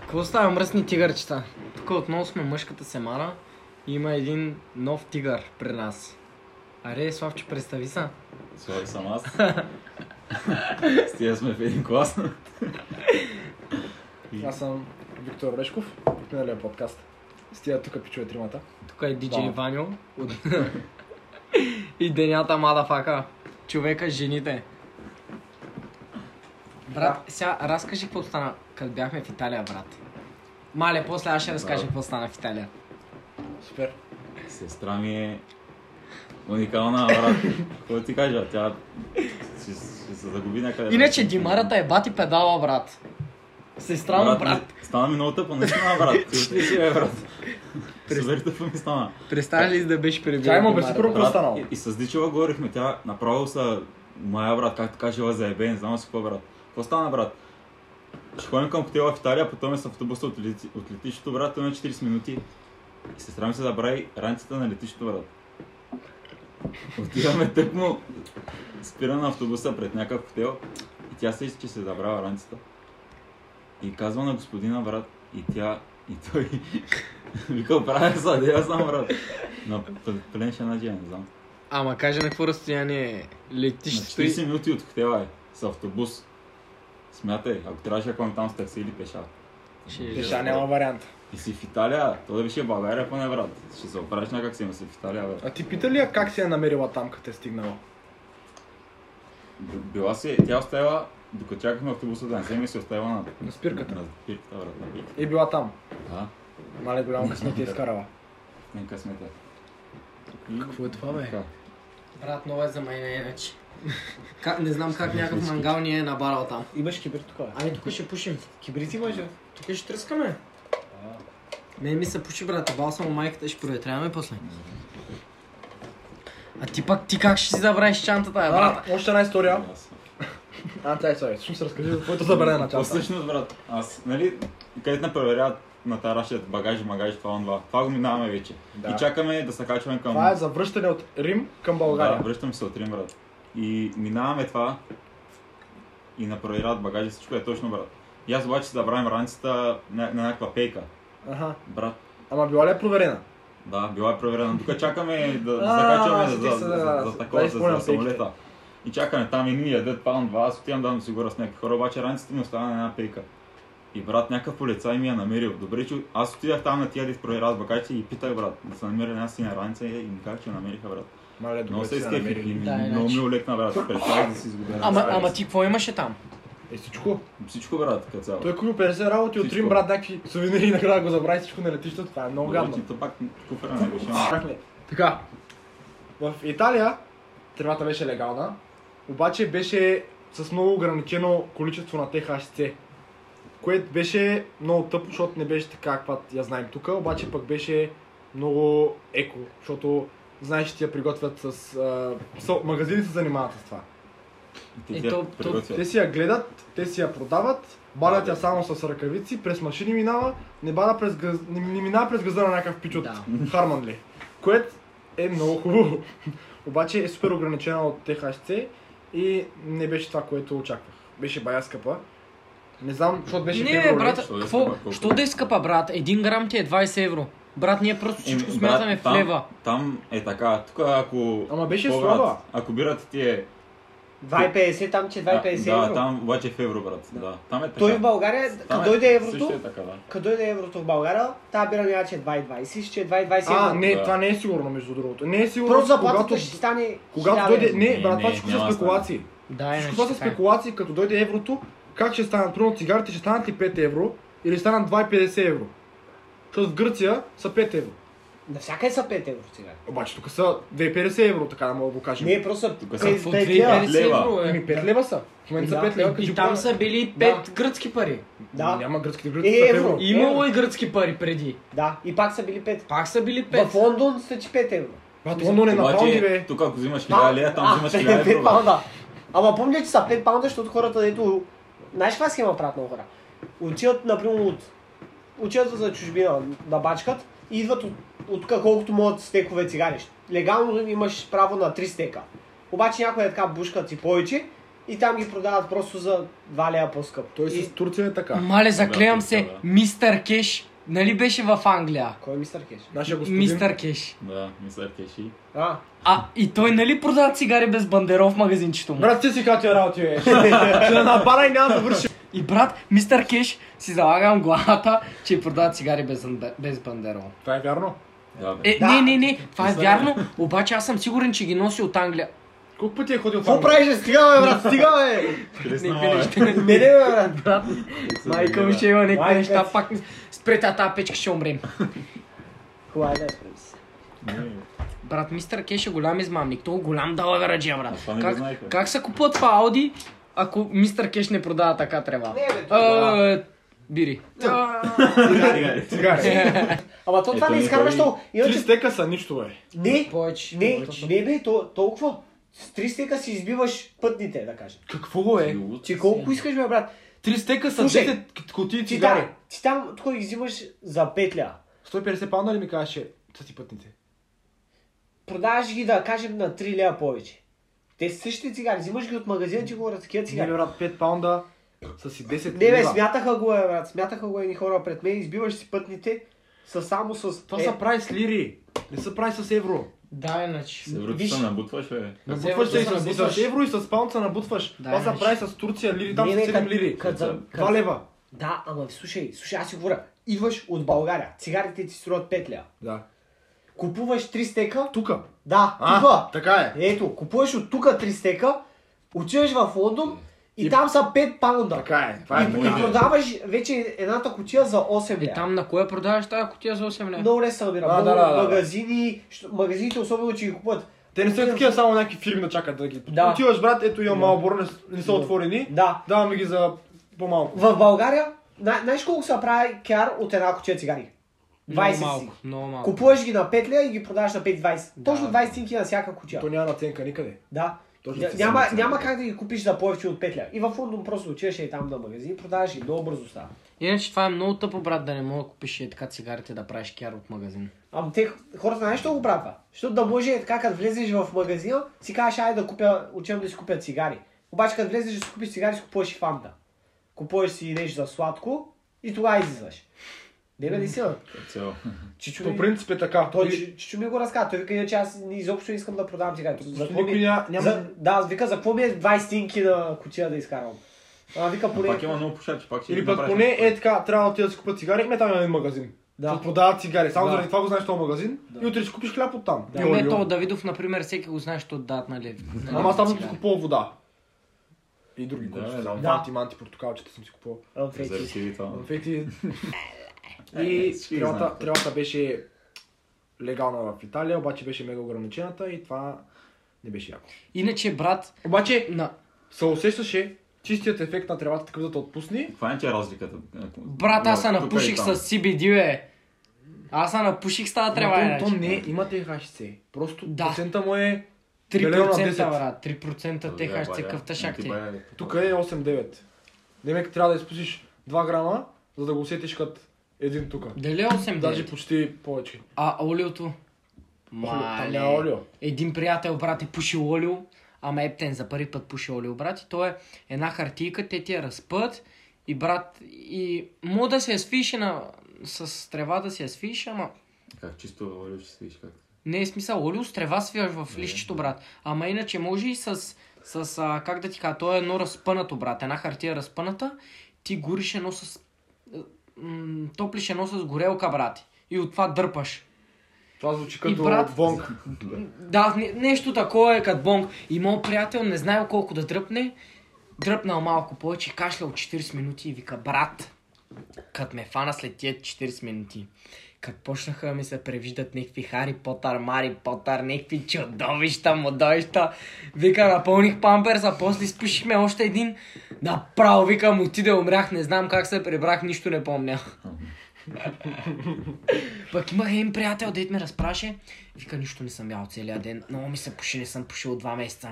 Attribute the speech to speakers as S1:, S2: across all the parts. S1: Какво става, мръсни тигърчета? Тук отново сме мъжката Семара и има един нов тигър при нас. Аре, Славче, представи са.
S2: Слави съм аз. С тия сме в един клас. И-
S3: Аз съм Виктор Решков от миналия подкаст. С тия тук пичове тримата.
S1: Тук е диджей
S3: Да.
S1: Ваню от... и денята мадафака. Човека, жените. Брат, сега разкажи какво стана, като бяхме в Италия, брат. Мале, после аз ще разкажа
S2: Да.
S1: какво стана в Италия.
S3: Супер.
S2: Сестра ми е уникална, брат. Какво ти кажа? Тя ще, ще се загуби някъде.
S1: Иначе Димарата е бати педала, брат. Сестра му, брат.
S2: Стана ми много тъпо, наистина, брат. Ти отиди си, бе, брат. Супер тъпо ми стана.
S1: Представя ли си да беше пребил?
S3: Тя има обясни
S1: Димарата?
S3: първо какво
S2: Брат,
S3: станало?
S2: и, и с Дичева говорихме, тя направо са Мая, брат, както кажела за ебе, не знам си какво, брат. Какво стана, брат? Ще ходим към хотела в Италия, потом е с автобуса от, лети, от летището, брат, той е на 40 минути. И сестра ми се забрави ранцата на летището, брат. Отиваме тъкмо, спира на автобуса пред някакъв хотел и тя се иска, че се забравя ранцата. И казва на господина, брат, и тя, и той, вика, правя са, де я знам, брат. На пленше една жена, не знам.
S1: Ама каже на какво разстояние е
S2: На
S1: летището
S2: 40
S1: и...
S2: минути от хотела е, с автобус. Смятай, ако трябваше да ходим там с такси или пеша.
S1: Ще е
S3: Пеша
S1: жестоко.
S3: няма вариант.
S2: И си в Италия, то да беше в България, поне брат. Ще се оправиш някак си, но си в Италия, брат.
S3: А ти пита ли я как се е намерила там, като е стигнала?
S2: Б- Била си, тя оставила, докато чакахме автобуса да не вземе, си оставила на...
S3: На спирката.
S2: На спирката, брат, на пиката.
S3: Е била там.
S2: Да,
S3: Мале голямо късно ти е изкарала.
S2: не късмета.
S3: Какво е това, бе?
S2: Така.
S1: Брат, много е за мен иначе. Как, не знам как някакъв мангал ни е набарал там.
S3: Имаш кибрид тук, бе?
S1: Ами тук ще пушим.
S3: Кибрид имаш, бе?
S1: Тук ще тръскаме. Мен ми се пуши, брат. Бал само майката, ще проветряваме после. А ти пак, ти как ще си забравиш чантата, е, брат?
S3: А, още една история.
S2: Аз съм.
S3: А, тя е сори. Всъщност разкажи за твоето забране на
S2: То
S3: част.
S2: всъщност, брат, аз, нали, където не проверяват на тарашият багажи, магажи, това, това. Това го минаваме вече.
S3: Да.
S2: И чакаме да се качваме към...
S3: Това е за връщане от Рим към
S2: Да,
S3: България.
S2: връщам се от Рим, брат. И минаваме това и направират багажи, всичко е точно, брат. И аз обаче си забравям раницата на, на някаква пейка.
S3: Аха.
S2: Брат,
S3: Ама била ли е проверена?
S2: да, била е проверена. Тук чакаме да, да
S3: А,
S2: закачаме за,
S3: сетих се,
S2: за,
S3: да,
S2: за,
S3: да,
S2: за такова,
S3: да,
S2: за, за
S3: изпълням
S2: самолета. И чакаме там и ние ядат паун два, аз отивам да му сигуря с някакви хора, обаче раницата ми остана на една пейка. И брат, някакъв полицай ми я намерил. Добре, че аз отидах там на тия да проверят багажите и питах, брат, да се намери една синя раница и им как, че я намериха, брат.
S3: Мале,
S2: Много
S3: добре,
S2: се
S3: че се
S2: изкефих и
S3: намерили.
S2: ми-
S1: Да,
S2: много
S1: иначе.
S2: ми олекна, брат. Представих да си изгубя.
S1: Ама,
S2: ръцете.
S1: ама ти какво имаше там?
S3: Е, всичко.
S2: Всичко, брат, като цяло.
S3: Той е купи 50 работи от
S2: Всичко.
S3: Рим, брат, някакви сувенири и накрая го забрави всичко на летището. Това е много
S2: Добре,
S3: гадно.
S2: че то пак куфера нали? не беше. ама-
S3: Бяхме. Така. В Италия тревата беше легална, обаче беше с много ограничено количество на THC, което беше много тъпо, защото не беше така, каквато я знаем тук, обаче пък беше много еко, защото знаеш, ти я приготвят с... А, со- магазини се занимават с това.
S2: Те
S1: Е,
S2: ти я
S1: то- то-
S2: приготвя.
S3: Те си я гледат, те си я продават, барат я само с ръкавици, през машини минава, не, бара през гъз... не, не минава през газа на някакъв пич от
S1: Да.
S3: Харман ли. Което е много хубаво. Обаче е супер ограничена от THC и не беше това, което очаквах. Беше бая скъпа. Не знам, защото беше
S1: не, бе,
S3: евро,
S1: брат,
S2: Що да е
S1: какво?
S2: скъпа, колко?
S1: Що да е скъпа, брат? Един грам ти е 20 евро. Брат, ние просто
S2: Еми,
S1: всичко
S2: брат,
S1: смятаме в
S2: там-
S1: лева.
S2: Там е така. Тук ако...
S3: Ама беше
S2: какво, брат,
S3: слаба.
S2: Ако бирата ти е...
S4: 2,50, там че 2,50
S2: Да,
S4: евро.
S2: там обаче е в евро, брат. Да. Там е така.
S4: Той в България,
S2: Там
S4: като
S2: е-
S4: дойде
S2: Също
S4: еврото,
S2: е така, да.
S4: като дойде еврото в България, тази бира няма че е 2,20, ще е 2,20 евро.
S3: А, не,
S2: Да.
S3: това не е сигурно, между другото. Не е сигурно,
S4: Просто заплатата
S3: когато,
S4: ще стане
S3: когато
S4: 1000
S3: дойде...
S4: евро.
S3: Не,
S2: Не,
S3: брат, това
S2: не,
S3: всичко са
S2: няма да стане.
S3: спекулации.
S1: Да,
S3: Всичко
S1: иначе
S3: това са
S1: така е.
S3: спекулации, като дойде еврото, как ще станат, примерно цигарите ще станат ли 5 евро или станат 2,50 евро. Защото в Гърция са 5 евро.
S4: Навсякъде са 5 евро сега.
S3: Обаче тук са 2,50 евро, така да мога да го кажем.
S4: Не, просто са
S2: Тук са
S4: пет-
S1: По
S4: пет лева.
S1: 2,50
S2: лева.
S1: евро е.
S3: Ами 5 лева са. В момента са
S4: Да.
S3: 5 лева. като
S1: И
S3: ще
S1: там
S3: купуваме.
S1: са били
S3: Да.
S1: 5 гръцки пари.
S4: Да,
S3: Няма гръцките
S4: Е,
S3: гръцки са в
S4: евро.
S3: евро.
S1: И Имало и гръцки пари преди.
S4: да. И пак са били 5.
S1: Пак са били 5.
S4: В Лондон са ти 5 евро.
S3: Брат, Лондон е на паунди, бе.
S2: Обаче, тук ако взимаш 1000 лея, там взимаш 1000 евро.
S4: 5
S2: брат.
S4: паунда. Ама помня, че са 5 паунда, защото хората, дето... Знаеш каква схема правят много хора? Отиват, например, от... Отиват за чужбина да бачкат и идват от, от тук колкото могат стекове цигари. Легално имаш право на 3 стека. Обаче някой е така бушкат и повече и там ги продават просто за 2 лева по-скъп.
S3: Той
S4: и...
S3: с Турция е така.
S1: Мале, заклевам
S2: Да,
S1: се,
S2: да.
S1: мистер Кеш, нали беше в Англия?
S4: Кой е мистер Кеш?
S3: Нашия господин...
S1: Мистер Кеш.
S2: Да, мисля, теши.
S4: А,
S1: А, и той нали продава цигари без бандеров в магазинчето му?
S3: Брат, ти си като работи, е. Ще набара и няма да върши.
S1: И брат, мистер Кеш, си залагам главата, че продава цигари без, анда- без бандерол.
S3: Това е вярно.
S2: Да, бе.
S1: Е,
S4: Да.
S1: не, не, не, това е вярно, обаче аз съм сигурен, че ги носи от Англия.
S3: Колко пъти е ходил в
S4: какво
S3: Англия?
S4: правиш? бе? Стига, бе, брат, стига, бе!
S2: Кресна,
S1: не
S2: бе.
S1: виждаш.
S4: Не, не, бе, брат.
S1: Брат,
S2: Се
S1: майка ми
S2: забива.
S1: ще има някакви
S4: Майка
S1: неща,
S4: ти.
S1: пак ми- спрете а тази печка, ще умрем.
S4: Хубава идея, спрем е, се.
S2: Не,
S1: Брат, мистер Кеш е голям измамник, той е голям далавераджия,
S2: А
S1: брат.
S2: това е. не го
S1: Как,
S2: знаех, бе.
S1: как се купува това Ауди, ако мистер Кеш не продава така трева?
S4: Не, бе,
S1: А,
S4: това-
S1: е, Бири.
S2: Цигари.
S3: Цигари.
S4: Ама то това
S2: Ето
S4: не
S2: ми
S4: изкарваш
S2: той-
S4: толкова.
S3: Три
S4: Е, Иначе,
S3: стека са нищо, бе.
S4: не,
S1: Повече.
S4: не,
S1: повече.
S4: не, бе, то, толкова. С три стека си избиваш пътните, да кажа.
S3: Какво го е?
S2: Луд.
S4: Че колко искаш, бе, брат?
S3: Три стека са
S4: Слушай,
S3: 10 кутии
S4: Ти
S3: цигари.
S4: там, ти там, тук ги взимаш за петля.
S3: 150 паунда ли ми казваше? Са си пътните.
S4: Продаваш ги, да кажем, на 3 лева повече. Те са същите цигари, взимаш ги от магазина, че говорят такива
S3: Не, бе,
S4: цигари.
S3: брат, 5 паунда са си 10
S4: Не бе,
S3: лева.
S4: смятаха го, е, брат, смятаха го едни хора пред мен, избиваш си пътните, са само с...
S3: Това
S4: е,
S3: са прави с лири. Не са прави с евро.
S1: Да, иначе.
S2: С еврото
S4: Виж.
S2: се набутваш, бе.
S3: Набутваш се и
S1: еврото
S3: с,
S1: се
S3: и с
S1: набутваш.
S3: евро и с паунт се набутваш.
S1: Да,
S3: Това
S1: имаш.
S3: се прави с Турция лири, там
S4: не,
S3: са
S4: не,
S3: 7
S4: кът-
S3: лири.
S4: кът за- кът-
S3: 2 лева.
S4: Да, ама слушай, слушай, аз си говоря. Идваш от България, цигарите ти струват 5 лева.
S3: Да.
S4: Купуваш 3 стека,
S3: Тука.
S4: да,
S3: А,
S4: тука.
S3: така е.
S4: Ето, купуваш от тука 3 стека, отиваш в Лондон и,
S3: И-
S4: там са 5 паунда.
S3: Така е. Това е
S4: и,
S2: моя
S4: и
S2: идея.
S4: продаваш вече едната кутия за 8
S1: Е,
S4: лева.
S1: там на кое продаваш тази котия за 8 лева?
S4: Много лесно се намира.
S3: Да,
S4: Много
S3: да, да, да.
S4: магазини, щ- магазините особено, че ги купуват.
S3: Те не са такива само някакви фирми да чакат да ги.
S4: Да.
S3: Отиваш, брат, ето имам малко бор, не, с- не са
S4: Да.
S3: отворени.
S4: Да.
S3: Давам ги за по-малко.
S4: В България, зна- знаеш колко се прави кяр от една кутия цигари? 20
S1: Много малко,
S4: си.
S1: много малко.
S4: Купуваш ги на 5 лева и ги продаваш на 5,20.
S1: Да.
S4: Точно 20 цинки на всяка кутия.
S3: То няма наценка никъде.
S4: Да.
S3: Точно
S4: Ня-
S3: си
S4: няма,
S2: цена.
S4: няма как да ги купиш за повече от 5 лева. И в Лондон просто отиваш и там на магазин, продаваш и много бързо става.
S1: Иначе това е много тъпо, брат, да не мога да купиш е така цигарите да правиш кяр от магазин.
S4: Ама те хората знаеш що го правят? това? Защото да може е така, като влезеш в магазина, си кажеш, ай да купя, отивам да си купя цигари. Обаче като влезеш да си купиш цигари, си купуваш и фанта. Купуваш си нещо за сладко и тогава излизаш. Не бе, наистина.
S2: Цяло.
S4: Чичо
S3: По
S4: ми,
S3: принцип е така.
S4: той,
S3: И-
S4: Чи- Чичо ми го разказа. Той вика, иначе аз ни- изобщо не искам да продавам цигари. За какво
S3: Никой
S4: ми,
S3: няма- няма-
S4: за, да, вика, за какво ми е 20 стинки на кутия да изкарвам? А, вика, поне...
S2: Пак има много пушачи, пак ще
S3: Или
S2: ги
S3: пък
S2: направиш.
S3: поне е така, трябва да отида да си купя цигари, ме там има един магазин.
S4: Да.
S3: Да. Продават цигари. Само
S4: Да.
S3: заради това го знаеш този магазин. И утре ще купиш хляб от там.
S1: Да, не, Ами, е, то Давидов, например, всеки го знае, що отдават на лев. на
S3: Ама аз там съм
S1: лев
S3: си
S1: нали, цигари.
S3: купувал вода. И други
S2: Да,
S3: да,
S2: бе,
S3: Там
S2: да.
S3: манти, манти, портокалчета съм си купувал.
S4: Ам, фейки.
S2: Резерви това.
S3: Конфети.
S2: Е,
S3: И
S2: е, всички ги
S3: стрелата,
S2: знаят.
S3: стрелата беше легална в Италия, обаче беше мега ограничената и това не беше яко.
S1: Иначе, брат,
S3: Обаче
S1: на...
S3: се усещаше чистият ефект на тревата такъв да те отпусни.
S2: Каква е че е разликата?
S1: брат, аз се
S3: е
S2: Тук и
S1: напуших с
S2: там.
S1: CBD, бе. Аз се напуших с тази
S3: Ама
S1: трева,
S3: то, то
S1: иначе.
S3: не, е има ТХЦ. Просто
S1: е, значи. Да.
S3: процента му е Галено на 10.
S1: 3% брат, 3%
S2: Е, Бая,
S1: те хашце
S2: бая.
S1: къв тъшак
S2: Ти
S1: ти.
S2: бая, бе.
S3: Тук е 8-9. Демек трябва да изпусиш 2 грама, за да го усетиш като един тук.
S1: Дали е 8
S3: Даже
S1: даже?
S3: почти повече.
S1: А олиото?
S3: Олио, там
S1: Мале.
S3: няма олио.
S1: Един приятел, брат, е пушил олио, ама ептен за първи път пуши олио, брат. И то е една хартийка, те ти я разпът и брат, и мога да се я свише на... с трева да се я свиш, ама
S2: Как чисто олио ще свиш как?
S1: не е смисъл. Олио с трева свиваш в лището, брат. Ама иначе може и с... с а, как да ти кажа, то е едно разпънато, брат. Една хартия е разпъната, ти гориш едно с... е, м, топлиш едно с горелка, брат. И от това дърпаш.
S3: Това звучи като
S1: брат-
S3: вонг.
S1: Да, не, нещо такова е като бонг. И моят приятел не знаел колко да дръпне. Дръпнал малко повече, кашлял 40 минути и вика, брат, като ме фана след тия 40 минути, като почнаха да ми се превиждат някакви Хари Потър, Мари Потър, някакви чудовища, модовища, вика, напълних памперса, после изпушихме още един, направо, викам, отиде, умрях, не знам как се прибрах, нищо не помня. Пък имах един приятел, дет ме разпраше. Вика, нищо не съм ял целия ден. Много ми се пуши, не съм пушил два месеца.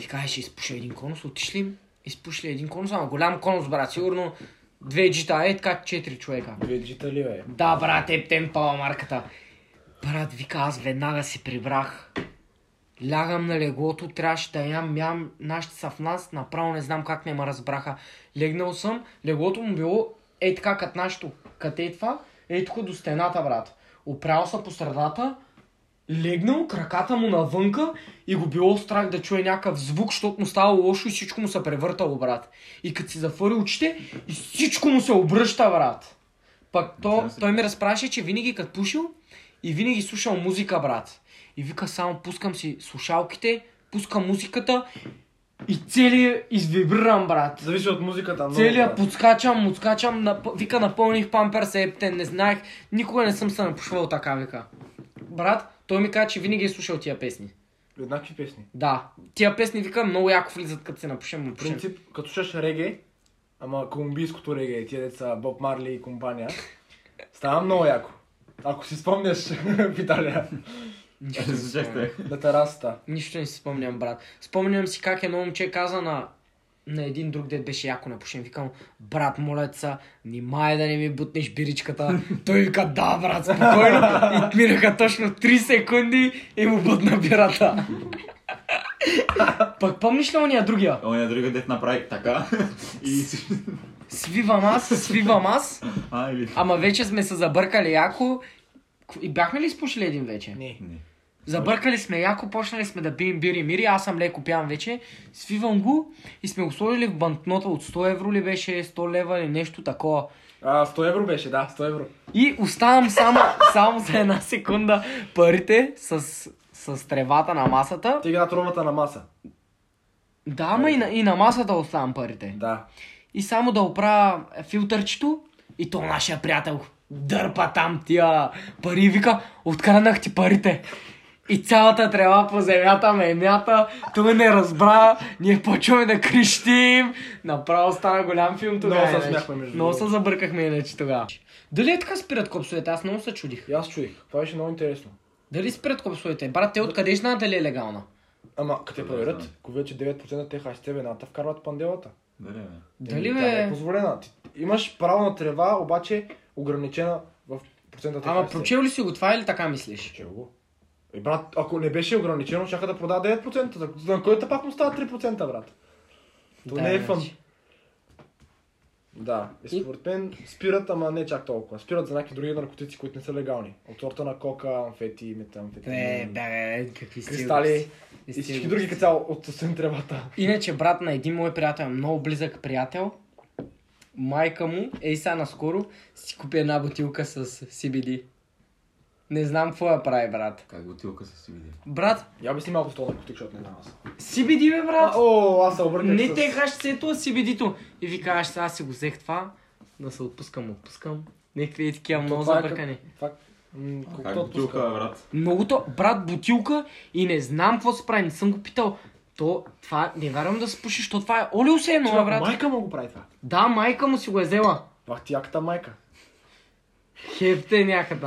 S1: Вика, ай, ще изпуша един конус. Отишли, изпушили един конус, ама голям конус, брат. Сигурно две джита, е така четири човека.
S3: Веджита ли е?
S1: Да, брат, ептен пала марката. Брат, вика, аз веднага се прибрах. Лягам на леглото, трябваше да ям, мям, нашите са в нас, направо не знам как не ме разбраха. Легнал съм, леглото му било е така, като нашето, като е това, е тук до стената, брат. Опрял съм по средата, легнал, краката му навънка и го било страх да чуе някакъв звук, защото му става лошо и всичко му се превъртало, брат. И като си затвори очите, и всичко му се обръща, брат. Пък то, той ми разпраше, че винаги като пушил и винаги слушал музика, брат. И вика само пускам си слушалките, пускам музиката и целият извибрирам, брат.
S3: Зависи от музиката. Много, е
S1: Целия
S3: брат.
S1: подскачам, отскачам, нап... вика напълних памперс, ептен, не знаех, никога не съм се напушвал така, вика. Брат, той ми каза, че винаги е слушал тия песни.
S3: Еднакви песни.
S1: Да, тия песни, вика, много яко влизат, като се напушим,
S3: В
S1: напушим.
S3: принцип, като слушаш реге, ама колумбийското реге, тия деца Боб Марли и компания, става много яко. Ако си спомняш в Италия,
S1: Нищо не си спомням.
S2: Слушахте.
S3: на терасата.
S1: Нищо не си спомням, брат. Спомням си как едно момче каза на на един друг дед беше яко напушен. Викам, брат, моля те са, внимай да не ми бутнеш биричката. Той вика, да, брат, спокойно. И минаха точно 3 секунди и му бутна бирата. Пък помниш ли ония другия?
S2: Оня другия дет направи така. И... си-
S1: Свивам аз, свивам аз,
S2: А, или...
S1: ама вече сме се забъркали яко. Кво- И бяхме ли изпушили един вече?
S3: Не.
S2: Не.
S1: Забъркали сме яко, почнали сме да бием бири мири, аз съм леко пиян вече, свивам го и сме го сложили в банкнота от 100 евро ли беше, 100 лева или нещо такова.
S3: А, 100 евро беше, да, 100 евро.
S1: И оставам само, само за една секунда парите с, с тревата на масата.
S3: Ти ги на тромата на маса.
S1: Да, ама и на, и на масата оставам парите.
S3: Да.
S1: И само да оправя филтърчето и то нашия приятел дърпа там тия пари и вика, откранах ти парите. И цялата трева по земята ме е мята, той не разбра, ние почваме да крещим. Направо стана голям филм тогава.
S3: Много се
S1: иначе.
S3: смяхме, между
S1: Много се
S3: другото.
S1: забъркахме иначе тогава. Дали е така спират копсовете? Аз много се чудих.
S3: И аз чуих. Това беше много интересно.
S1: Дали спират копсовете? Брат, те откъде знаят дали е легална?
S3: Ама, като те
S2: Да,
S3: проверят,
S2: знам.
S3: ако вече 9% те хащ тебе ната, вкарват панделата.
S2: Дали, бе?
S1: Дали
S3: Еми, тя не е
S1: бе?
S3: позволена. Ти имаш право на трева, обаче ограничена в процента те
S1: Ама
S3: хащ тебе.
S1: прочел ли си го това или така мислиш?
S3: Прочел го. Е, брат, ако не беше ограничено, чака да продава 9%. за- За който пак му става 3%, брат.
S1: Да,
S3: То
S1: значи.
S3: не е
S1: иначе.
S3: фън. Да, и според мен спират, ама не чак толкова. Спират за някакви други наркотици, които не са легални. От сорта на кока, амфети,
S1: Е,
S3: метамфетини,
S1: бе, какви сте.
S3: кристали и
S1: сте-
S3: всички други като цяло от съвсем тревата.
S1: Иначе брат на един мой приятел, много близък приятел, майка му, ей сега наскоро, си купи една бутилка с CBD. Не знам какво я прави, брат.
S2: Как бутилка са си видя?
S1: Брат,
S3: Я обясни малко с този наркотик, защото не знам аз.
S1: CBD бе,
S3: А,
S1: брат!
S3: О, аз се обърках
S1: не
S3: с-
S1: те хашцето, а CBD-то. И вика, аз сега си го взех това, да се отпускам, отпускам. Некви е такива много
S3: Това е
S1: забъркани.
S3: като- Това... е- м,
S2: Как
S3: Колкото
S2: бутилка,
S3: отпуска.
S2: бе, брат?
S1: Многото, брат, бутилка и не знам какво се прави, не съм го питал. То, това не вярвам да се пуши, защото това е олио се едно, бе,
S3: Това
S1: брат.
S3: Майка му го прави това.
S1: Да, майка му си го е взела.
S3: Бах ти яката майка.
S1: Хефте някъде.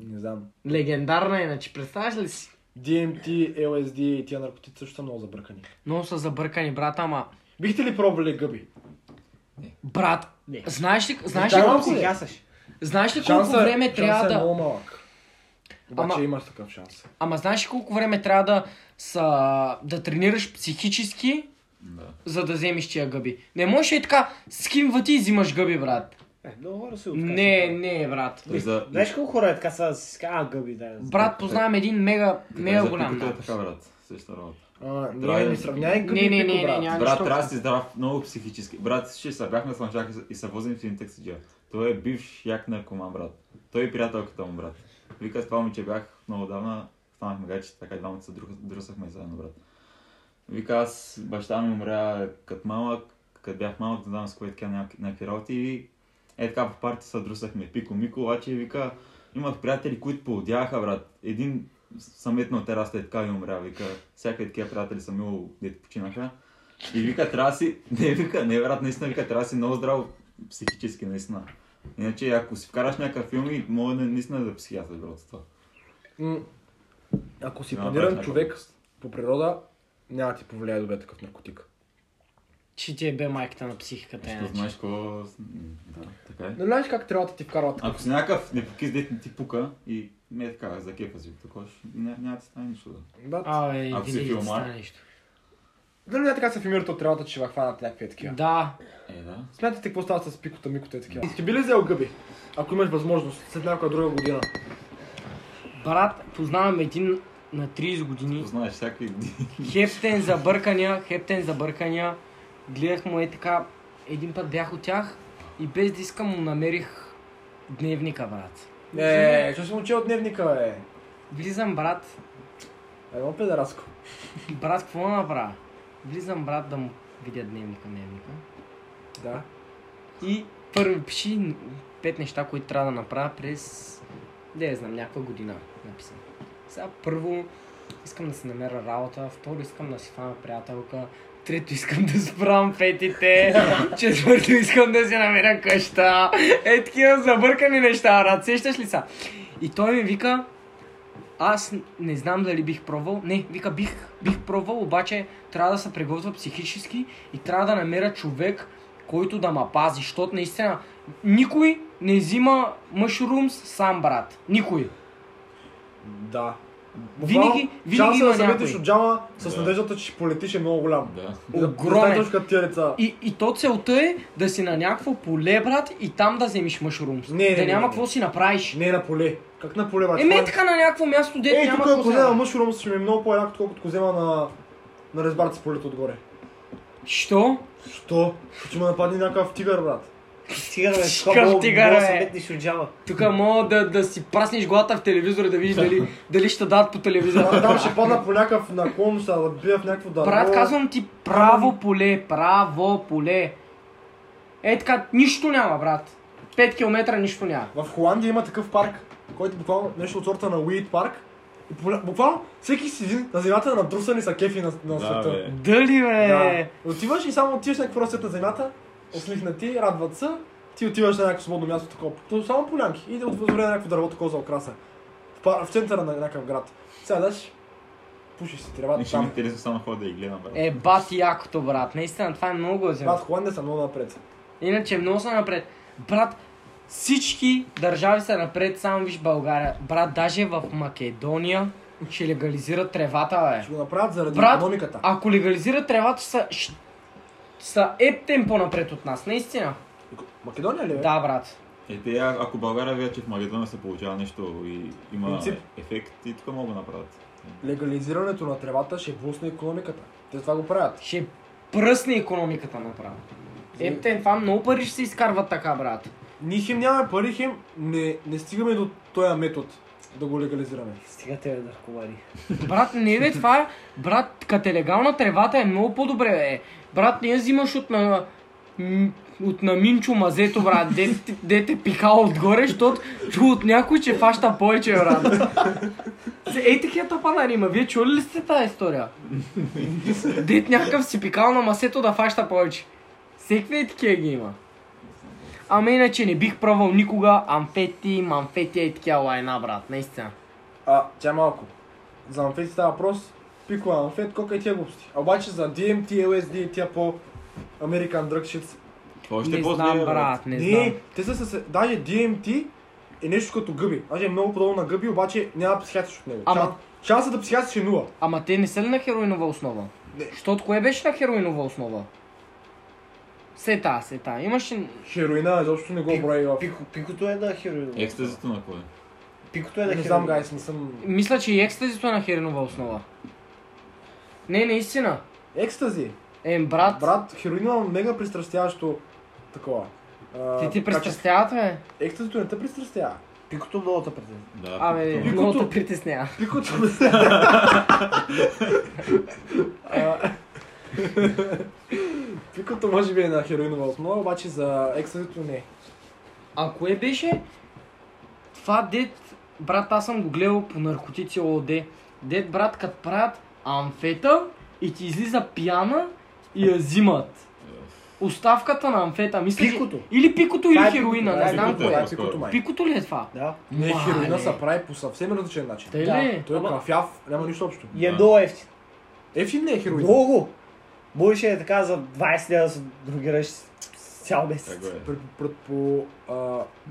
S3: Не знам.
S1: Легендарна е, значи представяш ли си?
S3: DMT, LSD и тия наркотици също са много забъркани.
S1: Много са забъркани, брат, ама...
S3: Бихте ли пробвали гъби?
S1: Брат,
S4: Не.
S1: знаеш ли, знаеш ли,
S3: Чакай
S4: Чакам
S3: малко
S4: си
S3: ли? е?
S4: хясаш.
S1: знаеш ли колко време
S3: шансът
S1: трябва
S3: е
S1: да...
S3: много малък. Обаче
S1: Ама-
S3: имаш такъв шанс.
S1: Ама знаеш ли колко време трябва да, са, да тренираш психически,
S2: Да.
S1: за да вземеш тия гъби? Не можеш и така, скимва ти и взимаш гъби, брат.
S4: Е, много хора се отказват.
S1: Не, не, брат.
S2: Той за...
S4: Знаеш колко хора е така са с а, гъби да.
S1: Брат, познавам един мега,
S2: той
S1: мега
S2: за
S1: голям.
S2: пикото е
S1: напус.
S2: така, брат. Същата работа.
S3: А,
S2: Трябва
S3: ние
S2: да-
S3: не сравнявай гъби
S1: Не,
S3: и
S1: не,
S3: пико,
S1: не, не,
S3: брат.
S1: няма.
S2: Брат,
S1: що
S2: трябва да
S1: ти?
S2: си здрав, много психически. Брат, ще се бяхме с лънчак и се возим в един таксиджия. Той е бивш як наркоман, брат. Той и приятелката му, брат. Вика, с това момиче бях много давна, станахме гачи, така и двамата се друс- друсахме заедно, брат. Вика, аз баща ми умря като малък, като бях малък, да знам с кое така някак- някакви работи и е така по парти се друсахме. Пико Мико, обаче вика, имах приятели, които поудяха, брат. Един съметно тераста е така и умря, вика. Всякакви такива приятели са мило, дете починаха. И вика, трябва да си, не вика, не брат, наистина вика, трябва да си много здрав психически, наистина. Иначе, ако си вкараш някакъв филм, и мога да наистина да психиатър, брат, от това.
S3: М, Ако си
S2: Няма
S3: планиран
S2: брат,
S3: човек по природа, няма да ти повлияе добре такъв наркотик.
S1: Че ти е бе майката на психиката.
S2: Защото
S1: иначе.
S2: знаеш какво... Да, така. Така е.
S3: Не Нали знаеш как трябва да ти вкарват.
S2: Ако си някакъв непокис дет не ти пука и не е така, за кефа си, такова ще- ня- няма да ти стане нищо. Да.
S3: Да,
S1: Абе,
S2: Ако си
S1: винаги ти
S2: филмар.
S1: стане нещо.
S3: дали нали не така се филмират от работа, че ще хванат някакви такива?
S1: Да,
S2: Е, да.
S3: Смятате какво става с пикота, микота и такива. Ти би ли взел гъби, ако имаш възможност, след някоя друга година?
S1: брат, познавам един на 30 години.
S2: Познаеш всякакви години.
S1: Хептен за бъркания, хептен за бъркания. Гледах му е така, един път бях от тях и без да искам му намерих дневника, брат. Е,
S3: Не, що си му чел от дневника, е?
S1: Влизам, брат,
S3: Едно педараско.
S1: брат, какво да направя? Влизам, брат, да му видя дневника, дневника.
S3: Да.
S1: И първи пиши пет неща, които трябва да направя през, не я знам, някаква година, написам. Сега първо искам да се намеря работа, второ искам да си фана приятелка, трето искам да справям петите, четвърто искам да си намеря къща. Е, такива забъркани неща, брат, сещаш ли са? И той ми вика, аз не знам дали бих пробвал. Не, вика, бих, бих пробвал, обаче трябва да се приготвя психически и трябва да намеря човек, който да ма пази, защото наистина никой не взима мъшрумс сам, брат. Никой.
S3: Да.
S1: Винаги- винаги
S3: шанса
S1: има
S3: да се метиш
S1: някой.
S3: от джама с
S2: Да.
S3: надеждата, че ще полетиш е много голям.
S2: Да.
S1: Огромен.
S3: Да, точка тия деца.
S1: И, и то целта е да си на някакво поле, брат, и там да вземиш мъшрумс.
S3: Не, не,
S1: да
S3: не,
S1: няма
S3: не.
S1: какво си направиш.
S3: Не е на поле. Как на поле, бачи?
S1: Еме е така на някакво място, дете
S3: Ей,
S1: няма
S3: тук
S1: какво
S3: ако
S1: се
S3: взема
S1: направи.
S3: мъшрум, ще ми е много по-яко, отколкото ако взема на, на резбарът с полето отгоре.
S1: Що?
S3: Що? Ще ми нападне някакъв тигър, брат.
S4: Тигър, е. бе,
S1: Какъв
S4: много-
S1: тигър,
S4: много
S1: бе?
S4: се метнеш от джама.
S1: Тук мога да, да си праснеш главата в телевизора, да видиш дали, дали ще дадат по телевизора.
S3: Там ще падна по някакъв наклон, ще да бия в някакво дърво.
S1: Брат, казвам ти право поле, право поле. Е така, нищо няма, брат. 5 км нищо няма.
S3: В Холандия има такъв парк, който е буквално нещо от сорта на Уит парк. И по- буквално всеки си един на земята на друсани са кефи на, на
S2: Да,
S3: света.
S2: бе.
S1: Дали
S3: Да.
S1: бе?
S3: Отиваш и само отиваш на какво растет на земята, ослихнати, радват се, ти отиваш на някакво свободно място, такова. То само полянки. И да отвори на някакво дърво, такова за окраса. В, пар... в центъра на някакъв град. Сядаш, пушиш си
S2: Не
S3: тревата
S2: ще ми е
S3: там.
S2: интересно само хора да ги гледам, брат.
S1: Е, бати якото, брат. Наистина, това е много готино.
S3: Брат, Холандия са много напред.
S1: Иначе много са напред. Брат, всички държави са напред, само виж България. Брат, даже в Македония ще легализират тревата, бе.
S3: Ще го направят заради
S1: Брат,
S3: економиката.
S1: Ако легализират тревата, са, щ- са еп темпо напред от нас, наистина.
S3: Македония ли бе?
S1: Да, брат.
S2: Е, те, а- ако България вече в Македония се получава нещо и има
S3: Принцип.
S2: ефект, и тук могат да направят.
S3: Легализирането на тревата ще бусне економиката. Те това го правят.
S1: Ще пръсне економиката направо. Ептен, това много пари ще се изкарват така, брат.
S3: Ние хим нямаме пари, хим не, не стигаме до този метод да го легализираме.
S4: Стига те, бе, наркомани.
S1: Брат, не бе, това е... Брат, като е легална тревата е много по-добре, бе. Брат, не я взимаш от на... м, От на Минчо мазето, брат. Дете, дете пихало отгоре, защото чу от някой, че фаща повече, брат. Е, Ей, такива тапанари има. нали, Вие чули ли сте тази история? Дет някакъв си пикал на масето да фаща повече. Всеки е такива ги има. Ама иначе не бих пробвал никога амфети, мамфети и такива лайна, брат. Наистина.
S3: А, тя е малко. За амфет става въпрос. Пикова амфет, колко е тия глупости. А обаче за DMT, LSD и тия по American Drug Shit.
S2: Това още
S1: Не
S2: по-зле, е,
S1: знам,
S2: бе,
S1: брат, не знам.
S3: Не, те са с... Даже DMT е нещо като гъби. Даже е много подобно на гъби, обаче няма психиатрич от него.
S1: Ама-
S3: Шан- Шансът да психиатрич е нула.
S1: Ама те не са ли на хероинова основа?
S3: Не.
S1: Защото кое беше на хероинова основа? Сета, сета. Имаше...
S3: Хероина изобщо не го
S4: Пик-
S3: брои в...
S4: Пико- Пикото е на хероин.
S2: Екстазито на кое?
S4: Пикото е на
S3: Не
S4: хероин.
S3: знам, гайс, не съм...
S1: Мисля, че и екстазито е на хероинова основа. Не, наистина.
S3: Екстази.
S1: Ем, брат,
S3: Брат, хероина е мега пристрастяващо такова. а,
S1: ти ти
S3: качество.
S1: пристрастяват, бе?
S3: Екстазито не те пристрастява.
S4: Пикото е много те притеснява.
S2: Да. е
S1: Абе,
S2: пикото.
S1: много те притеснява.
S3: Пикото. А, Пикото може би е на хероинова основа, обаче за екстазито не. е.
S1: А кое е беше? Това дед, брат, аз съм го гледал по наркотици ООД. Дед, брат, като правят амфета и ти излиза пияна и я взимат. Оставката на амфета, мисля, че-
S4: Пикото.
S1: Или пикото,
S4: Това
S1: или
S4: е
S1: хероина, не
S4: пикото, да,
S1: знам
S2: пикото е.
S1: кое.
S3: Това е пикото май.
S1: Пикото ли е това?
S4: Да.
S3: Не,
S1: Мале.
S3: хероина се прави по съвсем различен начин.
S1: Тъй
S4: Да.
S1: ли?
S3: Той е
S4: Ама-
S3: кафяв, няма нищо общо.
S4: И е
S2: Да.
S4: много ефтин.
S3: Ефтин не е хероин.
S4: Много. Можеше е така за 20 лева да се другираш с цял месец.
S2: Така е.
S3: Пред, пред, по, а,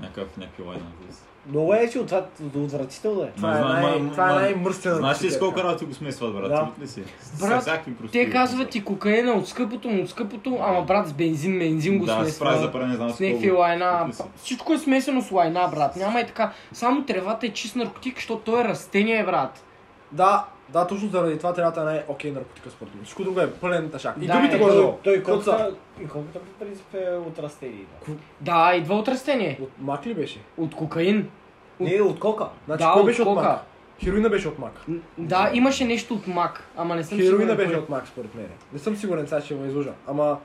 S2: Някакъв, някакви война. вкус.
S4: Много е, че от това отвратително е.
S3: това,
S2: Не
S3: е
S2: знам,
S3: най,
S2: ма-
S3: това е
S2: ма-
S3: най-мръсната.
S2: Знаеш ли с
S3: психика.
S2: колко работи го смесват, брат?
S4: Да.
S2: Абсолютно ли си? С-
S1: Брат,
S2: с всякакви прости.
S1: Те казват и кокаина от скъпото му, от скъпото, ама брат с бензин, бензин го
S2: Да,
S1: смесва.
S2: с прави за пари, не знам с
S1: С някакви
S2: колко.
S1: лайна.
S2: Какви са?
S1: Всичко е смесено с лайна, брат. Няма и така. Само тревата е чист наркотик, защото той е растение, брат.
S3: Да, да, точно заради това трябва да е най-окей наркотика според мен. Всичко друго е пълен ташак. И
S1: Да,
S3: другите
S1: е,
S3: го
S1: той-
S3: разделят.
S4: Той
S3: Които са?
S4: колкото, и колкото по принцип е от растения.
S1: Да, идва от растение.
S3: От мак ли беше?
S1: От кокаин.
S4: Не, от кока.
S3: Значи,
S1: Да,
S3: кой
S1: от
S3: беше от
S1: кока.
S3: мак? Хероина беше от мак.
S1: М, Да, имаше нещо от мак, ама не съм
S3: Хероина
S1: сигурен
S3: беше
S1: кой. е
S3: от мак, според мен. Не съм сигурен, сега ще го излъжа. Ама...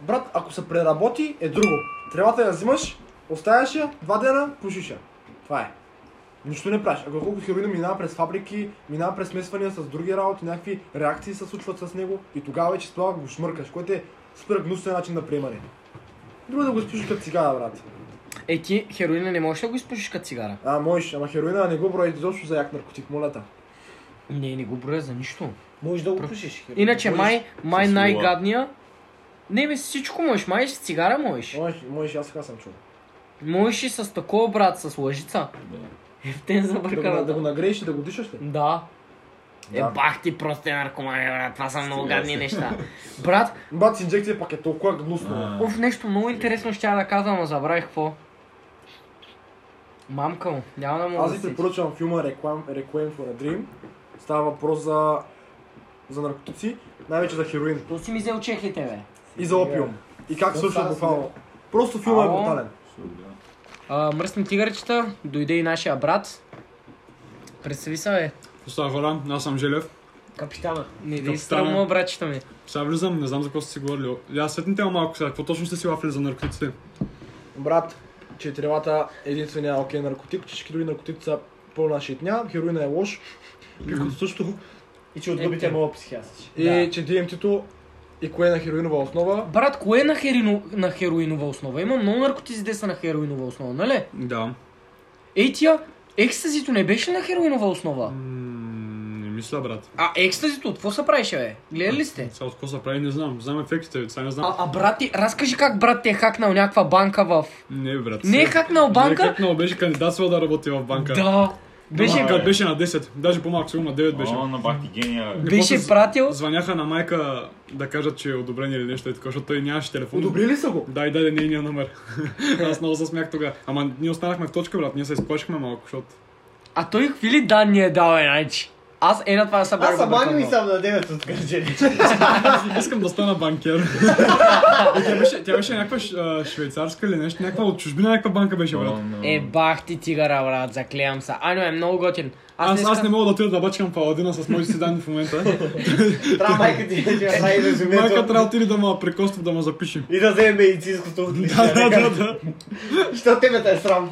S3: Брат, ако се преработи, е друго. Трябва да я взимаш, оставяш я, два дена, пушиш я. Това е. Нищо не правиш. Ако колко хероина минава през фабрики, минава през смесвания с други работи, някакви реакции се случват с него и тогава вече с това го шмъркаш, което е супер гнусен начин на приемане. Друго е да го изпушиш като цигара, брат.
S1: Е, ти хероина не можеш да го изпушиш като цигара?
S3: А, можеш, ама хероина не го брои изобщо за як наркотик, моля те.
S1: Не, не го броя за нищо.
S4: Можеш да го пушиш. хер.
S1: Иначе май, май
S2: с лула.
S1: най-гадния... Не, бе, с всичко можеш, май и с цигара можеш.
S3: Можеш, можеш, аз така съм чул.
S1: Можеш и с такова, брат, с лъжица.
S2: Да.
S1: Ефтен за
S3: Да го, да
S1: бърканата.
S3: го нагрееш и да го дишаш ли?
S1: Да. Е,
S3: Да.
S1: бах ти просто е наркомания, брат. Това са много
S2: Стига
S1: гадни
S2: се.
S1: неща. Брат,
S3: Бат с инжекция пак е толкова гнусно.
S2: А,
S1: оф, нещо много интересно ще я да казвам, но забравих какво. Мамка му, няма да мога
S3: Аз
S1: да
S3: ви
S1: се...
S3: препоръчвам филма Requiem, Requiem for a Dream. Става въпрос за, за наркотици, най-вече за хероин
S1: То си ми взел чехлите, бе.
S3: и за опиум. И как
S4: Сега
S3: свършва
S4: става
S3: буквално. Просто филма е
S1: Ало?
S3: брутален.
S2: ще го гледам.
S1: А, мръсни тигърчета, дойде и нашия брат. Представи се, бе.
S5: Поставя хора, аз съм Желев.
S4: Капитана.
S1: Не да
S5: Капитане.
S1: изстрелма, братчета ми.
S5: Сега влизам, не знам за какво сте си говорили. Аз светните малко сега, какво точно сте си лафли за наркотиците?
S3: Брат, четирилата е единствения окей наркотик, всички други наркотици са пълна шитня, хероина е лош, пивкото също
S4: И че отгубите е много психиатъч.
S3: и че DMT-то и кое е на хероинова основа.
S1: Брат, кое е на, херино... на хероинова основа? Има много наркотици, де са на хероинова основа, нали?
S5: Да.
S1: Ей тия, екстазито не беше ли на хероинова основа?
S5: М, не мисля, брат.
S1: А екстазито, от какво се правеше, бе? Гледали ли сте?
S5: Сега от какво се прави, не знам. Знам ефектите, сега не
S1: А,
S5: знам.
S1: а брат ти, разкажи как брат ти е хакнал някаква банка в...
S5: Не, брат.
S1: Не е
S5: сега-
S1: хакнал банка?
S5: Не е хакнал, беше кандидатствал да работи в банка.
S1: Да. Беше,
S5: Беше, беше на 10, даже по-малко, сигурно на 9 беше.
S2: О, на бах ти гения. бе.
S1: беше
S5: се-
S1: пратил...
S5: Звъняха на майка да кажат, че е одобрение или нещо е така, защото той нямаше телефон.
S3: Одобрили са го?
S5: Да, и даде нейния номер. Аз много се смях тогава. Ама ние останахме в точка, брат, ние се изплашихме малко, защото...
S1: А той какви ли данни е дал, е, значи? Аз е на това не съм бях
S4: Аз съм
S1: го
S4: мани и
S1: докъснал.
S4: съм на 9 от Гърджели.
S5: Искам да стана банкер. И тя, беше, тя беше някаква ш- а, швейцарска или нещо, някаква от чужбина някаква банка беше, брат.
S2: О, но-
S1: Е, бах ти тигара, брат, заклеям се. А, но е много готин. Аз,
S5: Аз,
S1: днеска-
S5: аз не мога да отида да бачкам паладина с моите си данни в момента.
S4: Трябва майка ти да ти я прави
S5: Майка
S4: резюмето.
S5: трябва да отиде да ме прекоства да ме запише.
S4: И да вземе медицинското
S5: Да, да, да,
S4: отличие.
S5: да.
S4: Що тебе те е срам?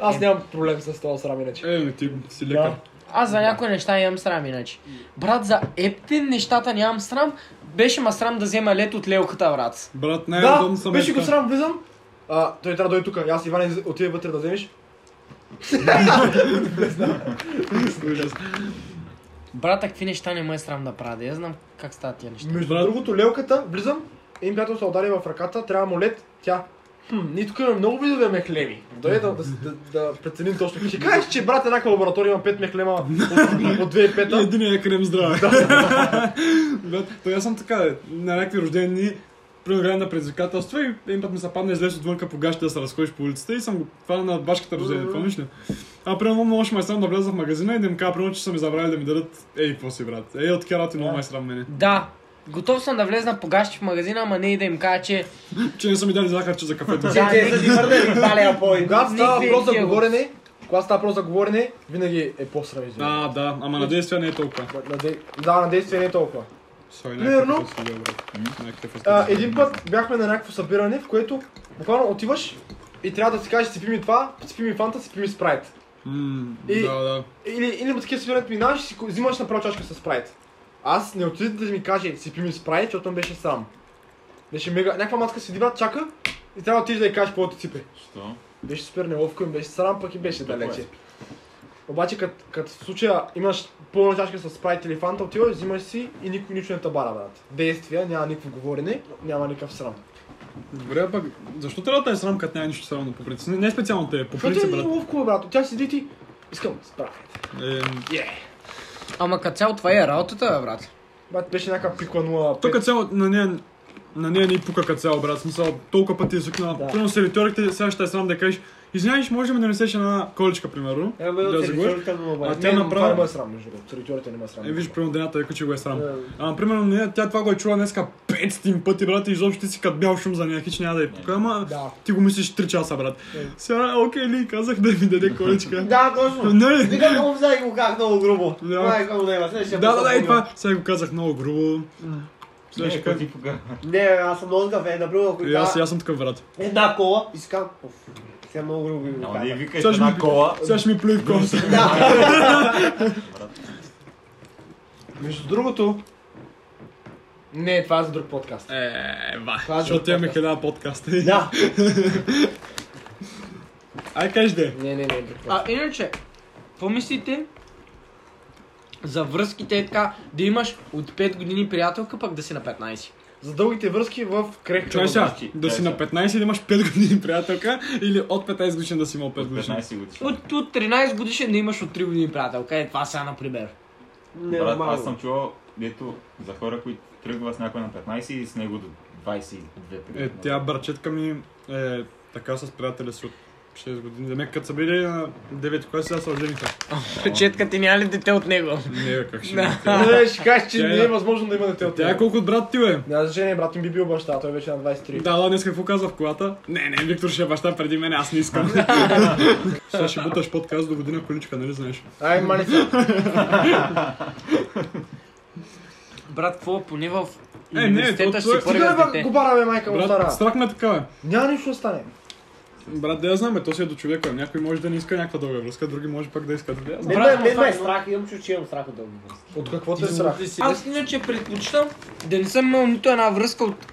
S3: Аз нямам проблем с това срам иначе.
S5: Е, бе, ти си лека.
S1: аз за някои неща имам срам, иначе. Брат, за ептин нещата нямам срам. Беше ма срам да взема лед от лелката, брат.
S5: Брат, най-удобно
S3: Да,
S5: съм. е
S3: беше го
S5: така.
S3: срам, влизам. А, той трябва да дойде тук. Аз Иване из- отиде вътре да вземеш.
S5: Ужас.
S1: Брат, а какви неща не ме е срам да правя, да я знам как стават тия неща.
S3: Между е
S5: Брат.
S3: другото, лелката, влизам. Един приятел се удари в ръката, трябва му лед. Тя. Хм, ние тук имаме много видове мехлеми. Дойде да, да, да, да преценим точно. Ще кажеш, че брат еднаква лаборатория има 5 мехлема от, от
S5: И
S3: 2005-та.
S5: един е крем здраве. Брат, то аз съм така, бе, на някакви рождени дни, примерно гледам на предизвикателства и един път ми се падна излез отвънка по гащите да се разходиш по улицата и съм го това на башката рождени, помниш ли? А примерно много ще ме е срам да вляза в магазина и да им кажа, примерно, че са ми забравили да ми дадат ей, какво си, брат. Ей, от керати много ме е срам мене.
S1: Да, готов съм да влезна по гащи в магазина, ама не и да им кажа, че
S5: Че не са ми дали захарче за кафето.
S4: Че те са ти върнали два лева по-един.
S3: Когато става
S1: Никакви
S3: въпрос за
S1: идеи,
S3: говорене, когато става въпрос за говорене, винаги е по-срамително.
S5: Да, да, ама на действие не е толкова.
S3: На де- Да, на действие не е толкова.
S5: Сой,
S3: Примерно-
S5: някакъв е студио, брат. Някакъв е
S3: А,
S5: студио.
S3: един път бяхме на някакво събиране, в което буквално отиваш и трябва да си кажеш, сипи ми това, сипи ми фанта, сипи ми спрайт.
S5: М,
S3: И-
S5: Да, да.
S3: Или, или на такива събирането минаваш и си ко- взимаш направо чашка с спрайт. Аз не отиде да ми каже, сипи ми спрайт, защото там беше сам. Беше мега... Някаква маска седи брат, чака и трябва да отидеш да й кажеш какво ти сипе.
S2: Що?
S3: Беше супер неловко и беше срам, пък и беше
S2: Какво е?
S3: далече. Обаче, като кът в случая имаш пълна чашка с спрайт или фанта, отиваш, взимаш си и никой нищо не табара, брат. Действия, няма никакво говорене, няма никакъв срам.
S5: Добре, а пък защо трябва да е срам, като няма нищо срамно по принцип? Не, не специално те, е, по
S3: Защото
S5: принцип,
S3: е
S5: брат.
S3: ловко, брат. От тя седи ти, искам да справя.
S5: Е,
S1: Ама като цяло това е работата, бе, брат.
S3: Брат, беше някаква пикла 0,5.
S5: тук като цяло на нея на нея ни пука като цяло, брат. Смисъл, толкова пъти е сукна.
S4: Да.
S5: Примерно се риторикте, сега ще е срам да кажеш, извиняваш, може ли ми да нанесеш една количка, примерно?
S4: Е, бе,
S5: да
S4: от
S5: загориш?
S4: телевизорите му
S5: А
S4: обаче.
S5: тя
S3: Не, но Това
S5: направи...
S3: не ме е срам, между другото. Ритьорите не ме е срам.
S5: Е, виж, примерно дената, е, че го е срам.
S4: Да.
S5: А, примерно, не, тя това го е чула днеска 500 пъти, брат, и изобщо ти си като бял шум за нея, хич няма да е пука, ама
S4: Да.
S5: ти го мислиш 3 часа, брат. Сега, окей ли, казах да ми даде количка.
S4: Да, точно.
S5: Не,
S4: Вика, много взе и го как много грубо.
S5: Да.
S4: Майка му нема, след ще
S5: да, да, да, и
S4: посъпвам.
S5: това. Сега го казах много грубо. Сега ще
S2: Не,
S5: кажа.
S2: ти пука.
S4: Не, аз съм много гафен, например, ако
S5: И аз, и
S4: има
S5: аз съм такъв, брат.
S4: една кола, искам. Оф, Сега много грубо ми го
S2: Няма да я
S4: казва.
S2: викаш
S5: Сега ще
S2: една
S5: ми-
S2: кола.
S5: Сега ще ми плюй в коса.
S3: Между другото, не, това е за друг подкаст.
S5: Е,
S3: Това е
S5: ва.
S3: друг
S5: Защото имаме
S3: подкаст.
S5: хиляда подкаста.
S4: Да,
S5: Ай, кажеш де.
S3: Не, не, не, друг подкаст.
S1: А иначе, какво мислите за връзките е така, да имаш от 5 години приятелка, пък да си на 15?
S3: За дългите връзки в крехка.
S5: Чай сега,
S2: възрасти.
S5: да
S2: Чай
S5: си
S2: сега.
S5: на 15 и да имаш 5 години приятелка или от 15 годишен да си имал 5 годишен.
S2: 15 годишна.
S1: От, от 13 годишен да имаш от 3 години приятелка, е това сега, например.
S4: не
S2: Брат, аз
S4: нормално.
S2: съм чувал, дето за хора, които тръгва с някой на 15 и с него до 22
S5: Е,
S2: примерно.
S5: тя братчетка ми е така с приятели си от 6 години. За мен като са били на 9 клас, сега се ожениха.
S1: Четка ти няма ли дете от него?
S5: Не, бе, как ще ми
S3: Не, ще кажеш, че
S5: Тя е-
S3: не е възможно да има дете от
S5: Тя е
S3: него.
S5: колко от брат ти, бе?
S3: Няма значение, брат им би бил баща, той вече е на 23.
S5: Да, да, днес какво каза в колата? Не, не, Виктор ще е баща преди мен, аз не искам. Сега ще буташ подкаст до година количка, нали знаеш?
S3: Ай, мани се.
S1: Брат, какво поне в
S5: не,
S1: университета
S5: то-
S1: ще
S5: то
S1: си
S5: е-
S1: първият
S3: Стига
S1: с
S3: да
S1: дете?
S3: го бараме, майка му
S5: Брат,
S3: стара.
S5: страх ме е така, бе.
S3: Няма нищо да стане.
S5: Брат, да я знам, бе, то си е до човека. Някой може да не иска някаква дълга връзка, други може пък да искат да я знам.
S4: Мен
S1: Брат,
S4: ме- Мен ме е
S1: това-
S4: страх, имам чу, че имам страх от дълги връзки.
S3: От какво те е страх?
S1: Аз иначе предпочитам да не съм имал нито една връзка от,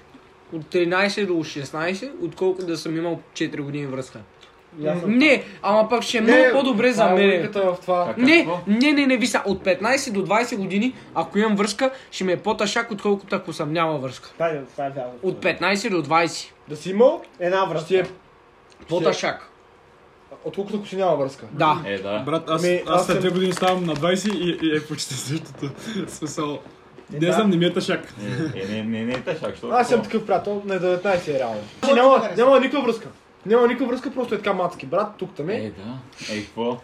S1: от 13 до 16, отколкото да съм имал 4 години връзка. Не, ама пък ще е много
S3: Не,
S1: по-добре за
S3: това е
S1: мен.
S3: логиката в това.
S2: Така,
S1: Не,
S2: какво?
S1: не, не, не, виса. От 15 до 20 години, ако имам връзка, ще ме е по-ташак, отколкото ако съм няма връзка.
S4: Това е- това е вярно.
S1: От 15 до 20.
S3: Да си имал,
S4: Една
S3: ще
S4: връзка.
S3: е
S1: По-ташак.
S3: отколкото ако си няма връзка.
S1: Да.
S2: Е, да.
S5: Брат, аз,
S3: Ами,
S5: аз
S3: аз
S5: след
S3: съм-
S5: 2 години ставам на 20 и, и е почти същото. В Смисъл. Не
S4: да.
S5: знам, не ми е тъшак.
S2: Е, не, не, не, тъшак, що?
S3: Аз съм такъв приятел, на 19 е реално. Че няма, няма никаква връзка. Няма никаква връзка, просто е така мацки. Брат, тук там е.
S2: Е, да. Е, какво?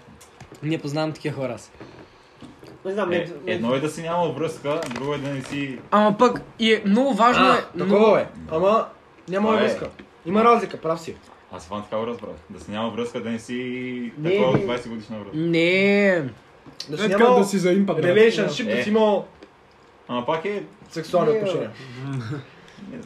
S1: Не познавам такива хора. аз.
S4: Не знам,
S2: Е,
S4: мен- мен-
S2: едно е да си няма връзка, друго е да не си...
S1: Ама пък и е много важно е. много-
S3: Такова е. Ама няма
S2: Това е.
S3: връзка. Има разлика, прав си. е.
S2: Аз това така го разбрах. Да си няма връзка, да не си
S4: Не,
S2: такова
S4: не.
S2: 20 годишна връзка.
S1: Не.
S3: Да
S5: Е
S3: си
S5: така
S3: нямал
S5: да си за импат, брат.
S3: relationship, да
S2: Е.
S3: си имал
S2: Ама пак е...
S3: сексуални
S4: Не, бе.
S3: отношения.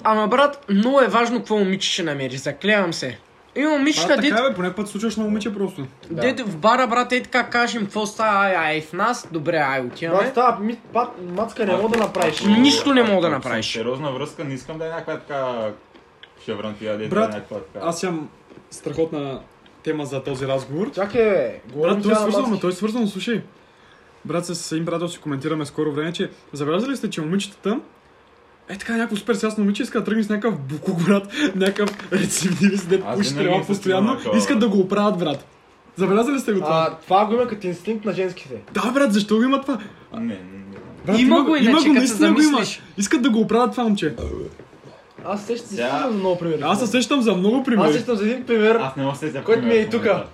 S1: Ама брат, много е важно какво момиче ще намери. Заклевам се. Има момичета,
S5: Брат,
S1: дето
S5: така бе, поне път случваш на момиче просто.
S1: Да. Дед, в бара, брат, е така кажем, какво става, ай, ай, в нас, добре, ай, отиваме.
S3: Брат, става Значи, ми- пат- мацка не мога да направиш.
S2: Ако-
S1: Нищо не мога да
S2: ако
S1: направиш.
S2: съм Сериозна връзка, не искам да е някаква така... Шеврантия, дето е
S5: Брат,
S2: някаква така...
S5: Аз имам страхотна тема за този разговор.
S3: Чакай, бе.
S5: Брат,
S3: Говорим
S5: той е
S3: сега на
S5: свързано, ама
S3: мацки.
S5: той е свързано, слушай. Брат, с един приятел си коментираме скоро време, че забелязали сте, че момичетата е така някакво супер сясно момиче, иска да тръгне с някакъв букук, брат, някакъв рецидивист, дед
S2: Аз
S5: пуши
S2: винаги
S5: стрела
S2: се
S5: постоянно,
S2: снимам такова,
S5: искат
S2: брат.
S5: да го оправят, брат. Забелязали сте го това?
S3: А, това го има като инстинкт на женските.
S5: Да, брат, защо го има това?
S2: Не, не, не.
S5: Брат,
S1: Има го иначе, като се
S5: наистина го има.
S1: замислиш.
S5: Искат да го оправят това момче.
S3: Аз се сещам
S2: Сега-
S3: за много примери.
S5: Аз се сещам за много
S3: Аз
S5: примери.
S3: сещам за един пример.
S2: Аз не мога да се за
S3: Който ми е
S2: пример
S3: и
S2: в
S3: тука.
S2: момента.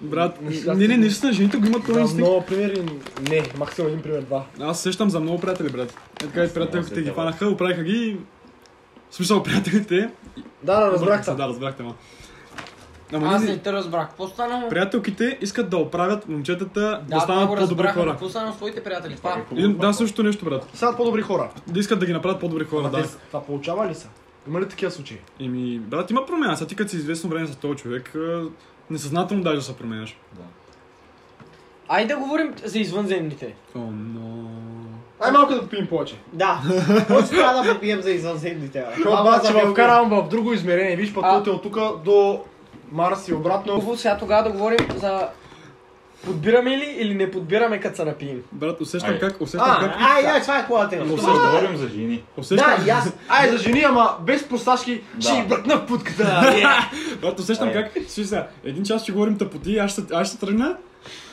S5: Брат,
S3: Не,
S5: не, не, наистина, жените го имат този
S3: За
S5: е инстинкт.
S3: много примери. Не, максимум един пример, два.
S5: Аз сещам за много приятели, брат. Е така и
S2: Аз не мога да
S5: приятелките
S2: се
S5: ги
S2: сетя,
S5: фанаха, оправиха ги и... В смисъл, приятелите...
S3: Да, да, разбрах
S5: обърнаха се,
S3: се.
S5: Да, разбрахте, ма. Ама
S1: Аз
S5: не,
S1: не те разбрах. Какво стана?
S5: приятелките искат да оправят момчетата да,
S1: това го
S5: станат по-добри
S1: разбрах, ама
S5: хора.
S1: Какво стана с твоите приятели? Това.
S2: Е,
S5: И,
S2: хубаво,
S5: да,
S2: това.
S5: също нещо, брат.
S3: Стават по-добри хора.
S5: Да искат да ги направят по-добри хора,
S3: Ама
S5: да.
S3: те с- Това получава ли са? Има ли такива случаи?
S5: Еми, брат, има промяна. Сега ти като си известно време с този човек, е, несъзнателно даже се променяш.
S1: Айде да говорим за извънземните.
S5: О, но...
S3: Ай малко да попием повече.
S4: Да, после трябва да попием за извънземните. бе.
S3: Защото
S4: Малко
S3: брат,
S4: за
S3: ще значи ме
S4: Белгия.
S3: вкарам в друго измерение. Виж пътувате от тук до Марс и обратно.
S1: Хубаво, сега тогава да говорим за... Подбираме ли или не подбираме като се напием?
S5: Брат, усещам
S2: Айде.
S5: как, усещам
S3: А,
S5: как...
S4: Ай, ай, това е хубава тема.
S5: Усещам,
S2: Ще говорим за жени.
S5: усещам,
S4: Да, и аз.
S3: Ай, за жени, ама без просташки ще
S2: Да.
S3: ги бръкна в путката.
S5: брат, усещам
S2: Айде.
S5: как... Си сега, един час ще говорим тъпоти, аз ще, аз ще тръгна.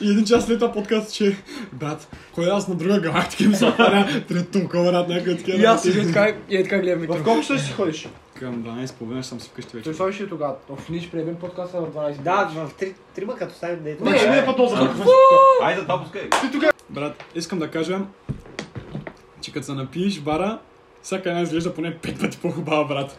S5: И един час след това подкаст ще... Брат, кой е аз на друга галактика ми се отваря? Трето толкова брат, някакъв такива...
S1: И аз
S5: работи.
S1: и така, и е така гледам
S3: В
S1: микрофон.
S3: колко ще си ходиш?
S5: Към 12 половина ще съм си вкъщи вече.
S3: Той това беше тогава. Оф, ние ще приемем подкаста на 12.
S4: Да, в три, трима като станем дето.
S3: Не, ще
S2: Е.
S3: Е, мине по-долу за
S2: А.
S3: какво?
S2: Айде, това пускай.
S5: Брат, искам да кажа, че като се напиеш бара, всяка една изглежда поне пет пъти по-хубава, брат.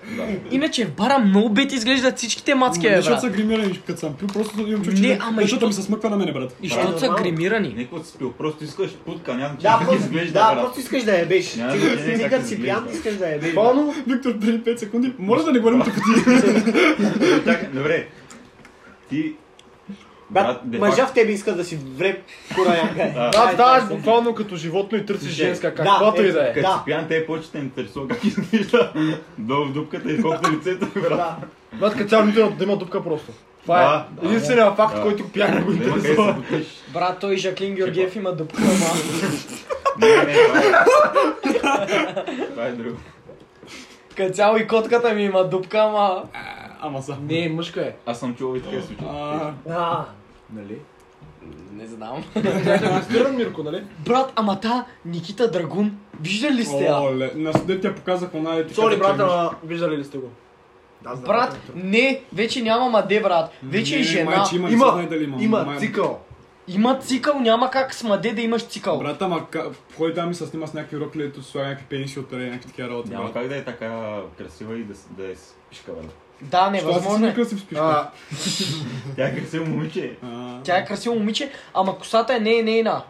S1: Иначе в бара много бед изглеждат всичките мацки,
S5: Не,
S1: е,
S5: защото
S1: брат.
S5: са гримирани, като съм пил, просто имам
S1: Не,
S5: чуче,
S1: ама
S5: защото
S1: и-
S5: ми се смъква на мене, брат.
S1: И
S2: Брат,
S1: защото са
S4: нормално.
S1: гримирани.
S2: Никой си спил, просто искаш путка, няма че
S4: Да,
S2: как
S4: просто,
S2: изглежда,
S4: да,
S2: брат.
S4: просто искаш да ебеш.
S2: Няма
S4: Ти
S2: значение
S4: ти
S2: как
S4: като си
S2: изглежда.
S4: пиян, искаш да ебеш.
S3: Болно,
S5: Виктор, преди 5 секунди, може да не говорим тук ти.
S2: Добре, Е, чакай, добре. Ти...
S4: Брат,
S2: де
S4: мъжа
S2: факто-
S4: в тебе иска да си вреб кураяка.
S3: да, ставаш буквално като животно и търсиш
S2: Да.
S3: женска,
S4: Да,
S3: каквото и да е.
S4: е.
S2: Като
S4: да.
S2: си пиян, те повече те интересува как изглежда. Долу в дупката и колко лицето, е брат.
S4: Да.
S3: Брат, като цял нито да има дупка просто. Това
S2: Да,
S3: е
S2: да,
S3: единственият факт,
S2: Да.
S3: който пияна
S2: Няма
S3: го
S2: къде да се
S3: интересува.
S2: потиш.
S1: Брат, той и Жаклин Георгиев има дупка, ама.
S2: Не, не, това е- това е друго.
S1: Като цяло и котката ми има дупка, ама.
S5: Ама са.
S3: Не, мъжка е.
S2: Аз съм чувал и такива случаи.
S5: А,
S4: Да.
S3: Нали?
S1: Не знам.
S3: Спиран Мирко, нали?
S1: Брат, ама та Никита Драгун, виждали ли сте я?
S5: Оле, на студент я показах она е така.
S3: Сори, брат, ама виждали ли сте го? Да, знам.
S1: Брат, не, вече няма маде, брат. Вече е жена.
S5: Има, не
S3: Има,
S5: знае дали има.
S3: има
S5: май-
S3: цикъл.
S1: Има цикъл, няма как с маде да имаш цикъл.
S5: Брат, ама ка- ходи там и се снима с някакви рокли, ето слага някакви пениси от е, някакви такива работи.
S2: Няма
S5: брат.
S2: как да е така красива и да, с- да е с пишка, брат.
S1: Да,
S5: Що аз
S1: невъзможно
S5: съм
S1: е.
S5: красив спиш?
S3: А,
S2: Тя е красиво момиче.
S5: А,
S1: Тя е красиво момиче, ама косата е не е нейна.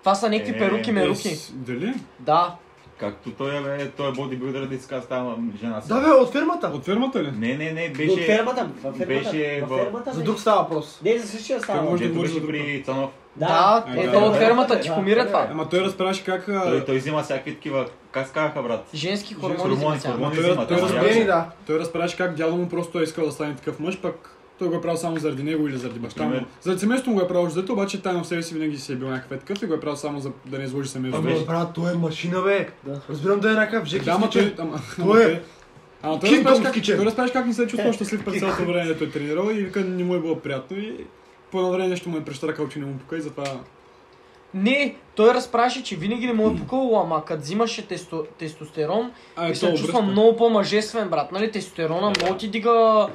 S1: Това са някакви
S2: Е,
S1: перуки,
S2: е,
S1: меруки.
S5: Ес, Дали?
S1: Да.
S2: Както той е, бе, той е бодибилдър, да иска става жена си.
S3: да бе, от фирмата.
S5: От фирмата ли?
S2: Не, не, не,
S4: От
S2: беше...
S4: фермата, във фермата.
S2: беше
S4: във
S2: в-
S4: фермата.
S3: За
S4: бе.
S3: друг става въпрос.
S4: Не, за същия
S5: Той
S4: става.
S5: може-
S2: Дето
S5: да
S2: беше
S5: да
S2: при Цанов.
S1: Да,
S5: Е,
S1: ето
S5: да,
S1: от
S5: да.
S1: фермата,
S4: Да,
S1: Тихомир е
S4: да.
S1: това.
S5: Ама той разправяше как... а,
S2: Той, той взима всякакви такива... Как скараха, брат?
S1: Женски хормони
S2: Хормони,
S1: взима сега.
S2: хормони е-
S5: Той-
S2: взима.
S5: той
S2: да,
S5: разбира-
S2: ясно.
S3: Бени, е да.
S5: Той разправяше как дядо му просто е искал да стане такъв мъж, пък той го е правил само заради него или заради баща му.
S2: Пример.
S5: Заради семейството му го е правил защото, обаче тайно в себе си винаги си е бил някакъв е такъв и го е правил само за да не изложи семейството.
S2: Ама-
S3: Ама, брат, той е машина, бе. Разбирам да е някакъв Жеки
S5: Да, ама той...
S3: Стичев.
S5: Ама,
S3: Той е-
S5: Ама той
S3: King
S5: разправяше
S3: Kong
S5: как,
S3: Kitchen.
S5: той разправяше как не се е чувствал щастлив през цялото време, дето е тренирал и вика не му е било приятно и по едно време нещо му е прещракал, че не му пука и затова...
S1: Не, той разпраше, че винаги не му е пукало, ама като взимаше тесто, тестостерон,
S5: А,
S1: и
S5: е,
S1: се
S5: то
S1: чувства
S5: обръща.
S1: много по-мъжествен, брат. Нали, тестостерона много ти дига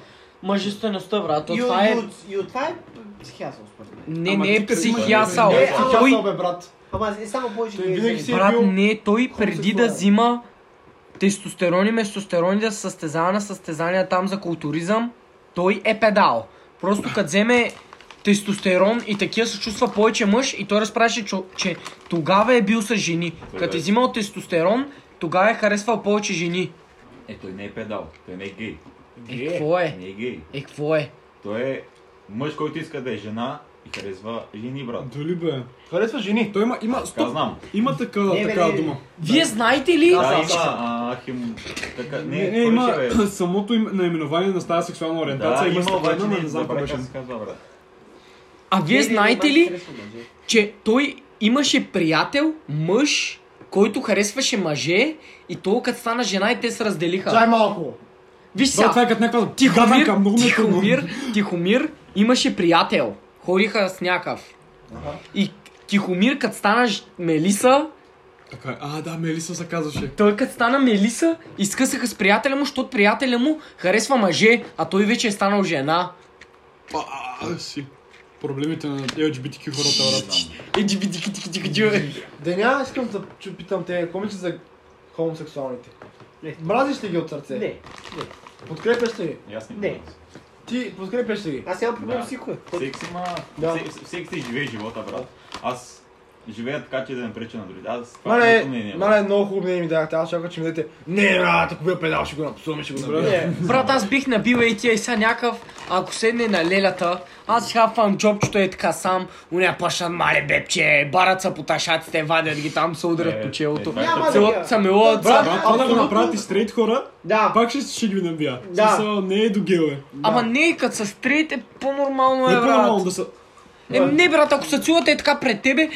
S1: мъжествеността, брат. То
S4: И
S1: това е...
S4: от- И от това е психиасъл, според мен.
S1: Не,
S5: Ама
S1: не е
S5: ти като си
S1: психиасал.
S3: Не,
S5: Е,
S2: Той-
S3: ама
S1: Той,
S3: той... бе, брат.
S4: Ама е само повече
S3: Той
S4: ги е
S3: винаги
S4: взели.
S3: си е
S1: брат,
S3: бил
S1: не, той преди да
S3: хомосексуален.
S1: взима тестостерон и местостерони да се състезава на състезания там за културизъм, той е педал. Просто като вземе тестостерон и такива се чувства повече мъж и той разпраше, че, че тогава е бил с жени. Като е взимал тестостерон, тогава е харесвал повече жени.
S2: Е, той не е педал. Той не е гей.
S1: Е, какво е?
S2: Не е гей.
S1: Е, какво е?
S2: Той е мъж, който иска да е жена и харесва жени, брат.
S5: Дали бе?
S3: Харесва жени.
S5: Той има... има
S2: Така
S5: стоп,
S2: знам.
S5: има такава,
S4: Не, бе,
S5: такава
S4: не,
S5: дума.
S1: Вие знаете ли?
S2: Да, има а, хим... Така, не,
S5: Не,
S2: не,
S5: не, има
S2: Бе.
S5: самото им, наименование на тази сексуална
S2: Да,
S5: ориентация.
S2: има обаче,
S5: степена, но
S2: не
S5: не знам е
S2: забравя
S5: какво беше.
S2: как се казва, брат.
S1: А вие
S4: Винаги
S1: знаете
S4: има
S1: ли,
S4: интересно мъже.
S1: че той имаше приятел, мъж, който харесваше мъже и то като стана жена и те се разделиха.
S3: Чай малко.
S1: Виж
S5: Да, е това е
S1: сега,
S5: като някаква
S1: Тихомир,
S5: гаданка, много ме е трудно.
S1: Тихомир, Тихомир имаше приятел. Хориха с някакъв. И Тихомир като стана ж- Мелиса,
S5: Така е. А, да, Мелиса се казваше.
S1: той като стана Мелиса, изкъсаха с приятеля му, защото приятеля му харесва мъже, а той вече е станал жена.
S5: А, а, а, си. Проблемите на LGBTQ
S2: Не
S5: хората, брат.
S2: знам.
S1: Е, джиби, дики, дики, дики, джиби.
S3: Деня искам да чу- питам те, какво мислиш за хомосексуалните?
S4: Не.
S3: Мразиш ли ги от сърце?
S4: Не,
S3: Подкрепяш ли ги?
S2: Ясно.
S4: Не.
S3: Ти подкрепяш ли ги?
S4: аз нямам проблем
S2: Да.
S4: с никой.
S2: Секс има...
S3: Да.
S2: се- Секс си живее живота, брат. Аз живеят така, че да не преча на другите. Аз това е
S3: Мале,
S2: моето мнение.
S3: мале, много хубаво мнение ми дадахте. Аз чакам, че ми дадете. Не, брат, ако бил педал, ще го напсуваме, ще го набия.
S4: Не,
S1: Брат, аз бих набил и тия и сега някакъв, ако седне на лелята, аз ще хапвам джобчето е така сам, уня пашат мале бебче, барат са по ташаците, вадят ги там, се
S2: Е,
S1: удрят по челото.
S2: е, това е
S4: Няма да
S1: Целото
S4: ги-
S1: са ме лодят, са-
S4: Брат,
S5: Брат, това да го
S4: абсолютно-
S5: направят и стрейт хора,
S4: Да,
S5: пак ще, ще ги набия.
S4: Да.
S5: Да. Смисъл, не е до геле.
S1: Ама не, като са стрите, по-нормално
S5: Не
S1: е,
S5: е по-нормално
S1: брат.
S5: да са...
S1: Е, не, брат, ако се цулата е така пред тебе,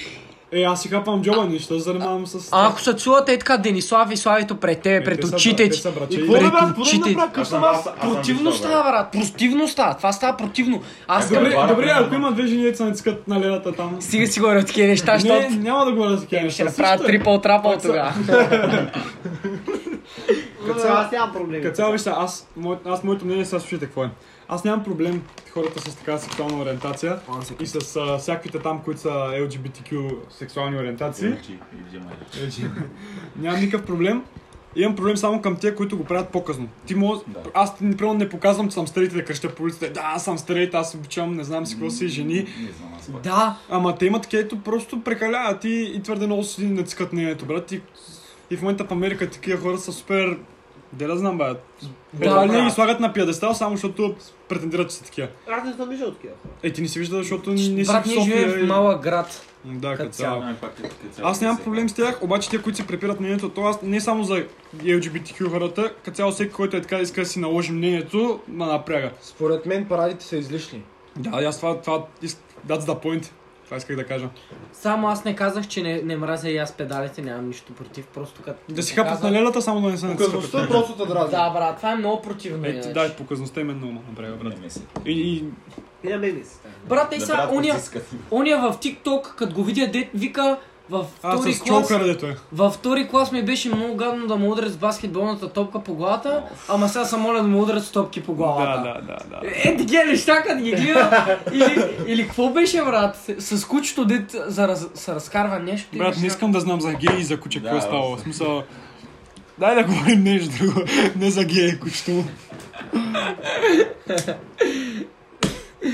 S5: Е, аз си хапвам джоба, нищо, се занимавам с...
S1: а ако се цулата е така Денислав и Славито пред тебе,
S5: Е,
S1: пред
S5: те са
S1: очите
S5: брат- те
S1: ти,
S5: са брачи.
S3: Какво да брат, какво да
S1: Пред
S3: направя? Къв
S2: Аз
S3: съм
S2: съм-
S3: аз?
S2: аз- аз съм
S1: Противно
S2: виждал,
S1: става, брат. Противно става. Това става противно. Аз
S5: Е, Добре,
S1: към...
S2: Добре,
S5: добре, ако
S2: примерно.
S5: има две жени, деца не цъкат на ледата там.
S1: Стига си горе от такива неща,
S5: Не,
S1: защото
S5: няма да говоря за такива неща.
S1: ще направят
S5: Също е.
S1: трипъл трапъл тогава.
S4: но аз нямам проблеми.
S5: Като цяло, вижте, аз, мое, аз моето мнение сега слушайте какво е. Аз нямам проблем хората с такава сексуална ориентация и с а, всякаквите там, които са LGBTQ сексуални ориентации.
S2: Иначе, и взимай.
S5: Нямам никакъв проблем. Имам проблем само към тия, които го правят по-късно. Ти мож...
S2: Да.
S5: Аз например, не показвам, че съм стрейт и да крещя по улицата. Да, аз съм стрейт, аз обичам, не знам си какво си, жени.
S2: Не знам аз е. пак.
S1: Да,
S5: Ама те имат където просто прекаляват и, и твърде много си не цикат мнението, брат. И, и в момента в Америка такива хора са супер... Де да знам, бе. Да, не
S1: брат.
S5: ги слагат на пиедестал, само защото претендират, че са такива.
S4: Аз не съм виждал такива хора.
S5: Е, ти не си виждал, защото не си
S1: брат,
S5: в
S1: ние
S5: София.
S1: живеем
S5: и-
S1: в малък град.
S5: Да, като
S1: като
S5: цяло.
S2: Ами, пак е като цяло
S5: Аз нямам
S2: се-
S5: проблем с тях, обаче те, които се препират мнението, то аз не само за LGBTQ хората, като цяло всеки, който е така иска да си наложи мнението, ма напряга.
S3: Според мен парадите са излишни.
S5: Да, и аз това, това, иск- that's the point. Това исках да кажа.
S1: Само аз не казах, че не, не мразя и аз педалите, нямам нищо против, просто като...
S5: Да си хапат нали? на лелата, само да не се
S3: Показността
S5: нацикат.
S3: е просто те дразни.
S1: Да, брат, това е много противно.
S5: Е, ти-
S1: иначе.
S5: да, показността именно ма напряга, брат.
S2: Не мисля.
S5: И, и
S4: И на мен ми се става.
S1: Брат, е
S2: е Да,
S1: сега,
S2: брат,
S1: ония,
S2: потискат.
S1: ония в TikTok, като го видя, дет вика в
S5: аз
S1: втори
S5: с
S1: клас...
S5: чокъра, дето е.
S1: Във втори клас ми беше много гадно да му удрят с баскетболната топка по главата, ама сега съм моля да му удрят с топки по главата.
S5: Да, да, да, да.
S1: Е, такива неща, като ги гледам. Или, или какво беше, брат? С с кучето, дет за раз, се разкарва нещо. ти
S5: Брат, не
S1: неща.
S5: искам да знам за гей и за куче, какво е
S2: Да,
S5: стало.
S2: да.
S5: В смисъл, дай да говорим нещо друго, не за гей и кучето му.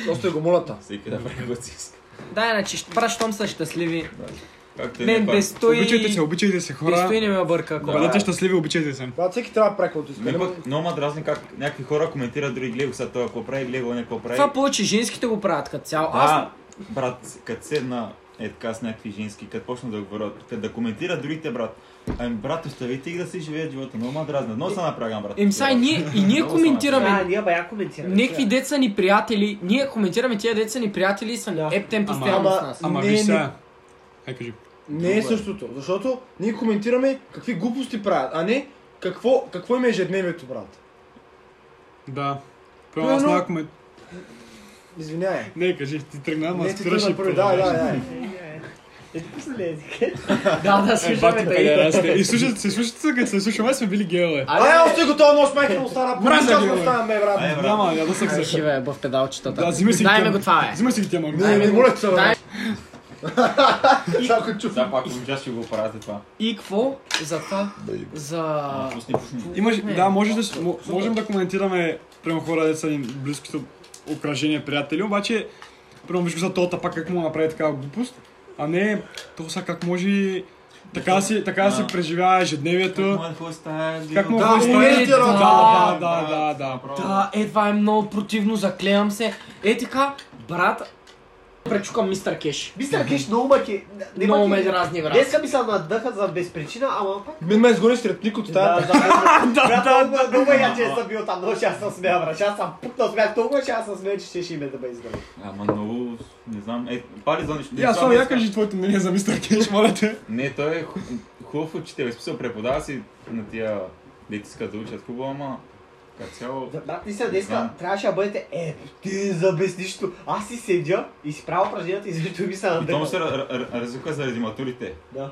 S3: Просто е гомолата.
S2: Всеки да прави каквото си иска.
S1: Да, иначе, ще- брат, щом са щастливи.
S2: Както и е,
S1: Мен
S2: на пак.
S1: без той...
S5: Обичайте се, обичайте се,
S1: Без той
S5: хора.
S1: не ме е бърка. ако-
S2: Да.
S5: Бъдете щастливи, обичайте се.
S3: Брат, всеки трябва да прави каквото иска.
S2: Мен
S3: Няма-
S2: Ами, Нали пък много ма дразни как някакви хора коментират други гледай, сега това какво прави, гледай, не какво прави.
S1: Това повече женските го правят като цяло. Аз...
S2: Да, брат, като седна е така с някакви женски, като почна да говорят, като да коментират другите, брат. Ами, брат, оставете ги да си живеят живота, много ма дразна. Много се напрягам, брат.
S1: Им са и ние, и ние
S2: Много
S4: Да,
S1: коментираме.
S4: ние бая коментираме.
S1: Някакви деца ни приятели, ние коментираме тия деца ни приятели и са
S3: Да.
S1: ептен
S5: Ама-
S1: постоянно с нас.
S5: Ама
S3: Не,
S5: виж
S3: не.
S5: сега. Ай, кажи.
S3: Не е същото, защото ние коментираме какви глупости правят, а не какво, какво им е ежедневието, брат.
S5: Да. Прямо аз
S3: Примерно-
S5: няма комент.
S3: Извинявай.
S5: Не, кажи, ти тръгна, ама
S3: Не ти тръгна
S5: спираш и
S3: първи, да, да, да.
S4: Е, тук са ли език?
S1: Да, да,
S5: Е,
S1: слушаме
S5: бати,
S1: да и...
S5: къде сте. И слушате се, слушате се, като се слушаме, аз сме били геове.
S1: Аре,
S3: Ай, още готова нощ, майка му стара,
S5: Мразя
S3: първи
S5: ги,
S3: час
S5: бе.
S3: оставаме, Е, брат. Е,
S2: Ай, брат.
S5: Няма, я да се
S1: Ай,
S5: къса.
S1: Шиве, в педалчетата.
S5: Да, взимай си ги
S1: Дай
S5: тя.
S1: ме го това, е.
S5: Взимай си ги тя, магнит.
S3: Не, не моля се,
S1: Дай-
S3: брат. Чакай, чу.
S2: Сега пак момча ще го правите това.
S1: И какво за това? За...
S2: Пусни, пусни.
S5: Имаш,
S1: Не.
S5: да, може да, с- мо- можем да коментираме прямо хора, деца им близкото окръжение, приятели, обаче прямо виж го за тота пак как му направи такава глупост, а не то сега как може така да си, така да си
S2: Да.
S5: преживява ежедневието.
S2: Моят хвост стая,
S5: Е, Как му
S2: гледай.
S5: да,
S1: умеете, да.
S5: да, да, да, да, да.
S1: Да, е, това е много противно, заклевам се. Е така, брат, пречукам мистер Кеш.
S4: Мистер Кеш много маки... не
S1: Много ме
S4: маки-
S1: дразни, брат.
S4: Днеска ми се надъха за без причина, ама пак...
S3: Мен ме изгори сред никот
S4: Да,
S3: стая.
S4: да, да, да, много я, че съм бил там, много ще аз съм смея, брат. Ще Аз съм пукнал смях, толкова ще аз съм смея, че ще име да ме изгори.
S2: Ама много, не знам, е, пари за нищо. Не,
S5: Я,
S2: това
S5: Слава,
S2: ми е
S5: я
S2: иска.
S5: кажи твоето мнение за мистер Кеш, моля те.
S2: Не, той е ху- хубав учител, е в смисъл преподава си на тия, дете искат да учат хубаво, ама като цяло...
S4: Да, Брат, наистина, днеска
S2: Да.
S4: трябваше да бъдете, е, ти за без нищо. Аз си седя и си правя упражненията и защото ми се
S2: И то му се
S4: надъха.
S2: ра- ра- ра- разюха заради матурите.
S4: Да.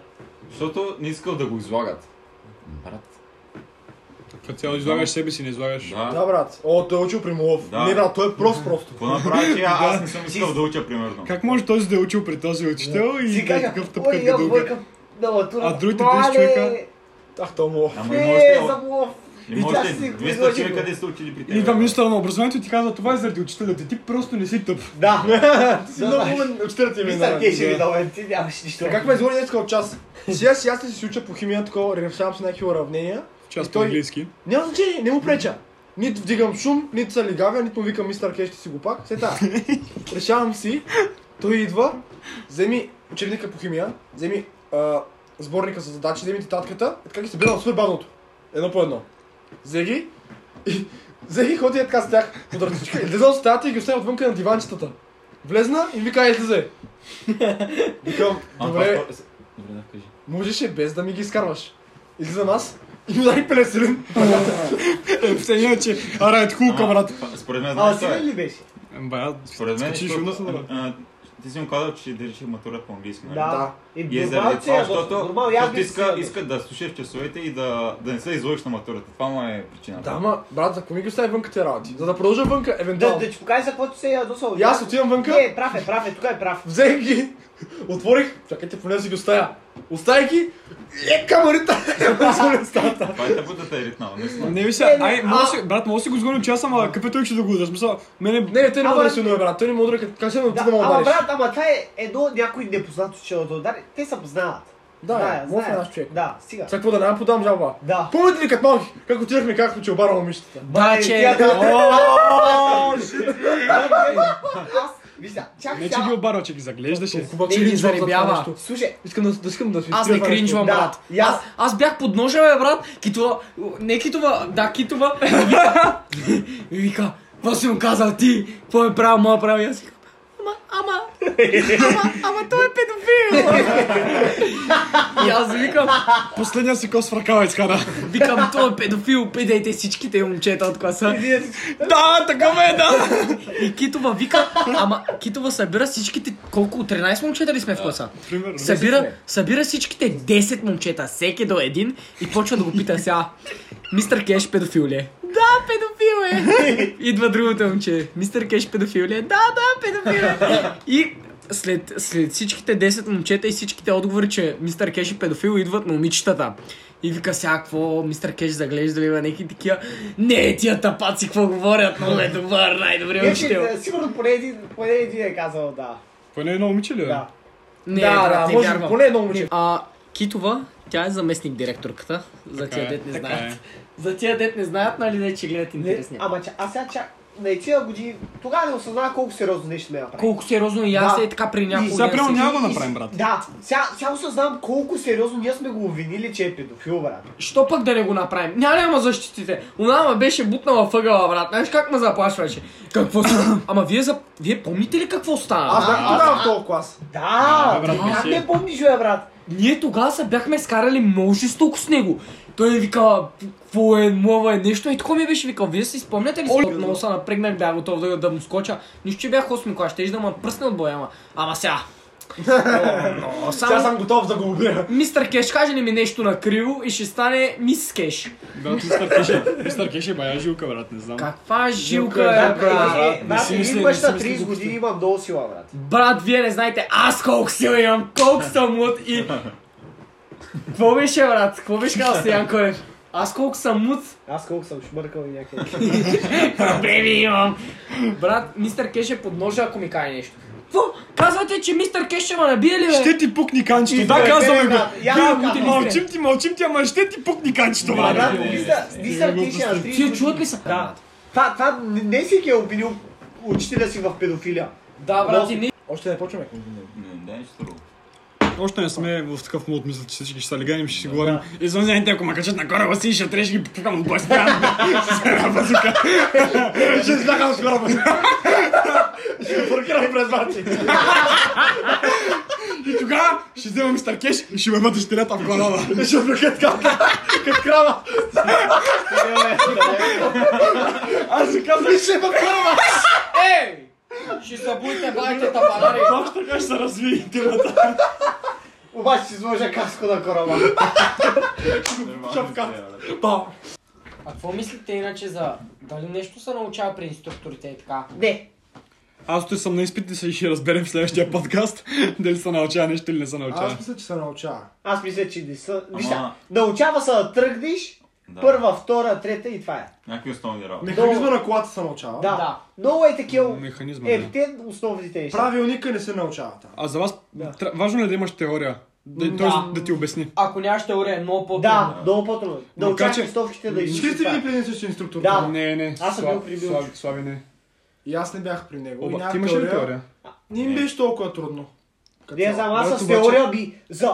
S2: Защото не искал да го излагат. Брат,
S5: Като цяло излагаш себе си, не излагаш.
S2: да.
S3: Да, брат. О, той е учил при Молов.
S2: Да.
S3: Не, брат, той е прост просто.
S2: Какво направи, че аз не съм искал да уча, примерно.
S5: Как може този да е учил при този учител и
S4: Си
S5: да е
S4: кажа,
S5: такъв
S4: ой,
S5: тъпкат
S4: я
S5: гадулка?
S4: въркам на латура.
S5: А другите 30 човека?
S3: Ах, той е Молов.
S2: Ама и може да...
S4: Не, за лов.
S2: И
S4: И
S2: може
S4: тя си го
S2: 200
S4: излъжи,
S2: човека
S4: бе.
S2: да са учили при теб.
S5: Идва министъра на образованието и ти казва, това е заради учителите. Ти просто не си тъп.
S4: Да.
S3: Ти си много умен, учителят ти ми
S4: Мистер
S3: е
S4: Кей ще ви доведе, ти нямаш нищо.
S3: Как ме изгони днес от час? Сега си аз ли се уча по химия, такова, решавам се някакви уравнения.
S5: Част
S3: И
S5: по
S3: той-
S5: английски.
S3: Няма значение, не му преча. Нито вдигам шум, нито се лигавя, нито му викам мистер Кей, ще си го пак. Се тая. Решавам си, той идва, вземи учебника по химия, вземи а, сборника с задачи, вземи тетрадката, и така ги събирам супер бавното. Едно по едно. Взе ги и взе ги ходи е така с тях под ръцичка. Излезе от стаята и ги оставя отвънка на диванчетата. Влезна и ми вика, "Ей, излезе. Викам,
S2: А,
S3: добре,
S2: това- е- Добре, да кажи.
S3: Можеше без да ми ги изкарваш. Излизам аз и ми дай пелеселин.
S5: Е, все иначе. Ара, е хубаво,
S2: Ама,
S5: брат.
S2: това- Според мен,
S4: А,
S2: знаеш,
S4: си
S2: това е.
S4: ли ли беше?
S5: Бая,
S2: Според мен,
S5: скачи
S2: защото,
S5: шумно се
S2: а, ти си му казал, че държи матура по английски, нали?
S4: Да.
S2: И е
S4: И
S2: заради
S4: нормално, че
S2: това,
S4: е
S2: защото
S4: нормално. и аз
S2: защото
S4: бих
S2: иска,
S4: си-
S2: иска да слуша в часовете и да, да не се изложиш на матурата. Това му е причината.
S3: Да, ма, брат, за ми ги остави вънка тези работи? За да продължа вънка,
S4: Да,
S3: евентуално.
S4: да ти покажа за каквото се е ядосал.
S3: И аз отивам вънка,
S4: Не, прав е, прав е, тук е прав.
S3: взех ги, отворих, чакайте поне да си ги оставя. Оставих ги, е камарита, е стата.
S2: Това е тъпотата е ритнал, наистина.
S5: Не ви се, ай, може си- брат, може си го сгони от часа, ама къпе той ще да го удари. В смисъл, Мене,
S3: Не, той не
S4: Ама-
S3: мога да си унува, брат, той не мога да ръка, как се ме
S4: Да,
S3: да му
S4: ама
S3: удариш.
S4: брат, ама това е едно някой непознато ще да удари. Те се познават.
S3: Да, мога да
S4: знаят.
S3: наш човек.
S4: Да, стига.
S3: Сега какво да няма подам жалба?
S4: Да.
S3: Помните ли като малки, как отидахме как че обара момичетата?
S4: Е, Да,
S5: Значи,
S1: че-
S4: Аз, виж да, чакай
S5: не е, че
S4: сега.
S5: ги обарва, че ги заглеждаше.
S3: Толкова, че
S1: Не ги
S3: линчвам за това
S1: заребява.
S3: нещо.
S4: Слушай,
S3: Искам да, да искам да си
S1: Аз
S3: скрия
S1: не
S3: това нещо.
S1: кринжвам,
S4: да,
S1: брат.
S4: и аз-
S1: Аз, аз бях под ножа, бе, брат. Китова, не китова, да, китова. И вика- И вика, какво си му казал ти? Какво е правил, моя правил? И аз викам, ама, ама, ама, ама той е педофил. И аз викам,
S5: Последния си кос в ръкава изкара.
S1: викам, той е педофил, педейте всичките момчета от класа.
S5: Да, такава е, да.
S1: И Китова вика, ама Китова събира всичките, колко, 13 момчета ли сме в класа?
S5: Примерно.
S1: Събира, събира всичките 10 момчета, всеки до един и почва да го пита сега. Мистер Кеш педофил ли е? Да, педофил е! Идва другото момче. Мистер Кеш педофил ли е? Да, да, педофил е! И след, след всичките 10 момчета и всичките отговори, че мистер Кеш е педофил, идват момичетата. И вика сега, какво, мистер Кеш заглежда ли има някакви такива? Не, тия тапаци, какво говорят, много е добър, най-добрият учител.
S4: Вече, е, сигурно поне един, поне един е казал да.
S5: Поне едно момиче ли? е?
S4: Да.
S1: Не,
S3: Да,
S1: брат,
S3: да,
S1: не
S3: може би
S1: вярвам.
S3: поне едно момиче.
S1: А, Китова, тя е заместник директорката, за
S5: Така
S1: тия
S5: е,
S1: дет не
S5: така
S1: знаят.
S5: е.
S1: За тия дет не знаят, нали не, че гледат
S4: Не,
S1: интересни.
S4: ама ча, а сега чак, наистина години, тогава не осъзнава колко сериозно нещо ме направи.
S1: Колко сериозно и аз
S4: Да.
S1: е така при
S4: И
S1: няколко
S5: Сега
S1: дена
S5: прямо
S1: си-
S5: няма да направим, брат.
S4: Да, сега, сега осъзнавам колко сериозно ние сме го обвинили, че е педофил, брат.
S1: Що пък да не го направим? Няма няма защитите. Она ме беше бутнала въгъла, брат. Знаеш как ме заплашваше? Какво си? Ама вие, за... вие помните ли какво стана?
S3: Аз бях тогава в този клас.
S4: Да,
S5: Да, брат,
S4: ти
S5: не
S4: как
S5: си
S4: не
S5: е.
S4: помниш, бе, брат?
S1: Ние тогава се бяхме скарали много жестоко с него. Той вика, какво е, мова е нещо и такова ми беше викал. Вие си спомняте ли си? Отново се напрегнах, бях готов да, да му скоча. Нищо, че бях 8 клас, ще да ме пръсне от боя, ама. Ама сега. О, но,
S3: Сега
S1: само...
S3: съм готов да го убия.
S1: Мистер Кеш, каже ли ми нещо на криво и ще стане мис Кеш.
S5: Брат, мистер Кеше, мистер Кеше бая жилка, брат, не знам.
S1: Каква жилка
S3: Жилка
S1: е,
S4: Брат,
S1: брат?
S4: е,
S5: брат,
S4: е,
S5: не
S4: брат,
S5: си
S4: един
S5: мисля,
S4: път
S5: не си
S4: на
S5: мисля
S4: 30
S5: го
S4: години имам много сила, брат.
S1: Брат, вие не знаете аз колко сила имам, колко съм млад и... Какво беше, брат? Какво беше казал Стоян Коев? Аз колко съм млад,
S4: Аз колко съм шмъркал и някъде.
S1: проблеми имам. Брат, мистер Кеш е под ножа, ако ми кае нещо. Какво? Казвате, че мистер Кеш ще ме набие ли, бе?
S5: Ще ти пукни канчето, да
S4: Избре,
S5: казваме
S4: бе,
S5: го.
S4: брат, я
S5: Да,
S4: го казвам.
S5: Мълчим ти, мълчим ти, ама ще ти пукни канчето,
S4: А, брат,
S5: брат.
S4: мисля, мисля,
S5: Ти
S4: ти ще на 30
S1: Тие
S4: години.
S1: чуват ли са? Да.
S4: Това, това не- не си ги е обвинил учителя си в педофилия.
S1: Да, брат, и ние...
S3: Още не почваме.
S2: Не, не, нещо друго.
S5: Още не сме в такъв мод, мисля, че всички ще са леганим, ще си говорим. Извънземните, ако ме качат на кораба си, ще трябва да ги пукам от бой с базука.
S3: Ще избягам с кораба. Ще паркирам през бати.
S5: И тогава ще взема мистер Кеш и ще ме бъде щелята в глава.
S3: Ще облекат капка. Като крава.
S5: Аз си казах,
S3: Ще има крава.
S1: Ей! Ще събудите баите табанари.
S5: точно така ще се разви темата.
S4: Обаче си изложа каско на кораба.
S3: Шапка.
S2: Нормално си е, брат.
S1: А какво мислите иначе за... Дали нещо се научава при инструкторите и така?
S4: Не,
S5: Аз той съм на изпит и ще разберем в следващия подкаст дали се научава нещо или не се научава.
S3: Аз мисля, че се научава.
S4: аз мисля, че не са. Виж,
S2: Ама-
S4: научава се да тръгнеш
S2: Да.
S4: Първа, втора, трета и това е.
S2: Някакви основни работи.
S3: Механизма на колата се научава.
S4: Да. Много е такива
S5: Механизма. да.
S4: е, те основните неща.
S3: Правилника не се научава там.
S5: А за вас
S4: Да.
S5: тра- важно ли е да имаш теория? Да,
S1: Да.
S5: Тоест да ти обясни.
S1: Ако нямаш теория, е много по-трудно.
S4: Да, много по-трудно. Да
S5: Макар,
S4: учаш
S5: че-
S4: листовките да
S3: Всички
S4: изучиш
S3: сте били
S4: това.
S3: при един същия инструктор.
S4: Да.
S5: Не, не.
S4: Аз съм
S5: Слав-
S4: бил при Билчо.
S5: Слави, слави не.
S3: И аз не бях при него. И
S5: Оба,
S3: нямах
S5: ти имаш ли теория?
S3: Не им беше толкова трудно. Като
S4: Не
S3: цяло.
S4: знам, аз
S5: Моето
S4: с
S5: обаче-
S4: теория би за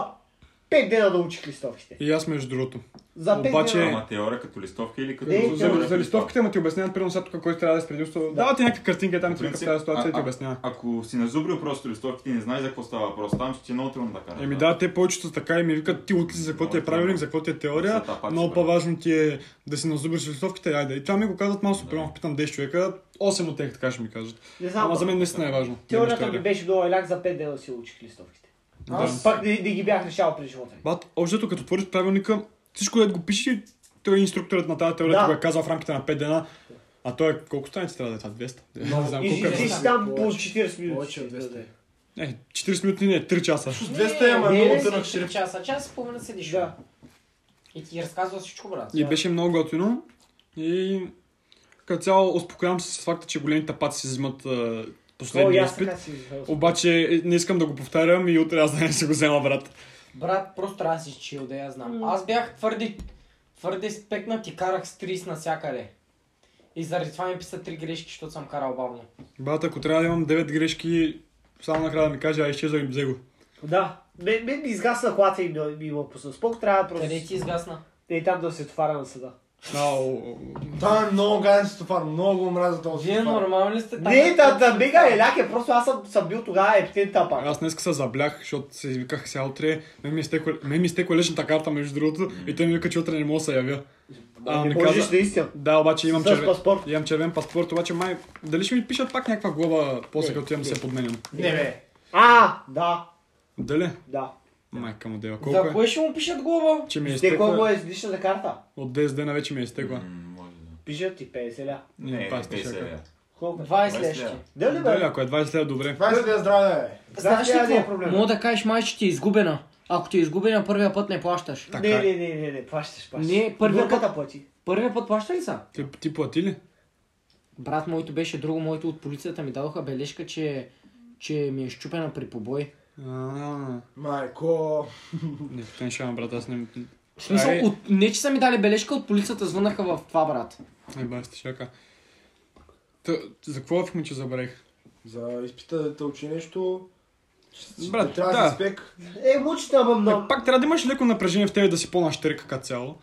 S4: 5 дена да учих листовките.
S5: И аз между другото.
S4: За 5
S5: Обаче-
S4: дена.
S2: Ама теория като листовки или като...
S4: Не,
S2: за-
S4: Е, теория.
S5: За, за листовките му ти обясняват, примерно сега тук, който трябва да е с предимство. Да. Дава ти някаква картинка там,
S2: В
S5: ти в
S2: принцип,
S5: тази ситуация и ти
S2: а- а-
S5: обяснява.
S2: Ако си назубрил просто листовките и не знаеш за какво става въпрос, там ще ти е много трудно да караш.
S5: Еми да, те повечето са така и ми викат, ти отли за какво ти е правилник, за какво ти е теория,
S2: За тапачи,
S5: много
S2: бе.
S5: по-важно ти е да си назубриш листовките, айде. И това ми го казват малко, примерно, питам 10 човека, 8 от тях така ще ми кажат.
S4: Не знам.
S5: Ама за мен наистина е важно. да имаш
S4: Теорията ми беше много еляк, за 5 дена си учих листовките. Аз пак не, не ги бях решавал през живота ми.
S5: Бат, общото като твориш правилника, всичко, което го пише, той е инструкторът на тази теория,
S4: Да.
S5: да. го е казал в рамките на 5 дена. А той е колко страници трябва да е това? 200? Не знам
S4: И
S5: колко е.
S4: излиш
S3: да.
S4: там по
S3: Повече.
S4: 40 минути.
S3: Повече от 200.
S4: Да, да.
S5: Е, 40 минути не, е, 3 часа.
S3: 200 ама
S4: не,
S3: много
S4: не,
S3: тънък
S1: Три
S3: шрифт.
S1: часа, час и половина седиш.
S4: Да.
S1: И ти разказва всичко, брат.
S5: И беше много готино. И като цяло успокоявам се с факта, че големите паци си взимат а,
S4: О, и
S5: последния
S4: аз
S5: изпит.
S4: така си.
S5: Обаче е, не искам да го повтарям и утре аз да не си го взема, брат.
S1: Брат, просто трябва да си чил, да я знам. Аз бях твърди, твърде спекнат и карах с 30 навсякъде. И заради това ми писа три грешки, защото съм карал бавно.
S5: Брат, ако трябва да имам 9 грешки, само накрая да ми каже, а изчезва и взе го.
S4: Да. Мен, мен ми изгасна колата и ми- ми има пусна. Спок трябва просто...
S1: Къде ти изгасна?
S4: Не, там да се товаря на съда.
S5: Ау,
S3: Там е много гаден стофар, много мразя този
S4: е
S1: Вие
S3: стофар.
S1: нормални ли сте?
S4: Не, да, да, мега еляк е, просто аз съм, съм бил тогава ептен тапак.
S5: Ами Аз днес се заблях, защото се извиках сега утре. Ме ми е изтекла, ме ми изтекла личната карта, между другото, и той ми вика, че утре не мога да се явя. А,
S4: не
S5: ми
S4: можеш
S5: каза,
S4: наистина.
S5: да, обаче имам
S4: С
S5: червен,
S4: паспорт.
S5: имам червен паспорт, обаче май, дали ще ми пишат пак някаква глоба, после
S4: Не,
S5: като имам да се подменям.
S3: Не бе.
S4: А, да,
S5: Дали?
S4: да.
S5: Майка му дева,
S1: За
S5: колко е?
S1: кое ще му пишат глоба?
S5: Че ми е
S4: Те кой му
S5: изтекла,
S4: е с личната карта?
S5: от 10 дена вече ми е изтекла.
S2: М, Може да.
S4: Пишат ти 50 ля.
S5: Не,
S2: не, е.
S5: 20
S2: не,
S5: чака.
S2: не.
S4: Колко?
S1: 20
S2: 20
S1: лещи.
S2: лева.
S4: Дали
S5: Дали,
S4: бе?
S5: ако е 20 лева, добре.
S3: 20 лева здраве бе.
S1: Знаеш ли
S4: Да, няма да е
S1: какво?
S4: проблем.
S1: Мога да кажеш май, че ти е изгубена. Ако ти е изгубена, първия път не плащаш.
S5: Така
S4: Не,
S5: е.
S4: не, не, не, не, плащаш, плащаш.
S1: Не, първият път,
S4: Бурката плати.
S1: първият път плаща ли са?
S5: Ти, ти плати ли?
S1: Брат, моето беше друго, моето от полицията ми дадоха бележка, че, че ми е щупена при побой.
S5: А,
S3: Майко.
S5: не, теншавам, брат, аз не...
S1: В смисъл,
S5: Ай.
S1: от, не че са ми дали бележка, от полицията звънаха в това, брат.
S5: Не, баш, ти шака. Та, за какво е в че забравих?
S3: За изпита да те учи нещо. ще-
S5: Брат,
S3: ще трябва да
S5: да.
S3: си спек.
S4: Е, мучите, ама
S5: Но...
S4: много.
S5: Пак трябва да имаш леко напрежение в тебе да си по-нащерка като цяло.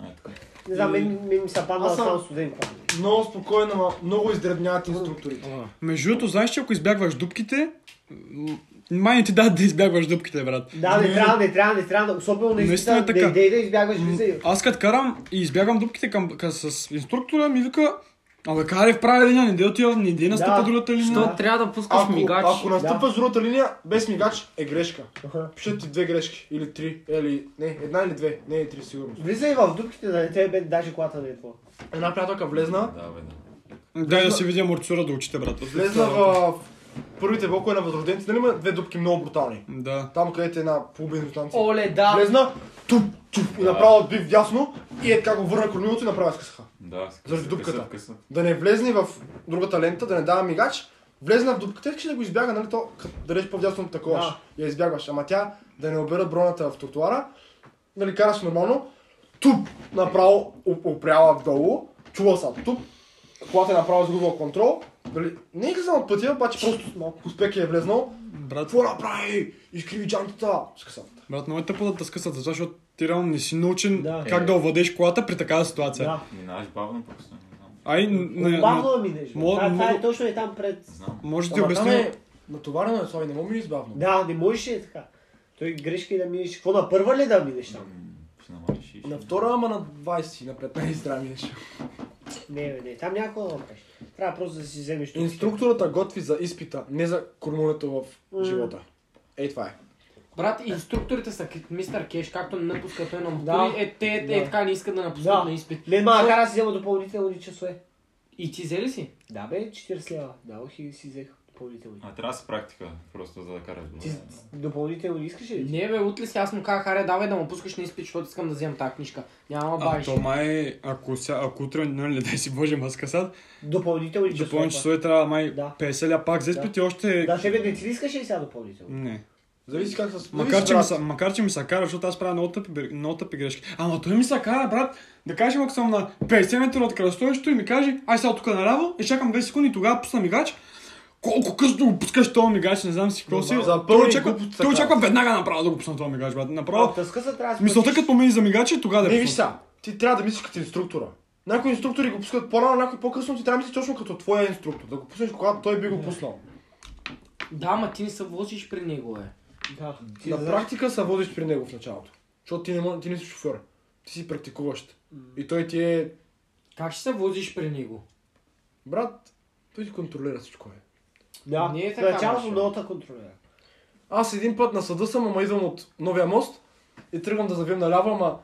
S2: Ай, така.
S4: Не знам, мен ми, ми се падна
S3: Аз съм-
S4: само студентка.
S3: Много спокойно, ама много издребняват инструкторите.
S5: Между другото, знаеш, че ако избягваш дупките, м, май не ти дадат да избягваш дупките, брат.
S4: Да, не трябва, не трябва, не трябва, особено не
S5: Наистина е
S4: изпита,
S5: така.
S4: не дей да избягваш
S5: М,
S4: виза.
S5: Аз като карам и избягвам дупките към, към, с инструктора, ми вика, абе карай в права линия, не дей отива, не дей настъпа
S4: Да.
S5: другата линия.
S1: Що трябва да пускаш
S3: Ако,
S1: мигач?
S3: ако настъпа с другата линия, без мигач е грешка.
S4: Аха.
S3: Пишат ти две грешки. Или три. Или не, една или две. Не, е три сигурно.
S4: Влизай в дупките да не те бе даже колата да е твоя.
S3: Една приятелка влезна.
S2: Да, бе, да.
S5: Дай да си видя амортисора до очите, брат.
S3: Влезна в първите блокове на възрожденци. Нали има две дупки много брутални?
S5: Да.
S3: Там, където е една полубин станция.
S1: Оле, да.
S3: Влезна, туп, туп и направо отбив дясно и е така го върна корнилото и направо скъсаха.
S2: Да, с-
S3: Заради
S2: с-
S3: дупката.
S2: късат, късат.
S3: Да не влезне в другата лента, да не дава мигач, влезна в дупката, че да го избяга, нали то, като дадеш по-дясно такова,
S4: Да.
S3: я избягваш. Ама тя да не обира броната в тротуара, нали караш нормално, туп, направо оп- опряла вдолу, чува са туп, колата е направо изгубила контрол, нали, не е излезнала от пътя, обаче просто малко успех е влезнал,
S5: Брат,
S3: какво направи, изкриви джантата, скъса.
S5: брат, много е тъпо да те скъсат, затова, защото ти реално не си научен
S4: Да.
S5: как да овладееш колата при такава ситуация.
S4: Да.
S2: Минаваш бавно просто. Не знам.
S5: Ай, не, не,
S4: Бавно да минеш. бе.
S5: Мо-
S4: Това това е
S5: мога-
S4: точно и там пред...
S2: Знам.
S5: може да ти
S3: Ама там
S5: обясня.
S3: е натоварено е слави, не мога ми избавно.
S4: Да, не можеш е така. Той грешки да минеш. Какво на първа ли да минеш там?
S2: М, Ще намалиш и ще-
S3: На втора, ама на 20 и на 15 здрави нещо.
S4: Не, бе, не, там някакво да направиш. Трябва просто да си вземеш тук.
S3: Инструктората готви за изпита, не за кормунето в живота. Ей, това е.
S1: Брат, инструкторите са като мистер Кеш, както не напускат той на мотори,
S4: Да.
S1: е, те, е,
S4: Да.
S1: така не искат да напускат
S4: Да.
S1: на изпит.
S4: Мен ма кара да си взема допълнителни часове.
S1: И ти взе ли си?
S4: Да бе, 40 лева. Дадох и си взех. допълнителни.
S2: А трябва да си практика, просто за да караш добре.
S4: Ти с- допълнителни искаш ли?
S1: Не бе, утли си, аз му казах, аре, давай да му пускаш на изпит, защото искам да вземам тази книжка. Няма да
S5: А
S1: бавиш.
S5: то май, ако, ся, ако утре, нали, не дай си Боже, маскасат,
S4: Допълнителни
S5: допълнителни
S4: часове.
S5: часове трябва май
S4: Да.
S5: 50 ля пак за изпит и още... е-
S4: Да, тебе не ти ли искаш ли сега допълнителни?
S5: Не.
S3: Зависи как с...
S5: Макар че, ми са, макар, че ми се кара, защото аз правя много тъпи, бер- много тъпи грешки. Ама той ми се кара, брат, да кажем, ако съм на 50 метра от кръстовището и ми каже, ай сега тук наляво, и чакам 2 секунди, тогава пусна мигач. Колко късно го пускаш този мигач, не знам си какво си.
S3: Да. За пълни
S5: Той очаква,
S3: глупост
S5: той
S3: така.
S5: очаква веднага направо да го пусна този мигач, брат.
S4: А,
S5: Направо.
S4: тъска се трябва да
S5: Мисълта
S4: спреш.
S5: като помени за мигача, тогава да
S3: Не,
S5: е
S3: виж
S5: пусна.
S3: сега, ти трябва да мислиш като инструктора. Някои инструктори го пускат по-рано, някои по-късно, ти трябва да мислиш точно като твоя инструктор. Да го пуснеш, когато той
S5: Е.
S3: би го пуснал.
S1: Да, ма ти не се возиш при него, е.
S4: Да. Ти
S3: На
S4: знаеш-
S3: практика се водиш при него в началото. Защото ти не, мож- ти не си шофьор. Ти си практикуващ. И той ти е...
S1: Как ще се возиш при него?
S3: Брат, той ти контролира всичко. Е.
S4: Да,
S1: Не е
S4: в
S1: така,
S4: началото
S1: Машо.
S4: много те контролира.
S3: Аз един път на съда съм, ама идвам от новия мост и тръгвам да завием наляво, ама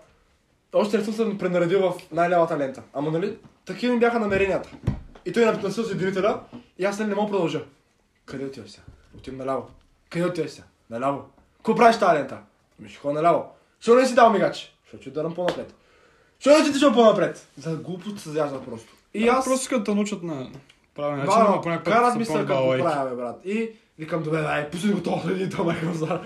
S3: още не съм се пренаредил в най-лявата лента. Ама нали, такива ми бяха намеренията. И той напитна с единителя и аз нали не мога да продължа. Къде отиваш сега? Отивам наляво. Къде отиваш сега? Наляво. Какво правиш тази лента? Ми ще ходя наляво. Що не си дал мигач? Защото ще ударам по-напред. Що не си отишъл по-напред? За глупост се заяжда просто. И аз...
S5: Просто Значи искат да научат на правилен начин,
S3: Бара,
S5: ама по някакъв
S3: карат
S5: са
S3: ми се
S5: по-бала
S3: какво
S5: лайки.
S3: правя, бе, брат. И викам, добре, дай, пусни го това, един това майка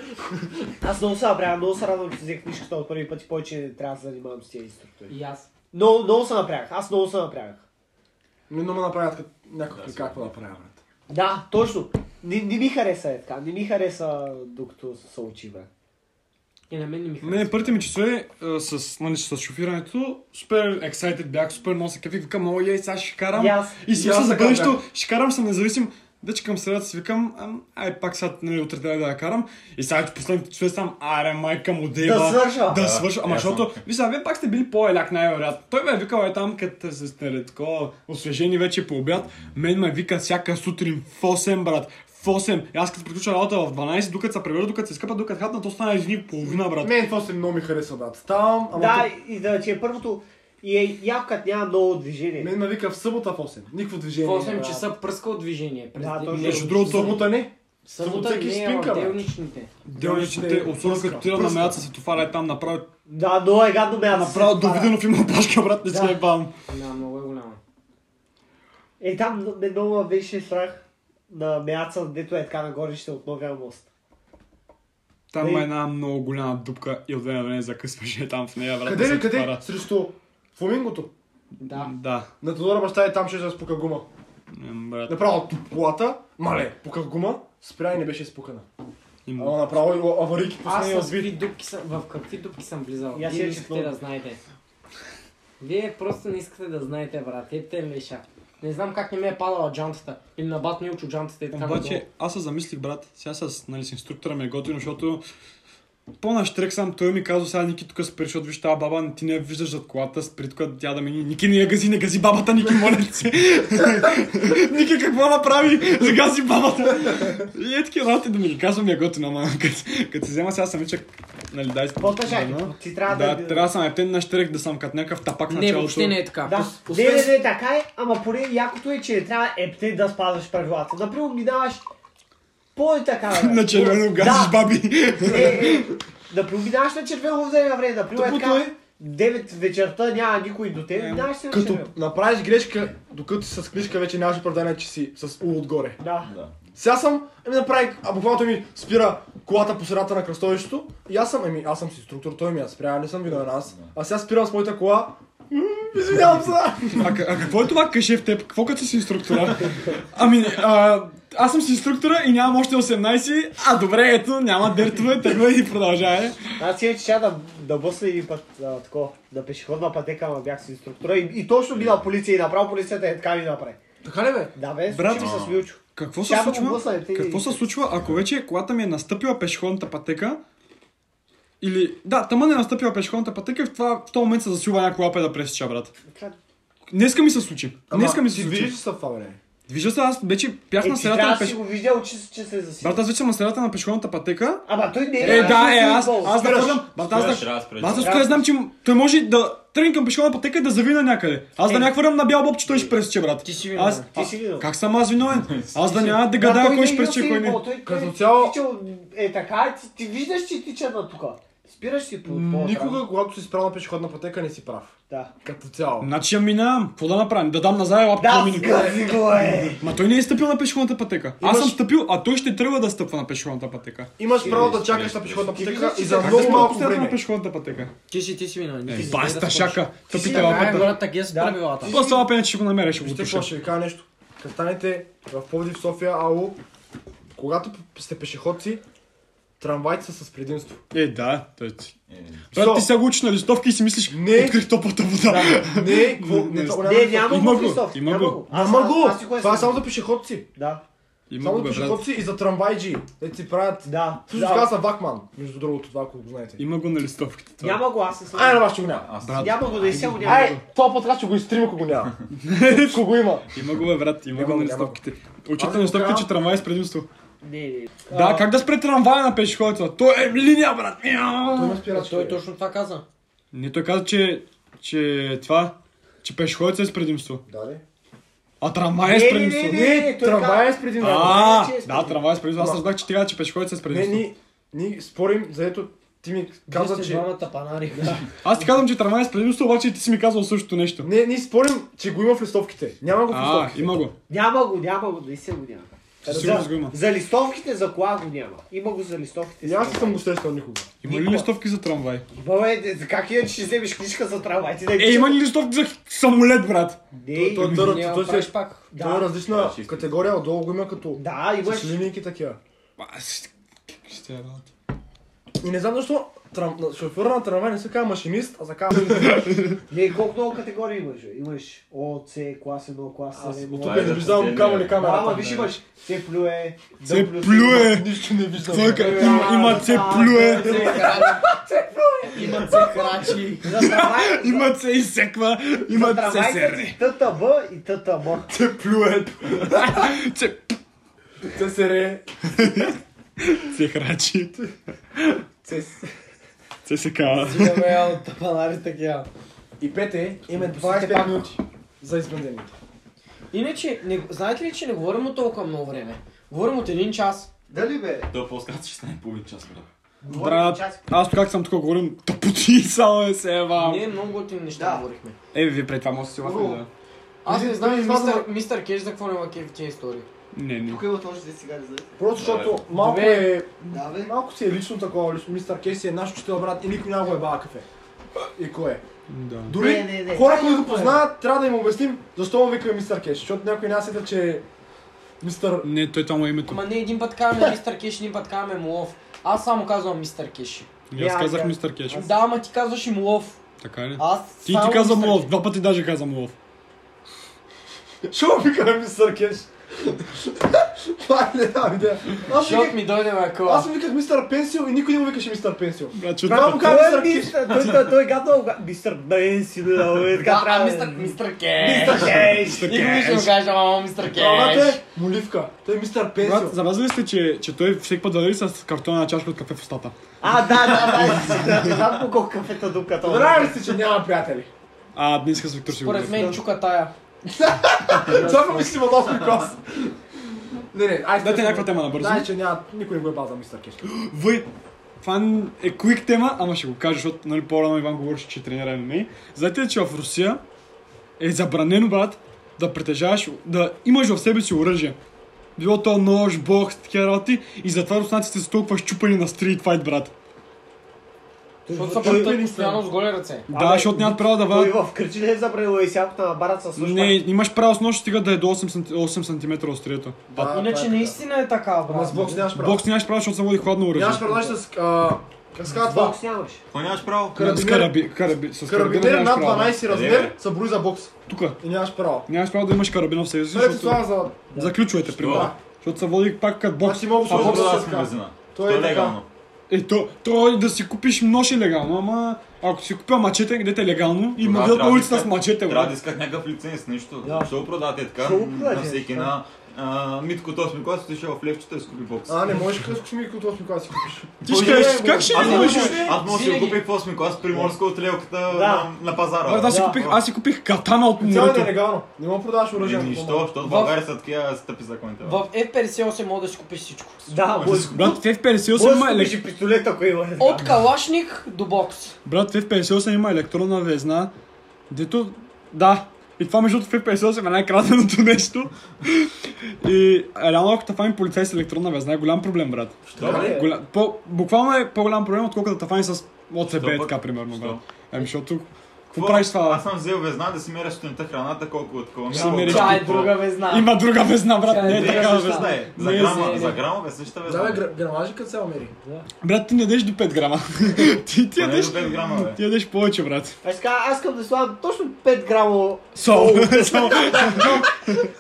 S4: Аз много се напрягам, много се радвам, че взех книжката от първи път и повече не трябва да се занимавам с тези инструктори.
S1: И аз.
S4: Много, много се напрягах, аз много се напрягах.
S3: Ми но ме направят като някакви да, какво да правя, брат.
S4: Да, точно. Не, не ми хареса е така, не ми хареса докато се учи, бе.
S1: И на мен не ми харесва.
S5: Не, първите ми часове а, с, нали, с шофирането, супер excited бях, супер много се кефих, викам, о, ей, сега ще карам.
S4: И аз.
S5: И
S3: И
S5: си
S3: аз
S5: мисля за
S3: така
S5: бъдещето, ще карам, съм независим. Вече към средата си викам, ам, ай, пак сега, нали, утре трябва да я карам. И сега, че последните часове сам, аре, майка му дева.
S4: Да свършва.
S5: Да
S2: Да,
S5: свършва. Ама
S2: ясно.
S5: защото, виж, сега, вие пак сте били по-еляк, най-вероятно. Той ме е викал е там, като се сте такова освежени вече по обяд. Мен ме вика всяка сутрин в 8, брат. В 8. И аз като приключа работа в 12, докато се превърна, докато се скъпа, докато хапна, то стана един и половина, брат.
S3: Мен това се много ми харесва, брат. Ставам, ама
S4: Да, и да ти е първото. И е яко, като няма много движение.
S3: тук- мен ме вика в събота в 8. Никакво
S1: В
S3: движение.
S1: 8
S3: брат.
S1: часа пръска от движение. През
S4: Да,
S1: ден-
S4: точно.
S1: нещо.
S5: Между другото,
S3: Събота не.
S1: Събота
S3: Събота ги
S1: не е
S3: спинка,
S1: в
S3: бе.
S1: делничните.
S5: делничните, особено като тира на меята се тофара и е там направят
S4: Да, много е гадно ме аз.
S5: Направо до Виденов има башка, брат, не
S4: Да.
S5: се бам.
S1: Да, много е голяма.
S4: Е, там ме много ме беше страх на меяца, дето е така на горище от новия мост.
S5: Там
S4: Ей.
S5: има една много голяма дупка и от време на време закъсваше там в нея, брат.
S3: Къде ли,
S5: не се
S3: къде?
S5: отваря.
S3: Срещу фламингото.
S1: Да.
S5: Да.
S3: На Тодора баща е там, ще се спука гума.
S5: М, Брат,
S3: Направо полата, мале, пуках гума, спря и не беше спукана. Ама
S5: има.
S3: направо и аварийки
S1: Аз
S3: пусна и
S1: с
S3: отби.
S1: какви дупки съм, в какви дупки съм влизал.
S4: И аз
S1: Вие не
S4: я
S1: искате
S4: чувствам.
S1: да знаете. Вие просто не искате да знаете, брат. Ете леша. Не знам как не ми е падала джантата. Или на бат Милчо джантата и така надолу.
S5: Обаче аз се замислих, брат, сега с, нали, с инструктора ми е готино, защото по штрек сам той ми казва, сега Ники тук спри, защото виж тази баба, ти не я виждаш зад колата, спри тук тя да мини. Ники не я гази, не гази бабата, Ники, моля ти се. Ники какво направи? Загази бабата. И е такива работи да ми ги казвам, ми е готино, ама като- като си взема сега самичък, нали, дай
S4: По-тъжак,
S5: Да,
S4: ти трябва да... е.
S5: да, трябва да съм ептен на штрек, да съм като някакъв тапак в
S1: Не,
S5: началото.
S1: въобще не е така.
S4: Да,
S1: Пос-
S4: не,
S1: освен-
S4: не, не, така е, ама поне якото е, че не трябва епте да спазваш правилата. Например, минаваш по е така. бе.
S5: На червено
S4: Да,
S5: газиш, баби.
S4: Е, е, да проминаваш на червено в вземе време, да примерно е
S3: Тъпото
S4: така. 9 вечерта няма никой до теб,
S5: Е,
S4: минаваш се на
S3: Като
S4: червено.
S3: направиш грешка, докато си с книжка вече нямаш оправдание, че си с у отгоре.
S4: Да.
S2: Да.
S3: Сега съм, еми направих, а буквално той ми спира колата по средата на кръстовището и аз съм, еми аз съм си инструктор, той ми я спря, не съм виновен аз. А сега спирам с моята кола, М, извинявам се.
S5: А, к- а какво е това каше в теб? Какво като си инструктора? Ами, а, аз съм си инструктора и нямам още 18, а добре, ето, няма дъртове, тръгва и продължава.
S4: Аз си че да, да бъсна един път а, тако, на пешеходна пътека, ама бях с инструктора и, и точно мина полиция и направо полицията е така ми направи.
S3: Така ли бе?
S4: Да бе,
S5: Брат,
S4: случи ми с Милчо.
S5: Какво се
S4: Тя да го
S5: случва?
S4: блъсна, ти-
S5: Какво се случва, ако вече колата ми е настъпила пешеходната пътека? Или, да, тъмън е настъпила пешеходната пътека и в, това, в този момент се засилва една кола пе да пресича, брат.
S4: Това-
S5: Днеска ми се случи.
S3: Ама
S5: Днеска ми се
S3: ти
S5: случи.
S3: движиш ли се в това време.
S5: Виждал се, аз вече
S4: Е,
S5: бях
S4: ти
S5: на средата на
S4: трябва да
S5: пеш...
S4: си го виждал, че, че се засили.
S5: Брат, аз вече съм на средата на пешеходната пътека.
S4: Ама той не
S5: Е, да, е, аз,
S4: футбол,
S5: аз да
S4: спираш.
S5: хвърлям. Брат, аз да
S2: Спираш, трябва да спреш.
S5: Аз аз знам, че м- той може да тръгне към пешеходна пътека и да завина някъде. Аз да
S4: Е.
S5: не я хвърлям на бял боб, че той
S3: Е.
S5: ще пресече, брат.
S6: Ти си виновен.
S5: аз,
S4: Ти си виновен.
S5: Как съм аз виновен? Аз да няма да
S4: Да, той
S5: гадая
S4: не е
S5: кой ще
S4: бил
S5: пресече, кой не.
S4: футбол, той-
S3: Като
S4: той
S3: цяло-
S4: тичал, Е така, ти, ти виждаш, че тича на тука. Спираш си по по-
S3: Никога, когато си спрял на пешеходна пътека, не си прав.
S4: Да.
S3: Като цяло.
S5: Значи я минавам. Какво да направим? Да дам назад лапка да
S4: Да,
S5: мине.
S4: сгази го е!
S5: Ма той не е стъпил на пешеходната пътека. Аз съм стъпил, а той ще трябва да стъпва на пешеходната пътека.
S3: Имаш право да
S2: Ти
S3: чакаш
S2: си-
S3: на пешеходна
S4: ти
S3: пътека
S4: си-
S3: и за
S4: как
S3: е много
S5: Защо
S3: малко
S5: постоянно на
S3: време.
S5: пешеходната пътека.
S6: Ти си, ти си виновен.
S5: Е,
S6: Ти си да
S5: баста,
S6: скочиш.
S5: шака.
S6: Ти си
S5: Тъпите
S6: така,
S5: лапата.
S6: брат, такива са
S4: Да.
S6: правилата.
S5: Какво става пене, ще го намеря, ще го
S3: Вижте
S5: пиша.
S3: какво ще ви кажа нещо. Като станете в Пловдив, София, ало, когато п- сте пешеходци, трамвайите са с предимство.
S5: Е, да, той ти.
S2: Е,
S5: Брат, ти
S3: Со.
S5: сега го учиш на листовки и си мислиш,
S3: Не.
S5: открих топлата вода.
S3: Не, какво?
S5: Не,
S3: Не, това няма
S4: Не,
S3: какво.
S4: няма
S5: Има
S4: го
S5: го,
S4: Христов.
S5: има
S4: няма
S5: го.
S4: Аз-
S3: Няма
S4: аз-
S3: го!
S4: аз си го е
S3: Това е
S4: сам.
S3: само за пешеходци.
S4: Да,
S5: Има
S3: Само
S5: го,
S3: за
S5: бе, брат.
S3: пешеходци и за трамвайджи. Те си правят...
S4: да.
S3: Също
S4: да.
S3: така са Вакман, между другото, това, ако го знаете.
S5: Е, Има го на листовките. това.
S4: Няма го, аз съм.
S3: Ай, на вас ще го няма.
S2: Аз
S5: Брат.
S4: Няма го да изсел, няма го.
S3: Ай, този път аз ще го изтрим, ако го няма. Ако го има.
S5: Има го, бе, брат. Има
S3: Няма
S5: го
S3: го, няма го.
S5: на листовките. Учите
S3: Аз
S5: на
S3: го
S5: листовките,
S3: казвам.
S5: че трамвай е с предимство.
S4: Не, не.
S5: Да, как да спре трамвая на пешеходеца? Той е линия, брат. Мяу.
S3: Той има спирачка.
S5: е
S6: Той
S3: Той
S6: точно това каза.
S5: Не, той каза, че, че това, че пешеходеца е с предимство.
S3: Да, ли?
S5: А трамвай е с предимство.
S3: Не,
S4: той
S3: трамвай е с предимство.
S5: А,
S4: Трамвай, че е с
S5: да, трамвай е с предимство. Аз
S3: Ама-
S5: разбрах, че ти каза, че пешеходеца е с
S3: Не,
S5: предимство.
S3: ни, ни спорим, заето ти ми
S6: Каза,
S3: каза,
S6: че...
S3: че...
S6: Двамата панари.
S5: Аз ти казвам, че трамвай е с предимство, обаче ти си ми казал същото нещо.
S3: Не, ние спорим, че го има в листовките. Няма го в
S5: А,
S3: листовките.
S5: има го.
S4: Няма го, няма го, наистина го няма.
S5: Със
S4: За-
S5: сигурност го има.
S4: За листовките, за кола го няма. Има го за листовките.
S3: И аз не съм го срещал никога.
S5: Има ли
S4: Никога.
S5: листовки за трамвай?
S4: Има, бе, де- как иначе ще вземеш книжка за трамвай? Ти да
S5: Е, има ли листовки за самолет, брат?
S4: Не,
S3: Той, той, той, той, той,
S6: Правиш пак.
S3: Да. Той е
S4: да,
S3: различна
S2: Фашисти.
S3: категория, отдолу го има като
S4: да,
S3: с
S4: имаш.
S3: линейки такива.
S5: Ба, с- Ще я брат.
S3: И не знам защо трам... на- шофьора на трамвай не се казва машинист, а се казва...
S4: Не, колко много категории имаш? бе? Имаш О, С, клас 1, клас
S3: Аз е от
S4: 7. О,
S3: тук
S2: Айде,
S3: не виждам
S2: последния.
S3: камо ли
S4: Да, ама
S3: камерата.
S4: виж имаш С плюе, Д
S5: Се
S4: плюс
S5: плюе!
S3: Нищо не виждам.
S5: Той ка- има- Има се плюе!
S6: Имат се крачи.
S4: За трамвай,
S5: Имат се изсеква,
S4: за
S5: имат се
S4: трамвай са
S5: сере.
S4: ти ТТБ и ТТМ.
S3: Те плюят.
S5: Се-
S3: Те се ре.
S5: Се храчи.
S3: Те с-
S5: Се се кава.
S6: Имаме от панари такива.
S3: И е, пете, имаме
S6: Пусните
S3: 25
S6: пак.
S3: минути за изпандемията.
S6: Иначе, не, знаете ли, че не говорим от толкова много време? Говорим от един час.
S4: Дали бе?
S2: Той по-скат ще стане половин час, брат.
S5: Брат, аз тук как съм тук говорим, тъпоти само е се ева.
S6: Ние много готини неща
S4: Да.
S6: говорихме.
S5: Е, вие пред това може да си лафи, да.
S6: Аз не
S3: Дали-
S6: знам
S3: дали
S6: мистер,
S3: извадна-
S6: мистер Кеш за какво няма кеф тия истории.
S5: Не, не.
S4: Тук е отложи да сега да
S3: Просто защото малко
S6: Добре.
S3: е...
S4: Да бе.
S3: Малко си е лично такова, лично мистер Кейси е наш учител брат и никой няма го е бава кафе. И кое е?
S5: Да.
S3: Дори
S4: Не, не, не.
S3: хора, които го познават, трябва да им обясним защо му викаме мистер Кеш. Защото някой няма сета, че е мистер...
S5: Не, той там е името.
S6: Ама не един път казваме мистер Кеш, един път казваме Молов. Аз само казвам мистер Кеш.
S5: И е, аз
S4: аз
S5: казах
S4: я-
S5: мистер Кеш.
S6: Да, ама ти казваш и Молов.
S5: Така ли?
S6: Аз
S5: Ти
S6: само
S5: ти каза
S6: мистер
S5: Молов, два пъти даже каза Молов.
S3: Що му викаме мистер Кеш? Това е една идея.
S6: Кеш.
S3: Аз
S6: Защото
S3: виках-
S6: ми дойде на къла.
S3: Аз му виках мистер Пенсил и никой не му викаше мистер Пенсил.
S5: Брат, че
S3: Трябва да му кажа
S4: Той е
S3: мистер Кеш.
S4: мистер, той- той- той е гадно, га- мистер Бен си да Е, бе, така
S6: Да, а
S4: трябва
S6: мистер, мистер Кеш.
S4: Мистер Кеш!
S6: И
S5: е,
S6: го ще му кажа, мамо, мистер
S3: Главата
S6: Кеш.
S3: е моливка. Той е мистер Пенсил.
S5: Брат, забелязали сте, че, че той всеки път дойде с картона чашка от кафе в устата.
S4: А, да, да, да, знам по колко кафета е. дуката.
S3: Здрави ли сте, че няма приятели?
S5: А, днес с Виктор си го
S6: Поред
S5: говорихме.
S6: мен чука тая.
S3: Това ми си от 8 клас. Не, не, айде.
S5: Дайте някаква тема набързо.
S3: Знае, че няма, никой не го е база, мистер Кеш.
S5: Въй, това е квик тема, ама ще го кажа, защото нали, по-рано Иван говореше, че тренира ММА. Знаете ли, че в Русия е забранено, брат, да притежаваш, да имаш в себе си оръжие. Било то нож, бокс, такива работи и затова руснаците са толкова щупани на стрит файт, брат.
S6: Защото са
S3: е
S6: пътят постоянно с голи ръце.
S5: да, защото нямат право да
S4: Той
S5: вадят.
S4: в кръчи не е забранил и сякото на барат със служба.
S5: Не,
S3: е?
S5: имаш право с нож, стига да е до 8, см, 8 см острието.
S3: Да, това е
S6: Иначе
S3: така.
S6: наистина е така,
S3: Ама с
S6: брат.
S3: бокс нямаш право.
S5: Бокс нямаш право, защото се води хладно оръжие.
S3: Нямаш право с... а, Как се казва това?
S4: Бокс нямаш.
S2: Какво нямаш право?
S5: С
S3: Карабинер.
S5: караби, караби, с карабин
S3: Карабинер
S5: нямаш
S3: над
S5: право.
S3: 12
S2: Къде,
S3: размер
S2: бе?
S3: са брои за бокс.
S5: Тук.
S3: И нямаш право.
S5: Нямаш право да имаш карабин в себе си,
S3: Съдете
S5: защото...
S3: това за...
S5: За ключовете, примерно.
S3: Да.
S5: Защото се води пак като бокс.
S3: Аз си мога да
S2: Що
S3: сложа
S2: го
S3: да
S2: продаваш в
S3: се казва.
S2: магазина?
S3: Той е
S2: Той е
S3: така.
S2: легално.
S5: Е, то, то да си купиш нож е легално, ама ако си купя мачете, където е легално, и ме
S2: Тогава
S5: видят на
S2: трябва
S5: улицата
S2: да
S5: с мачете,
S2: Трябва да
S5: брат.
S2: искат някакъв лиценз, нещо.
S4: Да.
S2: Защо го продавате така?
S4: Защо го
S2: На
S4: продавате,
S2: всеки
S4: да.
S2: на а, Митко от 8 клас отишъл в левчета и скупи бокс.
S3: А, не можеш да скучиш ми като 8 клас си купиш.
S5: Ти ще кажеш, как ще
S2: Аз
S5: ми
S2: може,
S5: можеш?
S2: аз може да си го
S1: Винаги.
S2: купих в 8 клас приморска от лелката на, на пазара.
S5: Брат, аз си
S4: Да.
S5: купих, аз си купих катана от
S3: Цяло е
S5: морето.
S3: нелегално. Не мога да продаваш оръжие.
S2: Е,
S3: на
S2: Нищо,
S3: команда.
S2: защото в България са такива стъпи законите. бе.
S1: В F58 мога да си купиш всичко.
S4: Да, може
S5: Брат, в F58 има
S4: да
S5: електро...
S4: си пистолет, ако има. е,
S1: От калашник до бокс.
S5: Брат, в F58 има електронна везна, дето... Да. И това между другото в F58 е най-краденото нещо. И реално ако те фани полицай с електронна везна е голям проблем, брат.
S2: Що?
S3: Така е. ли?
S5: Голя... По... Буквално е по-голям проблем, отколкото да те фани с ОЦБ,
S2: Що пък?
S5: така примерно,
S2: Що?
S5: брат. Еми, защото... Какво
S2: Какво?
S5: правиш това?
S2: Аз съм взел везна да си меря сутринта храната, колко от колко.
S5: Ще си мериш.
S1: Това е друга везна.
S5: Има друга везна, брат, не е
S2: Не,
S5: такава
S2: такава
S5: везна.
S2: везна е. За
S5: Не е
S2: грама,
S1: за-
S2: за грама е същата
S3: Да, бе,
S2: везна.
S3: гра- грамажи като цяло мери.
S5: Брат, ти не дадеш до 5 грама. ти, ти
S2: Поне до
S5: ядеш...
S2: 5 грама, бе.
S5: Ти ядеш повече, брат.
S4: Аз ка- Е, аз искам да слагам точно 5 грама
S5: Сол. Сол.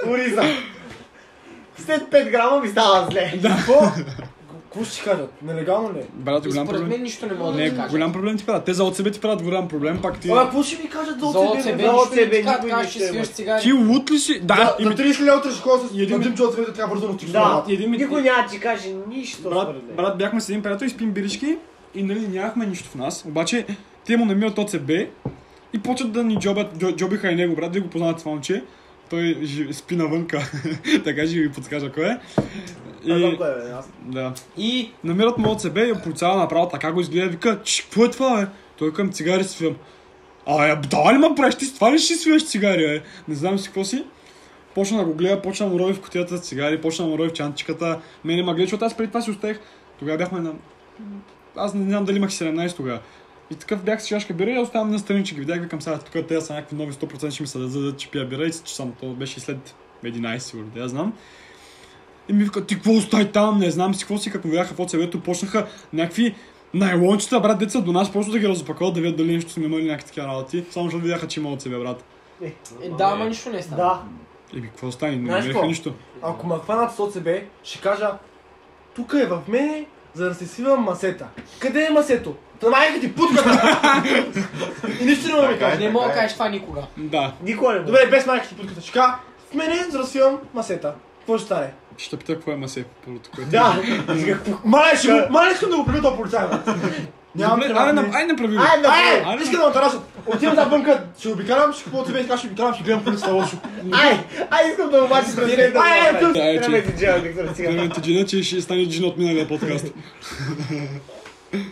S4: ориза. След 5 грама ми става зле.
S3: Какво? Какво ще си кажат? Нелегално ли? е?
S5: Брат,
S1: И
S5: голям
S1: Според
S5: проблем.
S1: мен нищо не мога да
S5: Не,
S1: ти кажа.
S5: голям проблем ти правят. Те за от себе ти правят голям проблем, пак ти...
S4: Абе, какво ще ми кажат за
S1: За
S4: ОЦБ?
S1: ОЦБ, нищо не ти кажа,
S4: никой не
S1: кажеш, ще
S4: ще има.
S1: свиеш цигари.
S5: Ти лут ли си? Да,
S3: За
S5: и ми...
S3: 30 000 утре ще ходя с
S5: Един
S3: един джим чот, да трябва бързо да отиш.
S4: Да,
S5: един ми-
S4: никой няма да ти каже нищо.
S5: Брат,
S4: според мен.
S5: брат, бяхме с един приятел и спим бирички и нали нямахме нищо в нас. Обаче те му намират ОЦБ и почват да ни джобят, джо- джобиха и него, брат, да го познават това момче. Той жи- спи навънка, така ще ви подскажа кой е.
S4: Аз знам
S5: И,
S4: кой е, бе, аз-
S5: да.
S1: И
S5: Намират му от себе и полицая направо така го изгледа и вика, «Чш, какво е това, бе? Той към цигари свивам. А, е, давай ли ма правиш, ти с това ли ще си свиваш цигари, бе? Не знам си какво си. Почна да го гледа, почна да му рови в котията с цигари, почна да му рови в чанчиката. Мене ма гледа, защото аз преди това си оставих. Тогава бяхме на... Аз не знам дали имах 17 тогава. И такъв бях с чашка бира и оставам на страни, че ги видях, викам сега, тук те са някакви нови 100% ще ми се дадат, че пия бира и че съм, то беше след 11 сигурно, да я знам. И ми вика, ти какво остай там, не знам си какво си, като видяха в оцелето, почнаха някакви найлончета, брат, деца до нас, просто да ги разопакват, да видят дали нещо сме имали някакви такива работи. Само защото видяха, че има от себе, брат.
S4: Е,
S1: е, да, ама нищо не стана.
S4: Да.
S5: Еби, какво стане? Не
S3: Знаеш
S5: намериха
S3: какво?
S5: нищо.
S3: Ако ме хванат с ОЦБ, ще кажа, тук е в мене, за да се свивам масета. Къде е масето? Та майка ти путката! И нищо не мога да ми
S2: Така
S3: кажа.
S2: е.
S1: Не мога да кажеш това никога.
S5: Да,
S4: Никога не Добре.
S3: Добре, без майка ти путката. Ще кажа, в мене, за да свивам масета. Какво ще стане?
S5: ще те пита какво е масе, първото кое.
S3: Да! Мале, ще го... Мале, искам да го прибия този полицай, бе. Нямам
S5: Добре,
S3: да
S5: Айде,
S3: направя.
S5: нап- айде направи го.
S4: Ай, направи!
S3: Ай,
S5: Айде.
S3: искам да отрасат. Отивам навънка, ще обикарам, ще купувам тебе и така ще обикарам, ще гледам полицата лошо.
S4: Ай, ай, искам да обаче да
S3: Ай,
S4: да
S3: ай,
S4: Ай,
S5: ай,
S4: ай,
S5: че-
S4: ай, ти джел, да сега.
S5: Времето джина, че ще стане джина от миналия подкаст.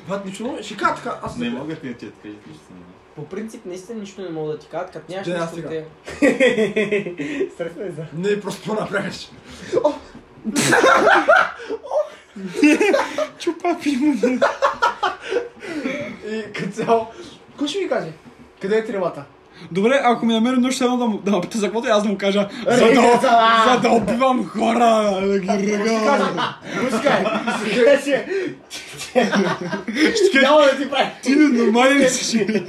S3: Брат, нищо, не- ще кажа така, аз
S2: Не могат ни да ти кажат нищо.
S1: По принцип, наистина нищо не мога да ти кажат, като нямаш
S3: Да, аз
S1: нищо
S3: сега.
S1: от те.
S4: Срещаме за.
S3: Не, просто го направиш.
S5: Чупа пима.
S3: И като цяло, кой ще ми каже? Къде е тревата?
S5: Добре, ако ми намери нощ, едно да, му- да ме пита за каквото и аз да му кажа, е, за
S4: Ръгата,
S5: да,
S4: а!
S5: за да убивам хора, да ги ръгам.
S4: Пускай! Беше! Няма да ти прави!
S5: Ти ненормален ли си?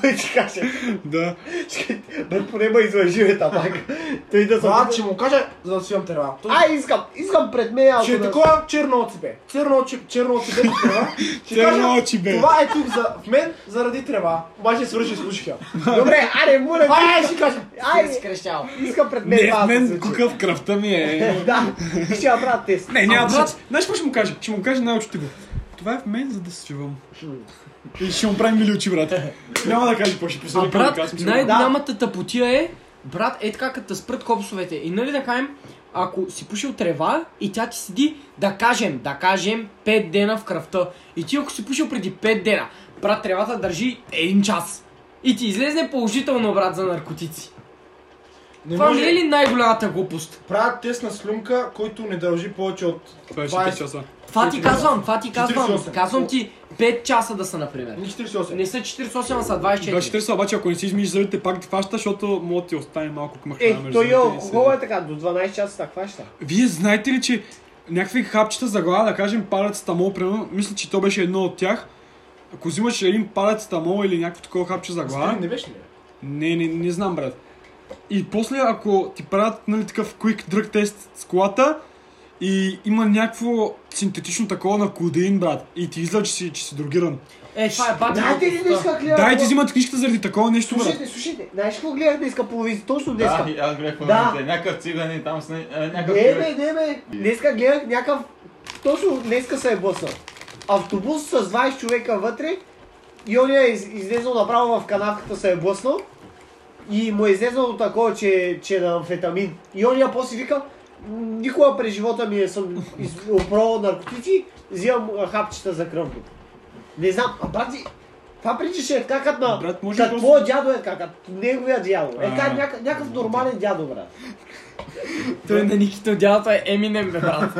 S4: Той ти каже.
S5: Да.
S4: Бе, поне
S3: е
S4: ме излъжи, бе, табак. Той да се...
S3: Това, че му кажа, за да свивам трева. Той-
S4: Ай, искам, искам пред мен, ако
S3: Ще е
S4: да-
S3: такова черно от себе. Черно, че- черно от себе и трева. Ще
S5: Черно
S3: кажа,
S5: очи, бе.
S3: Това е тук за в мен заради трева. Обаче свърши с пушкия.
S4: Добре, аре, моля,
S3: Ай, ще кажа.
S1: Ай, си
S4: ай,
S1: крещял.
S4: искам пред мен
S5: Не,
S4: това
S5: в
S4: да се
S5: мен
S4: случи.
S5: кука в кръвта ми е.
S4: Да, ще направя тест.
S5: Не,
S3: А,
S5: няма да
S3: брат-
S5: се- Знаеш какво ще му кажа? Ще му кажа най-очетиво. Това е в мен, за да се чувам. И ще му правим мили очи, брат. Няма да кажа какво ще
S1: А
S5: посъди.
S1: брат, най-голямата тъпотия е, брат, е така като те спрат копсовете. И нали да кажем, ако си пушил трева и тя ти седи, да кажем, да кажем, 5 дена в кръвта. И ти ако си пушил преди 5 дена, брат, тревата държи 1 час. И ти излезне положително, брат, за наркотици.
S3: Не
S1: Това
S3: може.
S1: не е ли най-голямата глупост?
S3: Правят тест на слюнка, който не дължи повече от
S5: Това е
S3: 20
S5: 6 часа.
S1: Това ти казвам, това ти казвам.
S3: 48.
S1: Казвам ти 5 часа да са, например.
S3: Не 48.
S1: Не са 48, а са
S5: Да,
S1: 24.
S5: 40, обаче ако не си измиеш зъбите, пак ти фаща, защото мога да ти остане малко къмък.
S4: Е, той е алкохол е така, до 12 часа така хваща.
S5: Вие знаете ли, че някакви хапчета за глава, да кажем палец тамол, примерно, мисля, че то беше едно от тях. Ако взимаш един палец тамол или някакво такова хапче за глава,
S3: Стрим не беше ли? бе?
S5: Не, не, не знам, брат. И после, ако ти правят нали, такъв quick drug тест с колата и има някакво синтетично такова на кодеин, брат. И ти излъчи, че си, че си дрогиран.
S1: Е, това е бати.
S4: Знаете ли днес как гледах?
S5: Дай ти взимат книжката заради такова нещо, брат.
S4: Слушайте, слушайте. Знаеш какво гледах днеска по визи? Точно днеска.
S2: Да, и аз гледах в
S4: Да.
S2: момента. Някакъв циган и там с не-
S5: е,
S2: а, някакъв...
S4: Не,
S2: човек.
S4: бе, не, бе. Днеска гледах някакъв... Точно днеска се е блъснал. Автобус с 20 човека вътре и он е из- излезъл направо в канавката се е блъснал и му е излезнало такова, че, че е на амфетамин. И он я после вика, «М, никога през живота ми не съм из- опробвал наркотици, взимам а, хапчета за кръвно. Не знам, а брати, това причеше е така като на...
S5: Брат, може
S4: като
S5: просто-
S4: твоя дядо е така, като неговия дядо. Е така
S5: А.
S4: няка- някакъв нормален дядо, брат.
S1: Той на Никито дядото е Еминем, бе, брат.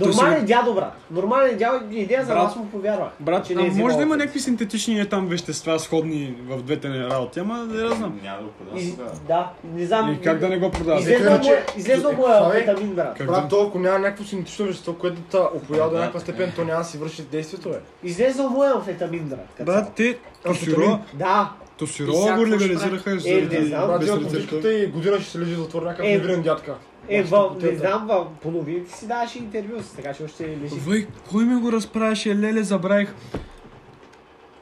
S4: Нормален дядо, брат. Нормален дядо, идея за
S5: Брат.
S4: вас му повярвах.
S5: Брат,
S4: че
S5: а
S4: не е
S5: може
S4: взимал
S5: да има
S4: опит.
S5: някакви синтетични е, там вещества, сходни в двете ни работи, ама да я знам.
S2: Няма да го продавам
S4: Из...
S2: тогава.
S4: Да, не знам.
S5: И как да не го продаваш?
S3: Излез-
S4: Излезнал му е,
S3: Иначе-
S4: излезнал му е
S3: Какво е?
S4: амфетамин, брат.
S5: Как да-
S3: Брат, то ако няма някакво синтетично вещество, което да те опоява до
S2: Да,
S3: някаква
S2: така
S3: степен,
S2: е.
S3: то няма да си върши действието, бе.
S4: Излезнал му е амфетамин, брат. като
S5: Брат, те тосиро,
S3: Амфетамин.
S4: цяло. Да,
S1: И
S5: тосиро
S1: всяко
S5: го
S1: ще
S5: легализираха
S4: прави. Е, не
S5: заради
S4: знам,
S3: Брат,
S5: без
S3: взема
S5: рецепта.
S3: бутилката и година ще се лежи в затвор някакъв
S4: Е,
S3: невинен дядка.
S4: е,
S3: Бащата
S4: в,
S3: по
S4: не
S3: телта.
S4: знам, в половинки си даваше интервю, така че още лежи.
S5: Вой, кой ми го разправяше, леле, забравих.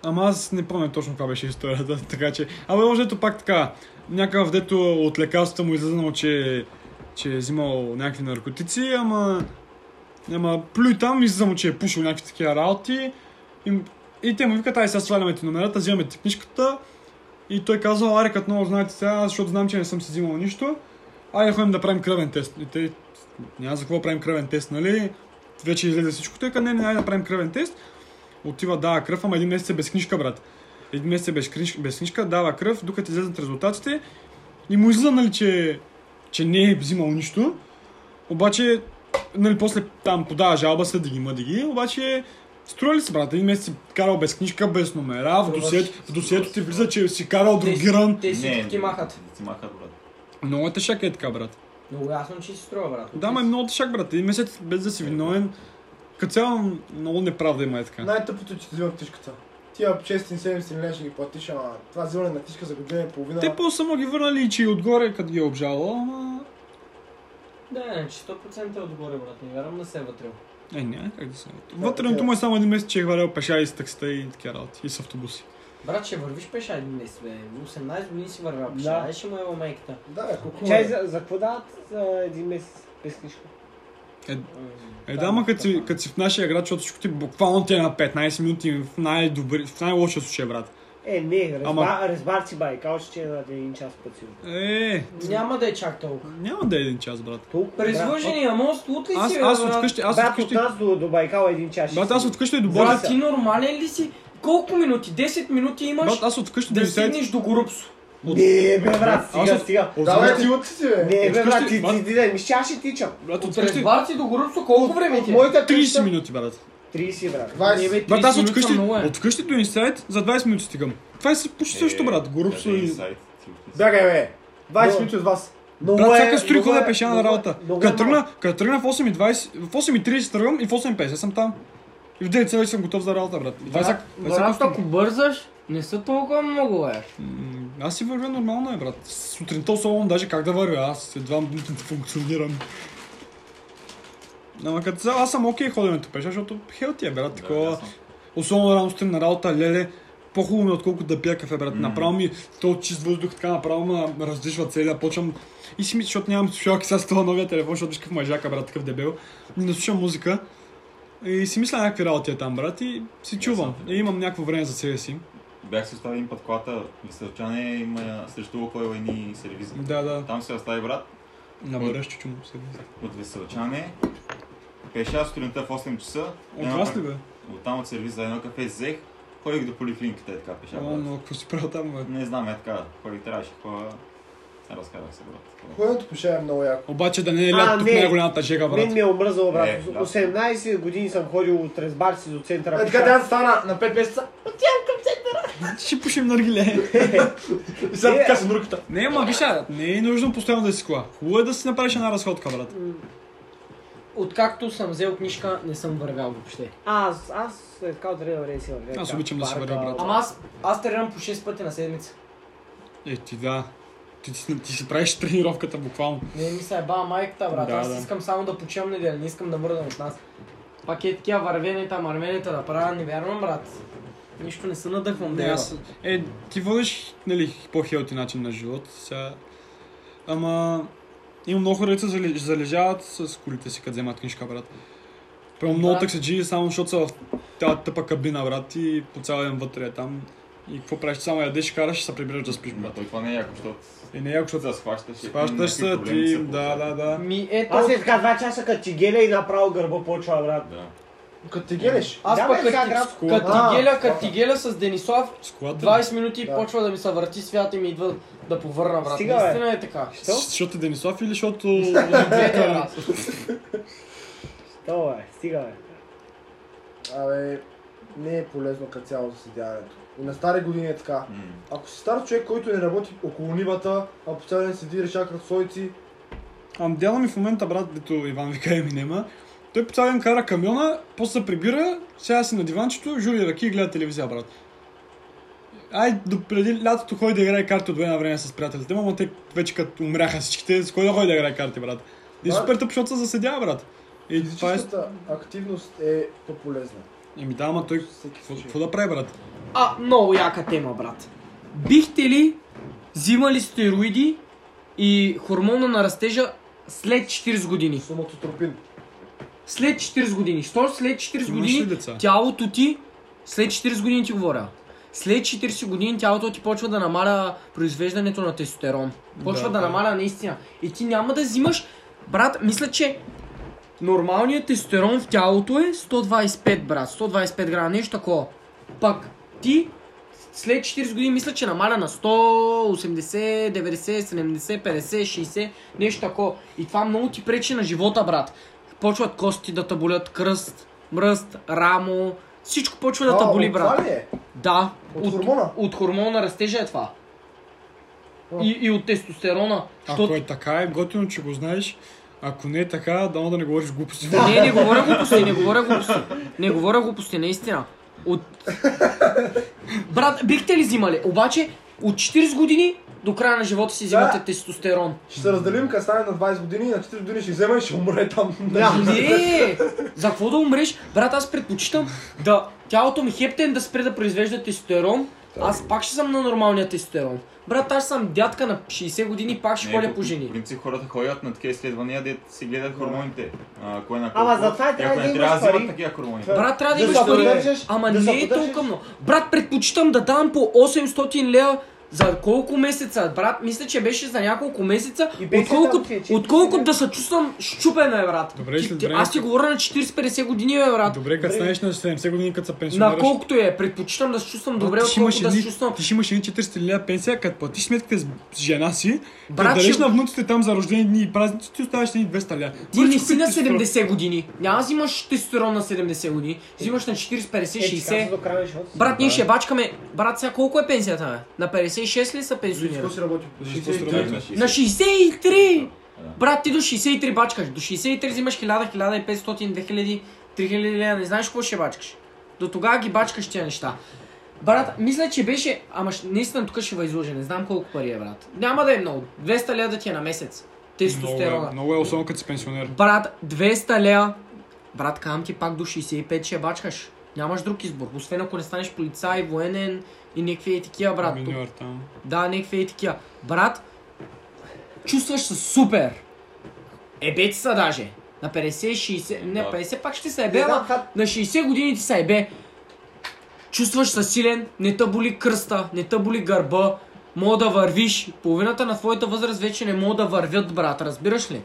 S5: Ама аз не помня точно каква беше историята, така че... Абе, може ето пак така, някакъв дето от лекарствата му излезнало, че, че е взимал някакви наркотици, ама... Ама плюй там, излизам, че е пушил някакви такива работи. И, и те му викат, ай сега сваляме ти номерата, взимаме ти книжката. И той казал, аре, като много знаете сега, защото знам, че не съм си взимал нищо. Айде ходим да правим кръвен тест. И те, няма за какво правим кръвен тест, нали? Вече излезе всичко. Той каза, не, не, айде да правим кръвен тест. Отива, дава кръв, ама един месец е без книжка, брат. Един месец е без, книж, без книжка, дава кръв, докато излезнат резултатите. И му излиза, нали, че, че не е взимал нищо. Обаче, нали, после там подава жалба, след да ги има да ги, обаче Струва ли се, брат? Един месец си карал без книжка, без номера, в досието, в досието ти влиза, че си карал другиран.
S1: Те
S2: Не,
S1: си Е, ти
S2: не,
S1: махат.
S2: Ти махат, брат.
S5: Много е тежак е така, брат.
S1: Много ясно, че си струва, брат.
S5: Да, ма е много тежак, брат. Един месец без да си виновен. Като цяло много неправда има е така.
S3: Най-тъпото, че ти взимам тишката. Тия 6-7 лена ще ги платиш, ама това взимане на тишка за година и половина.
S5: Те по само ги върнали, че и отгоре, като ги е обжалвал, ама...
S1: Да, че 100% е отгоре, брат. Не вярвам да се е вътрил.
S5: Е, няма как да се... Вътреното му е само един месец, че е хвалял пеша и с таксита и такива работи, и с автобуси.
S1: Брат, ще вървиш пеша един днес, бе. 18 години си вървял пеша.
S4: Да.
S1: Е, ще му е майката.
S3: Да, бе, колко
S4: Чай,
S3: е?
S4: за, за какво дават за един месец без книжка?
S5: Е, да, ма като си, като си в нашия град, защото всичко ти буквално ти е на 15 минути в най-добри, в най-лошия случай, брат.
S4: Е, не, разба,
S5: Ама-
S4: разбар си бай, као че е на един час път си.
S5: Е,
S1: Няма да е чак толкова.
S5: няма да е един час, брат.
S4: Толкова,
S1: През
S4: брат.
S1: Лъжения мост, лут ли
S5: Аз,
S1: си, бе,
S5: аз
S1: брат?
S5: от къщи, аз от
S4: брат, от
S5: къщи,
S4: нас до, до Байкал е един час. ще
S5: брат,
S4: си.
S5: аз от къщи до Борица.
S1: Брат, ти нормален ли си? Колко минути? 10 минути имаш
S5: Брат, аз от къщи до
S1: да
S5: Исайт.
S1: стигнеш до Горупсо.
S4: Не, бе, брат,
S5: Аз
S4: стига,
S5: от-
S4: стига.
S5: от-
S3: Да, бе, ти луд си, бе.
S4: Не, бе,
S5: Откъщи-
S4: брат, ти,
S5: брат.
S4: ти, ти, не, ми ще аз ще тичам.
S5: Брат, от
S1: През
S5: къщи
S1: Барци до Горупсо колко време
S4: От
S1: ти е?
S4: моята
S5: 30
S4: къща-
S5: минути, брат.
S4: 30, брат.
S3: 20.
S1: Е, бе,
S5: Брат,
S1: 30
S5: аз от
S1: минути
S5: къщи,
S1: много е.
S5: от къщи до инсайт за 20 минути стигам. Това е си почти също, брат. Горупсо
S2: къде е
S5: и...
S2: инсайт? Ти още си-
S3: Бягай, бе. 20
S4: Но-
S3: минути от вас.
S4: Много
S5: Брат,
S4: е-
S5: всяка с 3
S4: много
S5: хода
S4: е-
S5: пеша на
S4: много е-
S5: работа.
S4: много е
S5: Като
S4: малко.
S5: тръгна, като тръгна в 8.20, в 8.30 тръгвам и в 8.50 съм там. И в 9 вече съм готов за работа, брат. И това е всяка- това е всяка
S1: Брат, ако
S5: сутрин.
S1: бързаш, не са толкова много, е.
S5: М, Аз си вървя нормално, е, брат. Сутринта особено даже как да вървя, аз едва м- функционирам. Ама като цяло, аз съм окей ходенето пеша, защото хелти е, брат,
S2: Да,
S5: такова.
S2: ясно.
S5: Особено рано сутрин на работа, леле, по-хубаво ми е, отколкото да пия кафе, брат. Направо ми то чист въздух, така направо ме раздишва целия, почвам и си мисля, защото нямам слушалки сега с това новия телефон, защото виж какъв мъжака, брат, такъв дебел. И Не слушам музика. И си мисля някакви работи е там, брат, и си чувам.
S2: Ясно.
S5: И имам някакво време за себе си.
S2: Бях си оставил един път колата, мисълчане има срещу Лукойл едни сервизи.
S5: Да, да.
S2: Там се остави брат,
S5: Набъреш, че чум се.
S2: от Веселчане. Пеша сутринта в 8 часа.
S5: От
S2: Едно
S5: вас
S2: кафе-
S5: ли бе?
S2: Оттам от сервиза за едно кафе взех, ходих до поликлиниката е така пеша.
S5: О,
S2: брат.
S5: но какво си правил там, бе?
S2: Не знам е така, ходих трябваше хора. Разкарах се брат.
S3: Ходенето пеше е много яко.
S5: Обаче да не е
S4: А,
S5: лято тук
S4: не.
S5: най-голямата жега,
S4: Мен
S5: брат.
S4: ми е омръзало, брат.
S2: Е, да.
S4: 18 години съм ходил от Резбарци до центъра.
S3: Е, така
S4: пеша.
S3: тя стана на 5 месеца.
S5: Ще пушим наргиле.
S3: И сега
S4: Е.
S3: така с мръката.
S5: Не, ма виж, сега, не е нужно постоянно да си кола. Хубаво е да си направиш една разходка, брат.
S1: Откакто съм взел книжка, не съм вървял въобще.
S4: Аз, аз е така от време на време си вървя.
S5: Аз
S4: така,
S5: обичам да си
S4: парка.
S5: вървя, брат.
S1: Ама аз, аз тренирам по 6 пъти на седмица.
S5: Е, ти да. Ти, ти, ти си правиш тренировката буквално.
S1: Не ми се еба майката, брат.
S5: Да,
S1: аз
S5: да.
S1: искам само да почивам неделя, не искам да мърдам от нас. Пак е такива вървенета, мървенета да правя, не вярвам, брат. Нищо не се надъхвам да
S5: Не,
S1: я.
S5: аз... Е, ти водиш, нали, по-хелти начин на живот. Сега... Ама... Има много хора, които се зали- залежават с колите си, като вземат книжка, брат. Прямо много
S1: Да.
S5: таксиджи, само защото са в тази тъпа кабина, брат, и по цял ден вътре е там. И какво правиш? Само ядеш, караш, ще се прибираш да спиш,
S2: Ма
S5: брат.
S2: той това не е яко, защото
S5: Е, не, е, ако ще
S2: се схващаш. и
S5: Схващаш
S2: някакви
S5: се,
S2: проблеми
S5: ти...
S2: се
S5: Да, да,
S2: получават.
S5: да.
S1: Ми ето...
S4: Аз е така два часа като ти геля и направо гърба почва, брат.
S2: Да.
S3: Като те гелеш.
S1: Аз
S4: Да,
S1: пък
S4: бе,
S1: като
S4: сега
S1: ти-
S4: градско.
S1: като
S3: А,
S1: ти геля,
S3: това
S1: като ти геля с Денислав,
S5: Склад,
S1: 20 минути
S3: Да.
S1: почва да ми се върти свята и ми идва да повърна, брат.
S4: Стига, бе.
S1: Наистина е така.
S4: Що?
S5: Защото е Денислав или защото...
S1: Двете, брат.
S4: То е, стига бе.
S3: Абе, не е полезно като цяло за седянето. И на стари години е така.
S2: М.
S3: Ако си стар човек, който не работи около нивата, а по цял ден седи, реша красойци,
S5: Ам дядо ми в момента, брат, дето Иван вика е, ми нема, той по цял ден кара камиона, после се прибира, сега си на диванчето, жури ръки и гледа телевизия, брат. Ай, до преди лятото ходи да играе карти от време на време с приятелите, му, ама те вече като умряха всичките, с кой да ходи да играе карти, брат. И
S3: Брат.
S5: супер тъп, защото се заседява, брат. И това е...
S3: физическата активност е по-полезна.
S5: Еми да, ама той...
S3: Всеки
S5: какво-
S3: случай.
S5: Какво да прави, брат?
S1: А, много яка тема, брат. Бихте ли взимали стероиди и хормона на растежа след 40 години?
S3: Соматотропин.
S1: След 40 години. Що след 40
S5: Имаш ли
S1: години
S5: деца?
S1: тялото ти, след 40 години ти говоря, след 40 години тялото ти почва да намаля произвеждането на тестостерон. Почва
S5: Да,
S1: да,
S5: да.
S1: намаля наистина. И ти няма да взимаш... Брат, мисля, че нормалният тестостерон в тялото е 125, брат. 125 грама, нещо такова. Пак ти след 40 години мисля, че намаля на 180, 90, 70, 50, 60, нещо такова. И това много ти пречи на живота, брат. Почват кости да таболят, кръст, мръст, рамо, всичко почва да
S3: А,
S1: таболи,
S3: от
S1: брат.
S3: Това ли е?
S1: Да.
S3: От хормона?
S1: От хормона на растежа е това.
S3: А.
S1: И, и от тестостерона.
S5: Ако
S1: Защото...
S5: е така, е готино, че го знаеш. Ако не е така, дано да не говориш глупости.
S1: Не, не говоря глупости, не говоря глупости. Не говоря глупости, наистина. От... Брат, бихте ли взимали? Обаче, от 40 години до края на живота си взимате
S3: Да.
S1: тестостерон.
S3: Ще се разделим, като стане на 20 години, на 40 години ще взема и ще умре там.
S1: Не! За какво да умреш? Брат, аз предпочитам да тялото ми хептен да спре да произвежда тестостерон. Аз пак ще съм на нормалния тестостерон. Брат, аз съм дядка на 60 години, пак ще
S2: Не,
S1: ходя
S2: по-
S1: по
S2: В
S1: жени.
S2: принцип хората ходят на такива изследвания, де си гледат хормоните. А, кой на колко.
S4: Ама за това
S2: И
S4: трябва
S2: ако
S4: да
S2: не
S4: имаш
S2: трябва да взимат
S4: пари.
S2: такива хормони.
S1: Брат, трябва да
S4: Да
S1: имаш
S4: се
S1: пари.
S4: поддържаш,
S1: Ама
S4: да се
S1: не е
S4: поддържаш.
S1: толкова много. Брат, предпочитам да давам по 800 лева за колко месеца, брат, мисля, че беше за няколко месеца,
S4: И пенсията
S1: отколкото
S4: ти е 40
S1: отколкото да се чувствам щупен, бе, брат.
S5: Добре,
S1: Ти-
S5: след
S1: ти-
S5: време
S1: аз ти
S5: ще-
S1: говоря на 40-50 години, бе, брат.
S5: Добре, като станеш на 70 години, като се
S1: На
S5: пенсионираш.
S1: колкото е, предпочитам да се чувствам добре,
S5: Ти ще имаш
S1: отколкото да
S5: едни-
S1: се чувствам.
S5: Ти ще имаш едни 400 лева пенсия, като платиш сметките с жена си,
S1: Брат,
S5: като дареш
S1: ще-
S5: на внуците там за рождени дни и празници, ти оставаш едни 200 лева.
S1: Ти не си на 70 години. Няма да взимаш тестостерон на 70 години. Взимаш на 40, 50,
S4: Е, ти каза
S1: 60.
S4: до края на живота си.
S1: Брат, ние ще бачкаме. Брат, сега колко е пенсията? бе? На 56 ли са пенсионира?
S3: Всичко си работи.
S5: Всичко си
S2: Да,
S5: работи.
S2: на
S1: На
S2: 60.
S1: 63!
S2: Да.
S1: Брат, ти до 63 бачкаш. До 63 взимаш 1000, 1500, 2000, 3000 лева. Не знаеш какво ще бачкаш. До тогава ги бачкаш тия неща. Брат, мисля, че беше... Ама ще- наистина тук ще изложа. Не знам колко пари е, брат. Няма да е много. 200 лева да ти е на месец.
S5: Много е,
S1: Тестостерона.
S5: много е, особено като си пенсионер.
S1: Брат, 200 лева. Брат, казвам ти пак до 65 ще бачкаш. Нямаш друг избор. Освен ако не станеш полицай, военен и някакви е такива, брат. Тук-
S5: Миньор там.
S1: да, някакви е такива. Брат, чувстваш се супер. Ебе ти са даже. На 50-60, не
S2: Да.
S1: 50 пак ще се ебе,
S4: Да,
S1: ама
S4: това-
S1: на 60 години ти се ебе. Чувстваш се силен, не те боли кръста, не те боли гърба. Мога да вървиш. Половината на твоята възраст вече не мога да вървят, брат, разбираш ли?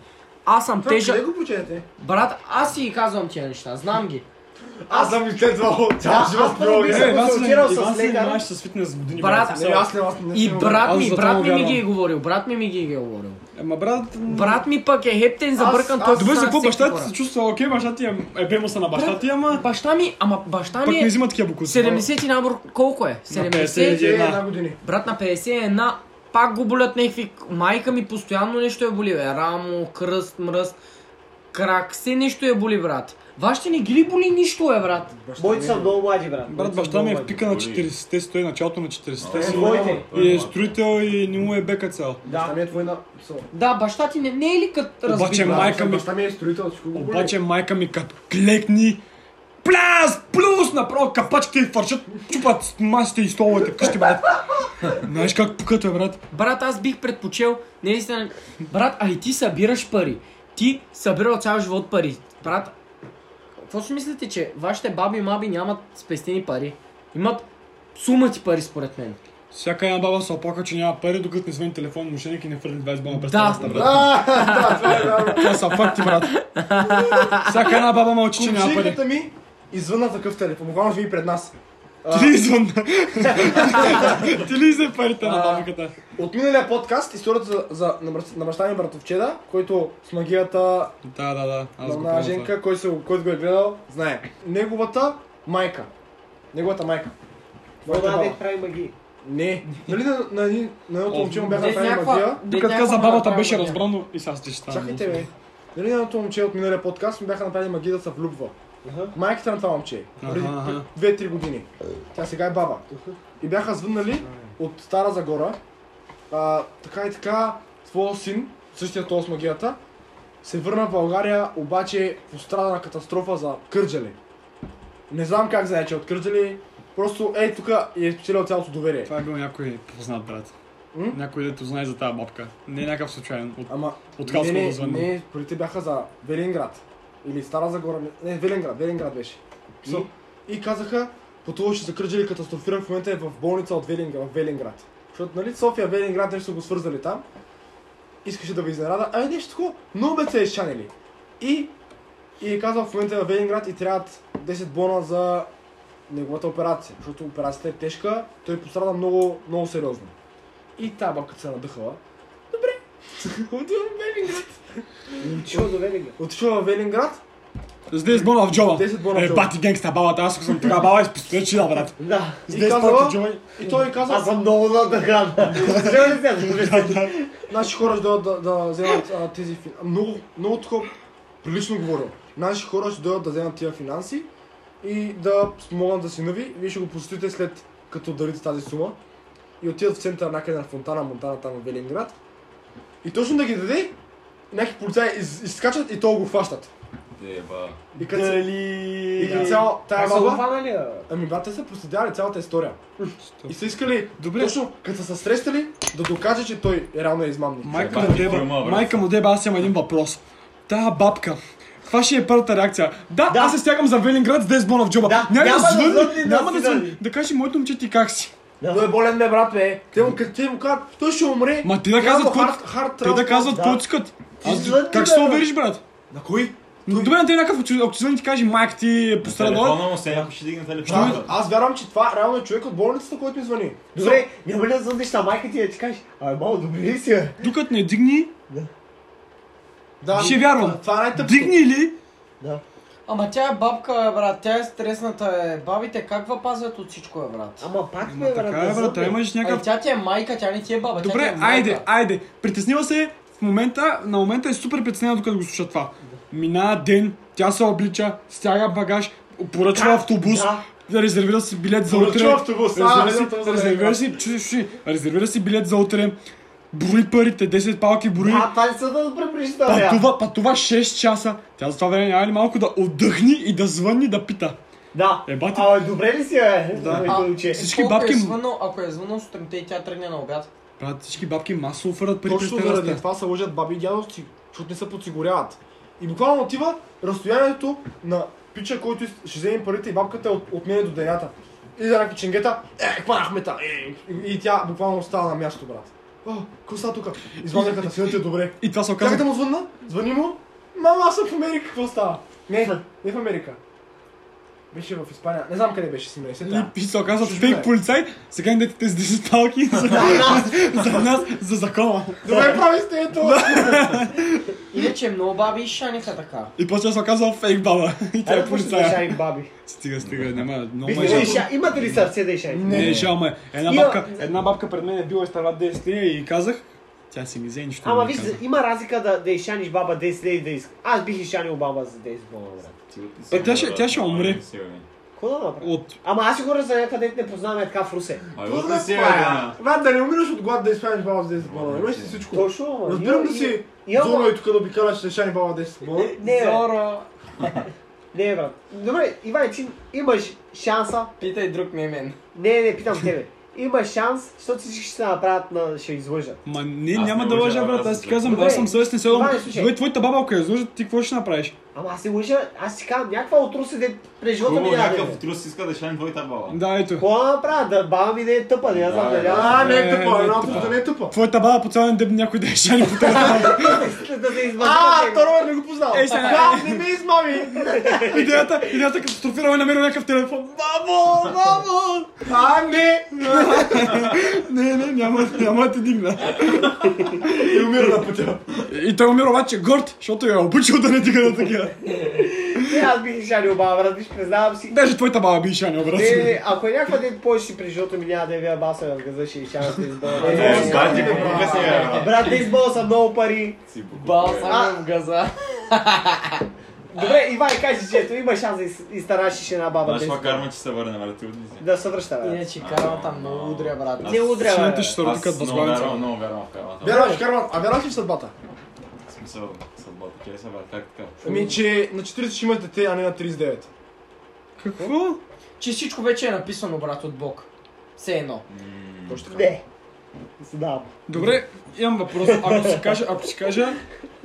S1: Аз съм
S3: Тежа.
S1: тежък.
S3: Къде го почете?
S1: Брат, аз си ги казвам тия неща, знам ги.
S3: Аз съм изследвал цял
S4: аз
S3: живот
S4: първо
S3: биология.
S4: бих
S5: Е,
S4: се
S5: Иван се
S4: консултирал
S5: Иван
S4: с
S5: се
S4: лекар.
S5: занимаваш с фитнес години.
S1: Брат, ами
S5: брат.
S3: Не, аз не, аз не.
S1: И
S3: съм-
S1: брат
S5: аз
S1: ми,
S5: за това
S1: брат ми
S5: му
S1: ми ги е
S5: вярвам.
S1: говорил, брат ми ми ги е говорил.
S5: Ама брат... м,
S1: Брат ми пък е хептен, забъркан,
S3: аз-
S1: той
S5: Добре, за
S1: стана
S5: какво
S1: всеки
S5: баща
S1: хора.
S5: ти се чувства? Окей, баща ти е... Ебе му са на баща ти, ама...
S1: Баща ми, ама баща
S5: Пък
S1: ми
S5: не
S1: е
S5: взима такива букуци.
S1: 70 и набор, колко е?
S5: 50.
S1: 70?
S3: Е,
S5: Една.
S3: една години.
S1: Брат на 51, пак го болят някакви... Майка ми постоянно нещо е боли, бе. Рамо, кръст, мръст, крак, все нещо е боли, брат. Вашите не ги ли боли нищо, е, брат?
S4: Моите са много млади, брат.
S5: Брат, баща ми е в пика на 40-те, стои началото на
S2: Е,
S5: 40-те.
S4: Моите.
S5: И е строител и не му е бека цял.
S3: Баща ми е твойна.
S1: Да, баща ти не, не е ли като
S5: Обаче
S1: разбит?
S5: майка ми-
S3: Баща ми е строител, всичко го боли.
S5: Обаче майка ми като клекни, пляс, плюс, направо капачките и фаршат, чупат масите и столовете вкъщи, брат. Знаеш как пукат, бе, брат?
S6: Брат, аз бих предпочел, наистина, брат, а и ти събираш пари. Ти събирал цял живот пари. Брат, какво си мислите, че вашите баби и маби нямат спестени пари? Имат сума ти пари, според мен.
S5: Всяка една баба се оплака, че няма пари, докато не звъни телефон, мошеник и не фърли 20 бона през
S6: Да.
S5: да, брат.
S3: е
S5: Това са факти, брат. Всяка една баба мълчи, че няма пари.
S3: Кучиката ми извънна такъв телефон, буквално ви пред нас.
S5: Ти ли извън? Ти ли извън парите на
S3: А.
S5: бабиката?
S3: От миналия подкаст историята за, за намръс- на баща ми братовчеда, който с магията
S5: Да, да, да.
S3: на
S5: Аз го
S3: една
S5: помня това.
S3: женка, който, се, който го е гледал, знае. Неговата майка. Неговата майка. Моята
S4: Она
S3: баба.
S4: не прави магии.
S3: Не. Нали на, на, един- на едното момче му бяха
S6: Дед
S3: направили
S6: някаква-
S3: магия?
S6: дед
S5: Докато
S6: някаква
S5: каза
S6: мама
S5: бабата
S6: прави
S5: беше
S6: магия.
S5: разбрано и сега ще стана.
S3: Чакайте, бе. Нали на едното момче от миналия подкаст му бяха направили магия да се влюбва?
S4: Аха.
S3: Майката на това момче.
S5: Аха,
S3: Преди
S5: аха.
S3: 2-3 години. Тя сега е баба. И бяха звъннали от Стара Загора. А, така и така, твоя син, същия този с магията, се върна в България, обаче пострада на катастрофа за Кърджали. Не знам как знае, че е от Кърджали. Просто ей тук и е спечелил цялото доверие.
S5: Това е бил някой познат, брат.
S3: М?
S5: Някой, дето знае за тази бабка. Не е някакъв случайен. От...
S3: Ама,
S5: От
S3: не,
S5: Хасково
S3: не,
S5: звънна.
S3: не, парите бяха за Велинград. Или Стара Загора. Не, не, Велинград, Велинград беше. И, и казаха, пътуваше за Кърджали, катастрофиран в момента е в болница от Велинград, в Велинград. Защото, нали, София, Велинград, нещо са го свързали там. Искаше да ви изненада. Ами нещо такова, много бе се е шанили. И, и е казал, в момента е в Велинград и трябват 10 бона за неговата операция. Защото операцията е тежка, той пострада много, много сериозно. И тази бабка се надъхала. Добре, отивам в е, Велинград.
S4: Чува до Велинград.
S3: Отишъл в Велинград.
S5: С 10 бона в джоба.
S3: 10 бона в
S5: Е,
S3: джоба.
S5: бати генгста бабата, аз ако съм така баба, и с пистолет ще да, брат.
S4: Да.
S5: С
S3: И
S5: 10 бона
S3: казала-
S5: в джоба.
S3: И той е каза,
S4: Аз съм много надъхан. Трябва ли сега да го обясня?
S3: наши значи хора ще дойдат да, да вземат а, тези финанси. Много, много такова прилично говорил. Наши хора ще дойдат да вземат тия финанси и да могат да си нави. Вие ще го посетите след като дарите тази сума. И отиват в центъра някъде на Фонтана, Монтана, там в Велинград. И точно да ги даде, някакви полицаи из, изскачат и то го хващат.
S2: Деба.
S3: И като, се- и като цяла тая
S4: Аз съм нали?
S3: баба...
S4: хванали, а.
S3: Ами брат, те са проследявали цялата история. И са искали,
S5: Добре.
S3: Добре. точно като са се срещали, да докаже, че той реално е измамник.
S5: Майка
S2: Е,
S5: му
S2: бати,
S5: деба,
S2: филма, брат.
S5: майка му деба, аз имам един въпрос. Та бабка, каква ще е първата реакция? Да, аз се стягам за Велинград с 10 бона в джоба.
S4: Да,
S5: няма да
S4: няма да
S5: звънни,
S4: звънни, да
S5: няма да
S4: си
S5: звънни.
S4: даде.
S5: Да кажи, моето момче ти как си?
S3: Той е болен, бе, брат, бе. Те му, те му казват, той ще умре.
S5: Ма те да
S3: Трябва
S5: казват,
S3: хард,
S5: кой-
S3: хард,
S5: Те да
S3: трябва-
S5: казват,
S3: Да.
S5: какво искат. Аз-
S4: звънни,
S5: Как
S4: бе,
S5: ще
S4: бе.
S5: увериш, брат?
S3: На кой?
S5: Но Добре, на те някакъв, ако- ако ти звъни и ти каже, майка ти е пострадала,
S2: Телефона му се някой ще дигне
S3: Брат,
S2: телефона.
S3: аз вярвам, че това реално е човек от болницата, който ми звъни.
S4: Добре, няма ли да звъниш на майка ти и да ти кажеш, абе, мало, добре ли си, бе?
S5: докато не дигни,
S3: Да,
S5: ще вярвам.
S3: Това е най-тъпото.
S5: дигни ли,
S1: Ама тя е бабка, бе, брат. Тя е стресната. Е. Бабите как пазят от всичко, е, брат?
S4: Ама пак
S5: Ма
S4: ме, брат,
S5: така е,
S4: да
S5: брат,
S4: звънне.
S5: имаш
S1: Ай,
S5: някакъв...
S1: тя ти е майка, тя не ти е баба. тя ти е
S5: Добре,
S1: майка.
S5: айде, айде. Притеснила се в момента, на момента е супер притеснена, докато го слуша това. Мина ден, тя се облича, стяга багаж, поръчва автобус, да резервира си билет за
S3: Поръчва
S5: утре.
S3: автобус, а, е.
S5: резервира
S3: резервира
S5: си-
S3: автобус за
S5: резервира
S3: Ленинград.
S5: си, чуй, чуй, резервира си билет за утре, брои парите, 10 палки брои.
S4: А, това не са да препрещавя.
S5: Пътува, пътува 6 часа. Тя за това време няма ли малко да отдъхни и да звънни да пита.
S4: Да.
S5: Е, бати.
S4: Абе, добре ли си, бе?
S5: Да.
S4: Моето момче.
S5: Всички
S1: Колко
S5: бабки,
S1: Е звънал, ако е звънал сутринта и тя тръгне на обяд.
S5: брат, всички бабки масово фърдат пари през
S3: Точно
S5: терасата.
S3: заради това се лъжат баби и дядовци, защото не се подсигуряват. И буквално отива разстоянието на пича, който ис- ще вземе парите и бабката е от, от мене до денята. И за някакви ченгета, е, хванахме та, е, и, и тя буквално остава на място, брат. О, коса тук. Изваднахата, синът ти е добре.
S5: И това се
S3: Чакай да
S5: оказа.
S3: му звънна, звъни му. Мама, аз съм в Америка, какво става? Не, не в Америка. Беше в Испания. Не знам къде беше си мресе. Да.
S5: И се оказа
S3: Чужбина
S5: фейк
S3: е.
S5: полицай, сега им дете тези 10 палки за, за нас, за закона.
S3: Добре, прави сте ето.
S1: Иначе много баби и шаниха така.
S5: И после се оказа фейк баба. И тя е
S4: Айде, пусти да
S5: полицая.
S4: шаим баби.
S5: Стига, стига, няма, много
S4: Вижте
S5: ме
S4: ли,
S5: жал.
S4: ша- Имате ли сърце да и шаим?
S5: Не, жал ме. Една
S4: Има-
S5: бабка, една бабка пред мен е била изтърва 10 линия и казах, тя си ми взе и нищо.
S4: Ама
S5: не ми
S4: виж,
S5: каза.
S4: има разлика да, да изшаниш баба 10 леди да иска. Аз бих изшанил баба за 10 бона, брат.
S5: Бе, тя ще- тя ще умре.
S4: Какво да направя?
S5: От
S4: Ама аз си говоря за някъде, дето не познаваме е така в Русе.
S2: Ай,
S3: Какво
S2: да
S3: да
S2: си е,
S3: правя?
S2: да.
S3: Брат, Ами, да не умираш от глад да изправиш баба с 10 бона. Имаш ли всичко?
S4: Точно, ама.
S3: Разбирам
S4: има-
S3: да си
S4: има-
S1: Е,
S3: Е, Зоро и тук да обикаляш с шани баба 10 бона.
S4: Не, бе.
S1: Зора.
S4: Не, брат. Добре, Ивай, ти имаш шанса.
S1: Питай друг, не мен.
S4: Не, не, питам тебе. Имаш шанс, защото всички ще се направят на... ще излъжат.
S5: Ма не,
S2: Аз
S5: няма
S2: не
S5: да
S2: лъжа,
S5: лъжа, брат.
S2: аз
S5: Аз ти
S2: съм
S5: казвам,
S4: Добре.
S5: аз съм съвестен седом.
S4: Иване, слушай.
S5: Дори твоята баба, ако я излъжат, ти какво ще направиш?
S4: Ама аз се лъжа, аз си казвам някаква отруса, де през живота ми
S2: Хубаво,
S4: няма. да
S2: някакъв
S4: е.
S2: трус иска да шане твоята баба.
S5: Да, ето.
S4: Какво да направя? Да баба ми не е тъпа, не я знам
S2: Да,
S4: дали.
S2: да.
S4: аз-
S3: А, не е
S5: Е,
S3: тъпа,
S5: не е
S3: една
S5: тъпа.
S3: отруса не е тъпа.
S5: Твоята баба по цял ден някой да е шани по тази
S4: Да се
S3: А,
S4: извършва.
S2: е-
S3: Торо не го познавам.
S4: Е,
S5: Ей, сега.
S3: А, не ме измами.
S5: Е, Идеята, идеята катастрофирала и намерил някакъв телефон. Мамо, мамо!
S3: А, не.
S5: Не, не, няма, няма да ти дигна.
S3: И умира на пътя.
S5: И той умира обаче горд, защото я е обучил да не дига на такива.
S4: Не, аз бих шанил баба, брат, виж, признавам си.
S5: Даже твоята баба би шанил, брат.
S4: Не, не, ако е някаква ден повече си през живота ми няма да я баса, аз газа ще изчавам да избъл.
S2: Е, да, ти го купя сега, брат.
S4: Брат, да избъл са много пари.
S2: Си го купя.
S1: Бал
S4: А.
S1: съм в газа.
S4: Добре, Ивай, кажи, че ето има шанс да из- изтарашиш една баба. да
S2: Знаеш каква
S4: избъл.
S2: карма, че се върне, брат, ти отнизи.
S4: Да се връща, брат.
S1: Иначе кармата много удря, брат.
S4: Не удря, бе,
S5: Шаните
S4: бе.
S5: ще се роди като
S2: много вярвам,
S5: възглавница.
S2: много вярвам в кармата. брат.
S3: Вярваш в кармата. А вярваш ли в съдбата?
S2: В смисъл, съдбата. Чай сега, брат, как така?
S3: Ами, че на 40 ще имате дете, а не на 39.
S5: Какво?
S1: Че всичко вече е написано, брат, от Бог. Все едно.
S2: М,
S3: Точно така.
S4: Не. Знам.
S5: Добре, имам въпрос. Ако си кажа, ако си кажа,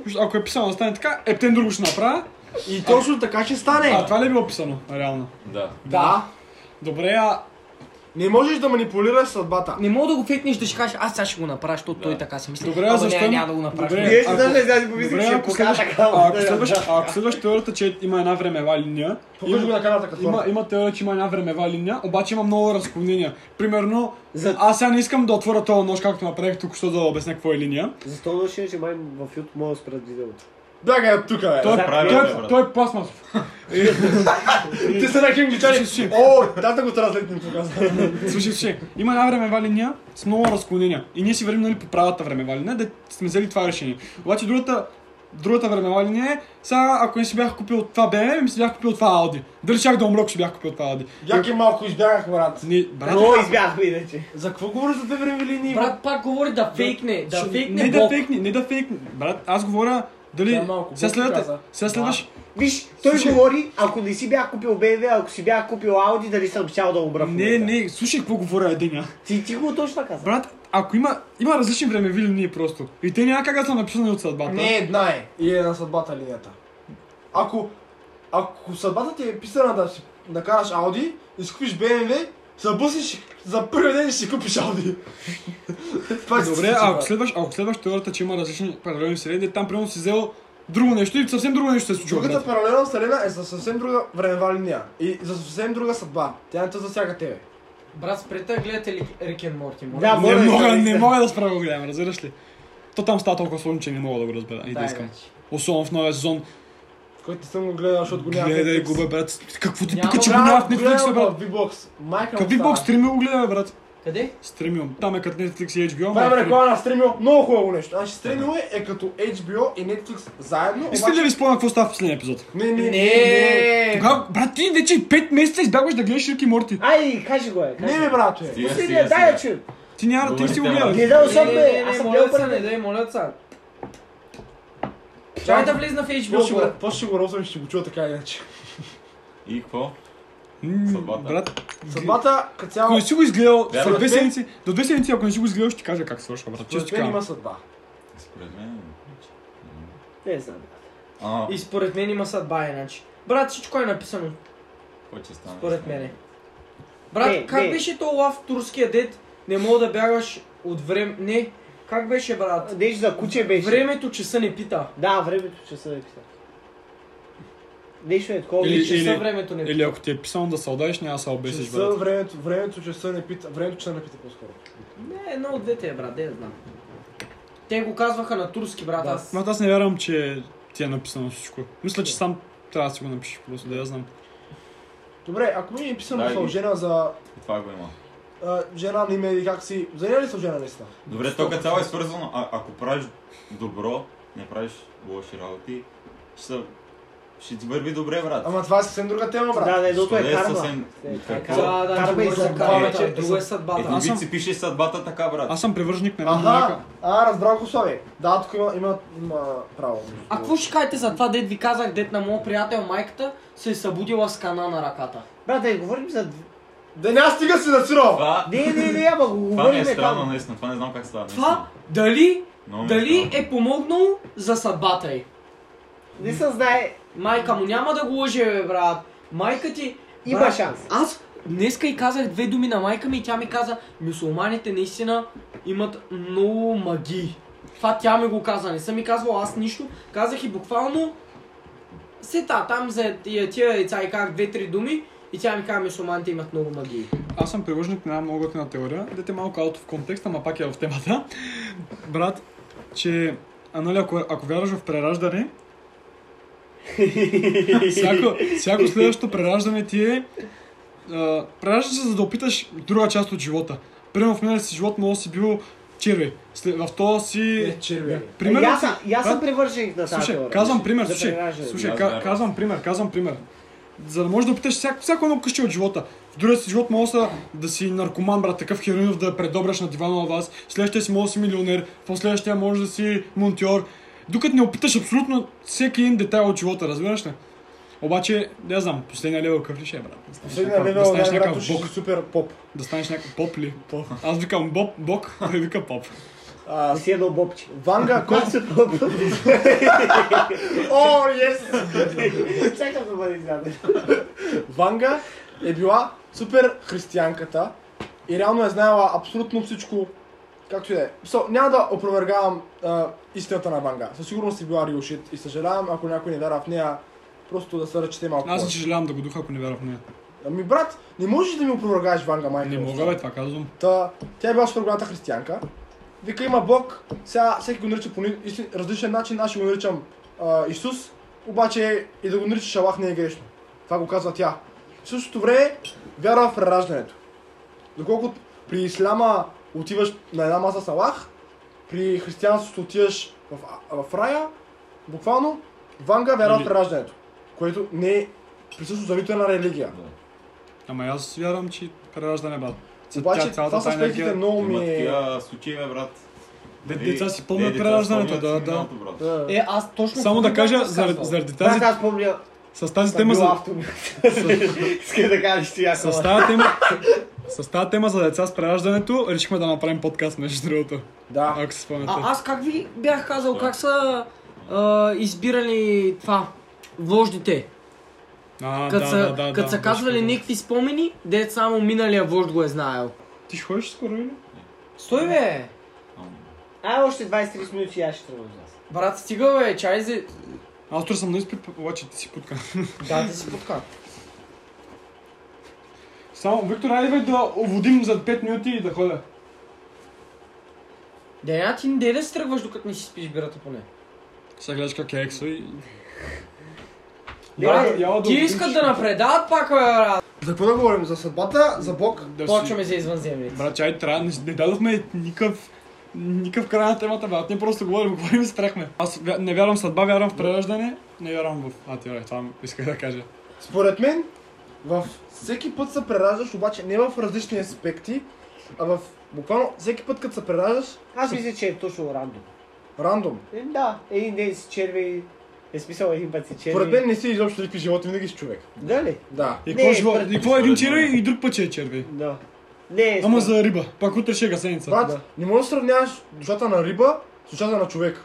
S5: виж, ако е писано да стане така, е, тен друго ще направя.
S3: И точно така ще
S5: А,
S3: стане.
S5: това ли е било писано, реално?
S2: Да.
S3: Да.
S5: Добре, а
S3: Не можеш да манипулираш съдбата.
S1: Не мога да го фитнеш да ще кажеш, аз сега ще го направя, защото
S2: Да.
S1: той така си мисли.
S5: Добре, а
S1: Ама
S5: защо
S1: няма-
S5: им-
S1: Няма да го направиш.
S5: Добре.
S4: Вие ще
S5: ако-
S4: знаеш, аз си помислих,
S5: Добре,
S4: че ще
S5: ако
S4: покажа
S5: следваш,
S4: такава.
S5: а, ако следваш, а, ако следваш теорията, че има една времева линия,
S3: Покажи го на каната като
S5: има,
S3: хора.
S5: има теория, че има една времева линия, обаче има много разклонения. Примерно,
S4: За-
S5: аз сега не искам да отворя този нож, както направих тук, що да обясня какво е линия.
S4: Защо дошли, че май в YouTube мога да спрат видеото.
S3: Бягай от тук, бе.
S5: Той,
S2: за-
S5: е- той,
S2: правилно е,
S5: е-
S2: брат.
S5: той е пластмасов.
S3: Ти се на англичани.
S5: Слушай,
S3: О, дата го транслетни тук. аз.
S5: Слушай, слушай, има една времева линия с много разклонения. И ние си вървим нали, по правата времева линия, да сме взели това решение. Обаче другата, другата времева линия е, сега ако не си бях купил това BMW, ми си бях купил това Audi. Дали щях да умрок, ще бях купил това Audi.
S3: Яки е малко избягах, брат.
S5: Не, брат,
S4: Но избягахме иначе.
S3: За какво говориш за две време линии? брат?
S1: Брат пак говори да фейкне, да
S5: ще-
S1: фейкне
S5: не
S1: Бог.
S5: да фейкне, не да фейкне. Брат, аз говоря, дали...
S3: Да, малко,
S5: сега
S3: Бог каза.
S5: следвате, сега следваш...
S4: Виж, той
S5: Слушай.
S4: говори, ако не си бях купил BMW, ако си бях купил Audi, дали съм щял да умра в
S5: Не,
S4: момента.
S5: не, слушай какво говоря Единя.
S4: Ти, ти го точно каза.
S5: Брат, ако има, има различни времеви линии просто. И те няма как да са написани от съдбата.
S3: Не една е. И е на съдбата линията. Ако, ако съдбата ти е писана да си накараш Ауди и си купиш BMW, забъсиш и за първи ден и си купиш Ауди. Това е ще се
S5: Добре,
S3: случи,
S5: а ако
S3: брат.
S5: следваш, ако следваш теорията, че има различни паралелни вселени, там примерно си взел друго нещо и съвсем друго нещо се случва.
S3: Другата
S5: брат.
S3: паралелна вселена е за съвсем друга времева линия и за съвсем друга съдба. Тя не те засяга тебе.
S1: Брат, спрете да гледате ли Рик енд Морти, моля.
S4: Да,
S5: Не
S4: моля,
S5: мога,
S4: наистина.
S5: не мога да спра да го гледам, разбираш ли? То там става толкова сложно, че не мога да го разбера. И да
S1: Дай,
S5: искам.
S1: бе, че.
S5: Особено в новия сезон.
S3: Който съм го гледал, защото го няма. в
S5: Гледай
S3: Netflix.
S5: го, бе, брат. Какво ти
S1: Няма,
S5: пука, че го
S3: Брат,
S5: няма в Netflix, бе,
S3: гледам
S5: брат?
S3: в V-Box. Майка
S5: Какви бог стрими го гледай, бе, брат?
S1: Къде?
S5: Стримил. Там е като Netflix и HBO.
S3: Правим
S5: ама-
S3: реклама на Стримио. Много хубаво нещо. Значи Стримио е, е като HBO и Netflix заедно.
S5: Искате ли да
S3: обаче-
S5: ви спомня какво става в последния епизод?
S3: Не, не, не. не.
S1: Не.
S5: Тогава, брат, ти вече 5 месеца избягваш да гледаш Рик и Морти.
S4: Ай, кажи го е.
S3: Не, бе, брате.
S2: Стига,
S4: Пусти
S2: стига,
S4: ми, дай
S2: стига.
S4: да чуем.
S5: Ти няма, ти не си го
S2: Говорите, брат.
S5: гледаш.
S4: Не, да,
S1: Не,
S4: особено
S1: не, не,
S4: аз съм
S1: моля
S4: гледал
S1: са, не
S4: първи.
S1: дай, моля са. Чай да влизна в
S3: Какво ще
S1: HBO,
S3: го-
S1: брат.
S3: Какво ще го розвам и ще го чуя така иначе.
S2: И какво?
S5: М,
S2: Съдбата.
S5: Брат,
S3: Съдбата като
S5: ако
S3: цяло...
S5: не си го изгледал,
S2: Вярно.
S5: след две
S3: Според мен-
S5: седмици, до две седмици, ако не си го изгледал, ще ти кажа как свършва, брат. Често
S3: Според мен
S5: така.
S3: има съдба.
S2: Според мен...
S4: Не знам.
S2: А,
S1: И според мен има съдба, иначе. Брат, всичко е написано,
S2: какво ще стане?
S1: според мене. Брат,
S4: Не,
S1: как
S4: не.
S1: беше то лав турския дед? Не мога да бягаш от време... Не, как беше, брат?
S4: Нещо за куче беше.
S1: Времето часа не пита.
S4: Да, времето часа е писал. Нещо е такова.
S5: Или-
S1: Или
S4: че-
S1: часа времето не пита.
S5: Или ако ти е писано да се отдадеш, няма да се обесиш,
S3: Часа,
S5: брат.
S3: времето, времето, часа не пита. Времето, часа не пита по-скоро.
S1: Не, едно от двете е, брат, де я знам. Те го казваха на турски, брат,
S3: Да.
S1: аз.
S5: Но аз не вярвам, че ти е написано всичко. Мисля, че сам трябва да си го напишеш, просто да я знам.
S3: Добре, ако ми е писано
S2: Да, и-
S3: сължена за
S2: И това го има.
S3: а, жена на име или как си... Заня ли сължена наистина?
S2: Добре, то като цяло е свързано. А, ако правиш добро, не правиш лоши работи, ще, са- ще ти върви добре, брат.
S3: Ама това е съвсем друга тема, брат.
S4: Да, да, едното
S2: Това
S4: е
S2: не
S4: карма.
S2: съвсем...
S4: Е,
S2: Какво?
S4: карма.
S1: Да, да,
S4: Карма
S1: друго
S4: и
S1: е
S4: съдба,
S1: съдбата,
S3: вече.
S1: друго е съдбата.
S2: Един
S1: Аз
S2: вид
S1: съм...
S2: си пише съдбата така, брат.
S5: Аз съм привърженик на
S3: Аха,
S5: Раманака.
S3: а, разбрах го, Слави. Да, тук има, има, има право.
S1: А какво ще кажете за това, дед ви казах, дед на моят приятел, майката, се е събудила с кана на ръката?
S4: Брат, да говорим за...
S3: Да няма стига си на сиро!
S2: Това,
S4: Не, не, не, ама го
S2: това ми е
S4: говорим
S2: странно,
S4: там.
S2: наистина. Това не знам как става.
S1: Това дали,
S2: Много ми е
S1: дали
S2: странно.
S1: е помогнал за съдбата й?
S4: Не се знае.
S1: Майка му няма да го лъже, бе, брат. Майка ти...
S4: Има
S1: брат,
S4: шанс.
S1: Аз днеска и казах две думи на майка ми и тя ми каза, мюсулманите наистина имат много магии. Това тя ми го каза, не съм ми казвал аз нищо. Казах и буквално сета там за тия, тия яйца и как две-три думи и тя ми каза, мюсулманите имат много магии.
S5: Аз съм привърженик на една много готина теория. Дете малко out в контекста, ама пак е в темата. Брат, че а, нали, ако, ако вярваш в прераждане, всяко, всяко следващото прераждане ти е... а, Прераждаш се, за да опиташ друга част от живота. Примерно в миналия си живот може да си бил червей. След, в този си...
S3: Е, червя.
S5: Примерно
S4: И аз
S5: си-
S4: съм- и аз съм
S5: брат,
S4: привърженик на тази
S5: Слушай,
S4: теория.
S5: казвам пример,
S4: За
S5: слушай,
S4: прераждане.
S5: слушай,
S2: Аз
S5: ка-
S2: вярвам.
S5: казвам пример, казвам пример. За да можеш да опиташ всяко, всяко едно къще от живота. В другия си живот може да, да си наркоман, брат, такъв хероинов да предобраш на дивана на вас. В следващия си може да си милионер, в последващия може да си монтьор. Докато не опиташ абсолютно всеки един детайл от живота, разбираш ли? Обаче, не знам, последния левел какъв ли ще е, брат? Да станеш
S3: Последния
S5: някакъв- да
S3: левел,
S5: станеш
S3: най-вероятно
S5: някакъв
S3: ще си
S5: бог.
S3: супер поп.
S5: Да станеш някакъв поп ли? Аз викам боб, бог, той вика поп.
S3: А,
S4: Си едно бобче.
S3: Ванга, колко се... О, yes!
S4: Чакам да бъде изненадан.
S3: Ванга е била супер християнката и реално е знаела абсолютно всичко, както и да е. So, няма да опровергавам а, истината на Ванга. Със сигурност е била real shit и съжалявам, ако някой не вярва в нея, просто да се ръчете малко.
S5: Аз не
S3: повече.
S5: съжалявам да го духа, ако не вярвам в нея.
S3: Ами брат, не можеш да ми опровергаеш Ванга майка.
S5: Не
S3: ми.
S5: мога, бе, това казвам.
S3: Та, тя е била супер голямата християнка. Вика има Бог, сега всеки го нарича по ни- истин- различен начин, аз ще го наричам а, Исус, обаче и да го наричаш Аллах не е грешно. Това го казва тя. В същото време вярва в прераждането. Доколкото при исляма отиваш на една маса с Аллах, при християнството отиваш в, а- в рая, буквално Ванга вярва в
S5: Или-
S3: прераждането, което не е присъщо за нито една религия.
S5: Ама и аз вярвам, че прераждане, брат. Ця-
S3: Обаче
S5: тя- цялата
S3: това с
S5: тая
S3: успехите
S5: енергия.
S3: много ми
S2: Има
S3: е...
S2: такива случаи, бе, брат.
S5: Де-
S2: Нали,
S5: Деца си
S2: де,
S5: помнят
S2: деца
S5: прераждането,
S2: спомнят
S5: да,
S2: си
S5: да.
S2: миналото, брат.
S3: Да.
S1: Е, аз точно...
S5: Само да
S1: това бях
S5: кажа,
S1: казал.
S5: заради, заради тази,
S4: Брат, аз помня,
S5: с тази
S4: съм
S5: тема,
S4: бил
S5: за,
S4: автор. Искай да кажеш ти, аз
S5: с тази тема, с тази тема за деца с прераждането, решихме да направим подкаст, между другото,
S3: Да.
S5: ако си спомняте.
S1: А аз как ви бях казал, как са а, избирали това, вождите?
S5: А,
S1: Като
S5: да,
S1: са,
S5: да, да,
S1: кът
S5: да,
S1: са
S5: беше
S1: казвали
S5: хубаво.
S1: никакви спомени, дед само миналия вожд го е знаел.
S5: Ти ще ходиш скоро или?
S1: Стой бе!
S4: А, Е, още 23 минути и аз ще тръгвам с вас.
S1: Брат, стига бе, чай за...
S5: Аз утре съм на изпит, обаче ти си путка.
S1: Да, ти си подка.
S5: Само, Виктор, айде бе да оводим за 5 минути и да ходя.
S1: Деня, ти не да се тръгваш, докато не си спиш бирата поне.
S5: Сега гледаш как е ексо и...
S1: Брат,
S5: Я- я да
S1: ти
S5: отидеш.
S1: искат да напредават пак, бе, брат.
S3: За какво да говорим? За съдбата, за Бог?
S5: Да си-
S1: Почваме за извънземните.
S5: Брат, чай, трябва, не, не дадохме никакъв, никакъв край на темата, брат. Не просто говорим, говорим и спряхме. Аз вя- не вярвам в съдба, вярвам в прераждане, не вярвам в атеория. Това исках да кажа.
S3: Според мен, във всеки път се прераждаш, обаче не в различни аспекти, а в буквално всеки път, като се прераждаш,
S4: Аз мисля, че е точно рандом.
S3: рандом.
S4: Е, Да, един ден си черви, е смисъл един път си черви.
S3: Според мен не си изобщо никакви животи, винаги си човек.
S4: Да ли?
S3: Да.
S5: И
S4: Не,
S5: какво живо-
S4: пред-
S5: и какво е един
S2: според
S5: червей
S2: мен.
S5: и друг път ще е червей?
S4: Да. Не, е
S5: Ама
S4: според-
S5: за риба. Пак утре ще е гасеница.
S3: Брат, не можеш да сравняваш душата на риба с душата на човек.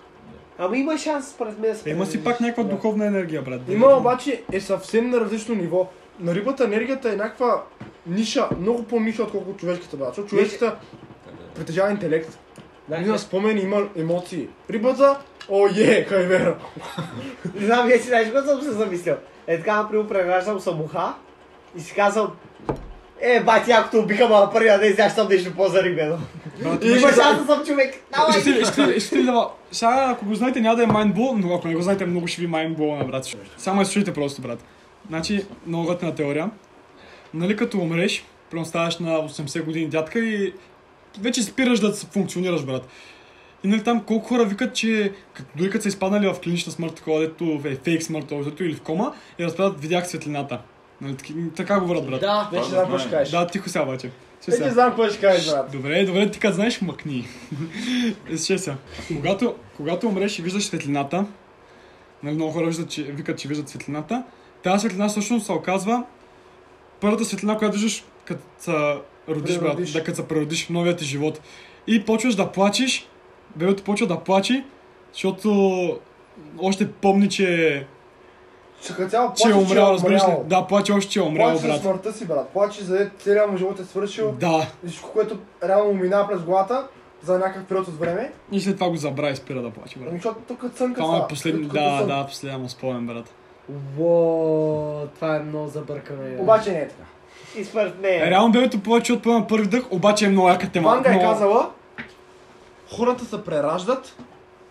S4: Ама Ами има шанс, според мен. да се
S5: Е, Има си пак някаква духовна енергия, брат.
S3: Има обаче е съвсем на различно ниво. На рибата енергията е някаква ниша, много по-ниша, отколкото човешката, брат. Защото човешката притежава интелект,
S4: Да,
S3: има спомени, има емоции. Рибата, о е, хайвера.
S4: Не знам, вие си знаеш, какво съм се замислил. Е така, например, прераждам съм уха и си казвам, е, бати, якото убиха ма на първия ден, сега ще съм нещо по-зарибено.
S5: Брат,
S4: Има
S5: имаш-
S4: шанс да съм човек. Давай!
S5: Ще ли- ще ли- ще ли дава- Сега, ако го знаете, няма да е майнбол, но ако не го знаете, много ще ви майнбол на брат. Само я слушайте просто, брат. Значи, много готина теория. Нали, като умреш, прямо ставаш на 80 години дядка и вече спираш да функционираш, брат. И нали там колко хора викат, че като- дори като са изпаднали в клинична смърт, такова дето е фейк смърт, общо, или в кома, и разправят, видях светлината. Нали, таки- така говорят, брат.
S1: Да,
S7: Вече знам какво ще кажеш.
S5: Да, тихо сега обаче.
S3: Е,
S5: Ще
S7: Вече знам какво ще кажеш, брат.
S5: Добре, добре, ти като знаеш, мъкни. Е, Ще сега. Когато, когато умреш и виждаш светлината, нали, много хора виждат, че, викат, че виждат светлината, тази светлина всъщност се оказва първата светлина, която виждаш като се родиш, брат,
S7: Преродиш.
S5: да, като се преродиш в новия ти живот. И почваш да плачеш, бебето почва да плаче, защото още помни, че,
S3: Чака цяло плаче,
S5: че е умрял, разбираш ли?
S3: Да,
S5: Да, плаче още, че е умрял,
S3: плаче за
S5: брат.
S3: смъртта си, брат. Плаче за целият му живот е свършил.
S5: Да,
S3: Всичко, което реално му минава през главата за някакъв период от време.
S5: и след това го забрави и спира да плаче, брат.
S3: Ами, Защото тук цънка
S5: Това е
S3: става,
S5: последно,
S3: като
S5: да,
S3: сън.
S5: да, последно му спомен, брат.
S1: Уоо, това е много забъркано.
S3: Обаче не е така.
S4: И смърт не
S5: Е,
S4: е.
S5: реално бебето повече от пълна първи дъх, обаче е много яка тема.
S3: Ванга е
S5: Много-
S3: казала,
S7: Хората се прераждат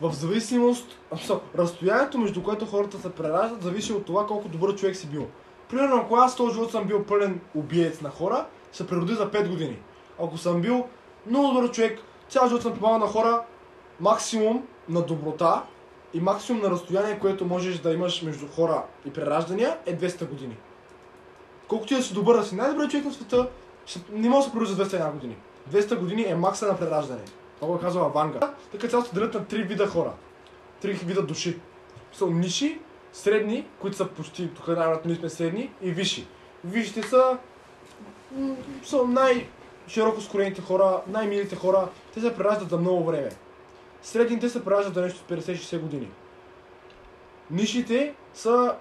S3: в зависимост, а, мисъл, разстоянието между което хората се прераждат зависи от това колко добър човек си бил. Примерно, ако аз този живот съм бил пълен убиец на хора, ще се прероди за 5 години. Ако съм бил много добър човек, цял живот съм помагал на хора, максимум на доброта и максимум на разстояние, което можеш да имаш между хора и прераждания е 200 години. Колкото и да си добър, да си най-добрият човек на света, ще, не може да се прероди за 201 години. 200 години е макса на прераждане. Това го е казала Ванга. Така цялото се делят на три вида хора. Три вида души. Са ниши, средни, които са почти, тук най-вероятно ние сме средни, и виши. Вишите са, м, са най-широко скорените хора, най-милите хора. Те се прераждат за много време. Средните се прераждат за нещо с 50-60 години. Нишите са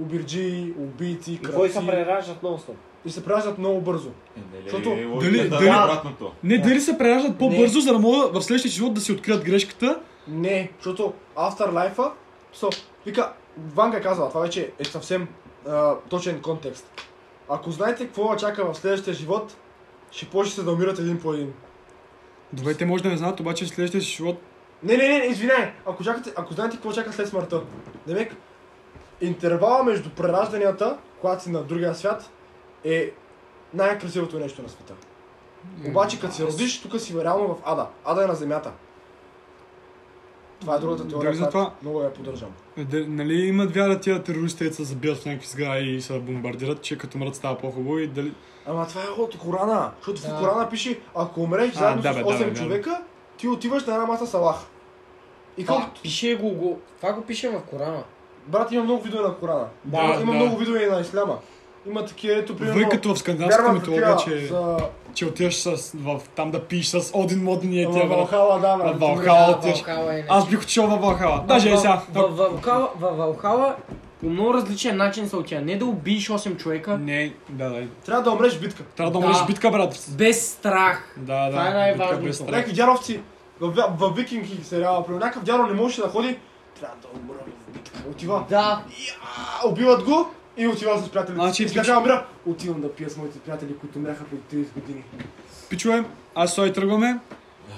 S3: обирджии, убийци,
S4: И Какво и се
S3: кръци
S4: прераждат нон-стоп?
S3: и се прераждат много бързо.
S2: Е, дали,
S3: Защото-
S2: е логиката
S5: дали-
S2: да е
S5: дали-
S2: обратното.
S5: Не, дали се прераждат по-бързо, за да могат в следващия живот да си открият грешката.
S3: Не, защото Afterlife-а, со, вика, Ванга е казала, това вече е съвсем а, точен контекст. Ако знаете какво ви чака в следващия живот, ще почнете да умират един по един.
S5: Добре, те може да не знаят, обаче в следващия си живот.
S3: Не, не, не, извинявай, ако, чакате, ако знаете какво чака след смъртта. Демек, интервала между преражданията, когато си на другия свят, е най-красивото нещо на света. Обаче, като се родиш, тук си реално в Ада. Ада е на земята. Това е другата теория,
S5: Дали за
S3: която
S5: това-
S3: много я поддържам.
S5: е, да- Нали имат вяра тия терористи, които се забият в някакви сгради и се бомбардират, че като мрат става по-хубаво и дали...
S3: Ама това е от Корана, защото в Корана пише, ако умреш
S5: А,
S3: заедно
S5: да,
S3: с
S5: бе,
S3: 8
S5: да, бе, да, бе.
S3: човека, ти отиваш на една маса с Аллах. И
S8: Това
S3: колкото...
S8: пише го, го. Това го пише в Корана.
S3: Брат, има много видове на Корана.
S5: Да,
S3: има, има
S5: да.
S3: много видове и на Исляма. Има такива, ето, примерно...
S5: Вой като в скандинавската
S3: вярвам в
S5: митология,
S3: такива,
S5: че,
S3: За...
S5: че отиваш с, в, там да пиеш с Один Модин и е тия
S3: Ама
S5: брат.
S3: Валхала, да,
S5: В
S3: брат.
S5: Валхала отиваш.
S8: Валхала е
S5: Аз бих отишъл във Валхала. Даже и сега.
S1: В Валхала, в Валхала по много различен начин са отива. Не да убиеш 8 човека
S5: Не, да, да.
S3: Трябва да умреш в битка.
S5: Трябва да
S1: Да.
S5: умреш в битка, брат.
S1: без страх.
S5: Да, да.
S8: Това е
S5: битка
S8: най-важното.
S5: без страх.
S3: Някакви дяровци в, в, в викинги сериала, при някакъв дяров не можеше да ходи, трябва да умра в битка. Отива.
S1: Да,
S3: А, убиват го и отива с приятелите.
S5: Значи,
S3: и си
S5: пич-
S3: така умира. Отивам да пия с моите приятели, които умряха преди 30 години.
S5: Пичове, аз сега и тръгваме.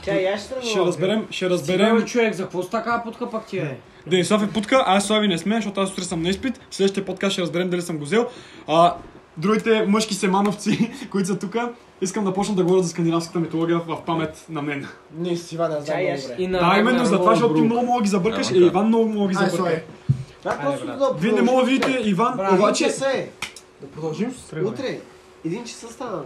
S4: Тя и аз ще тръгвам.
S5: Ще разберем, ще
S1: Берем
S5: разберем.
S1: човек, за какво с така путка пак ти е?
S5: Денислав е путка, аз Слави не сме, защото аз сутрин съм на изпит. В Следващия подкаст ще разберем дали съм го взел. А, другите мъжки семановци, които са тук, искам да почна да говоря за скандинавската митология в памет на мен.
S3: Ние с Иван я знам
S4: Чай,
S3: много
S4: аз-
S3: добре.
S1: И на,
S5: Да, именно
S1: на
S5: за това, защото ти
S1: Робрук.
S5: много мога ги забъркаш и
S2: Да.
S5: Иван много мога ги
S3: Ай,
S5: забърка.
S3: слай.
S4: Да, просто да
S5: Вие не мога да видите Иван,
S4: Обаче
S5: обаче
S4: се.
S3: Да продължим с
S4: Утре. Един часа стана.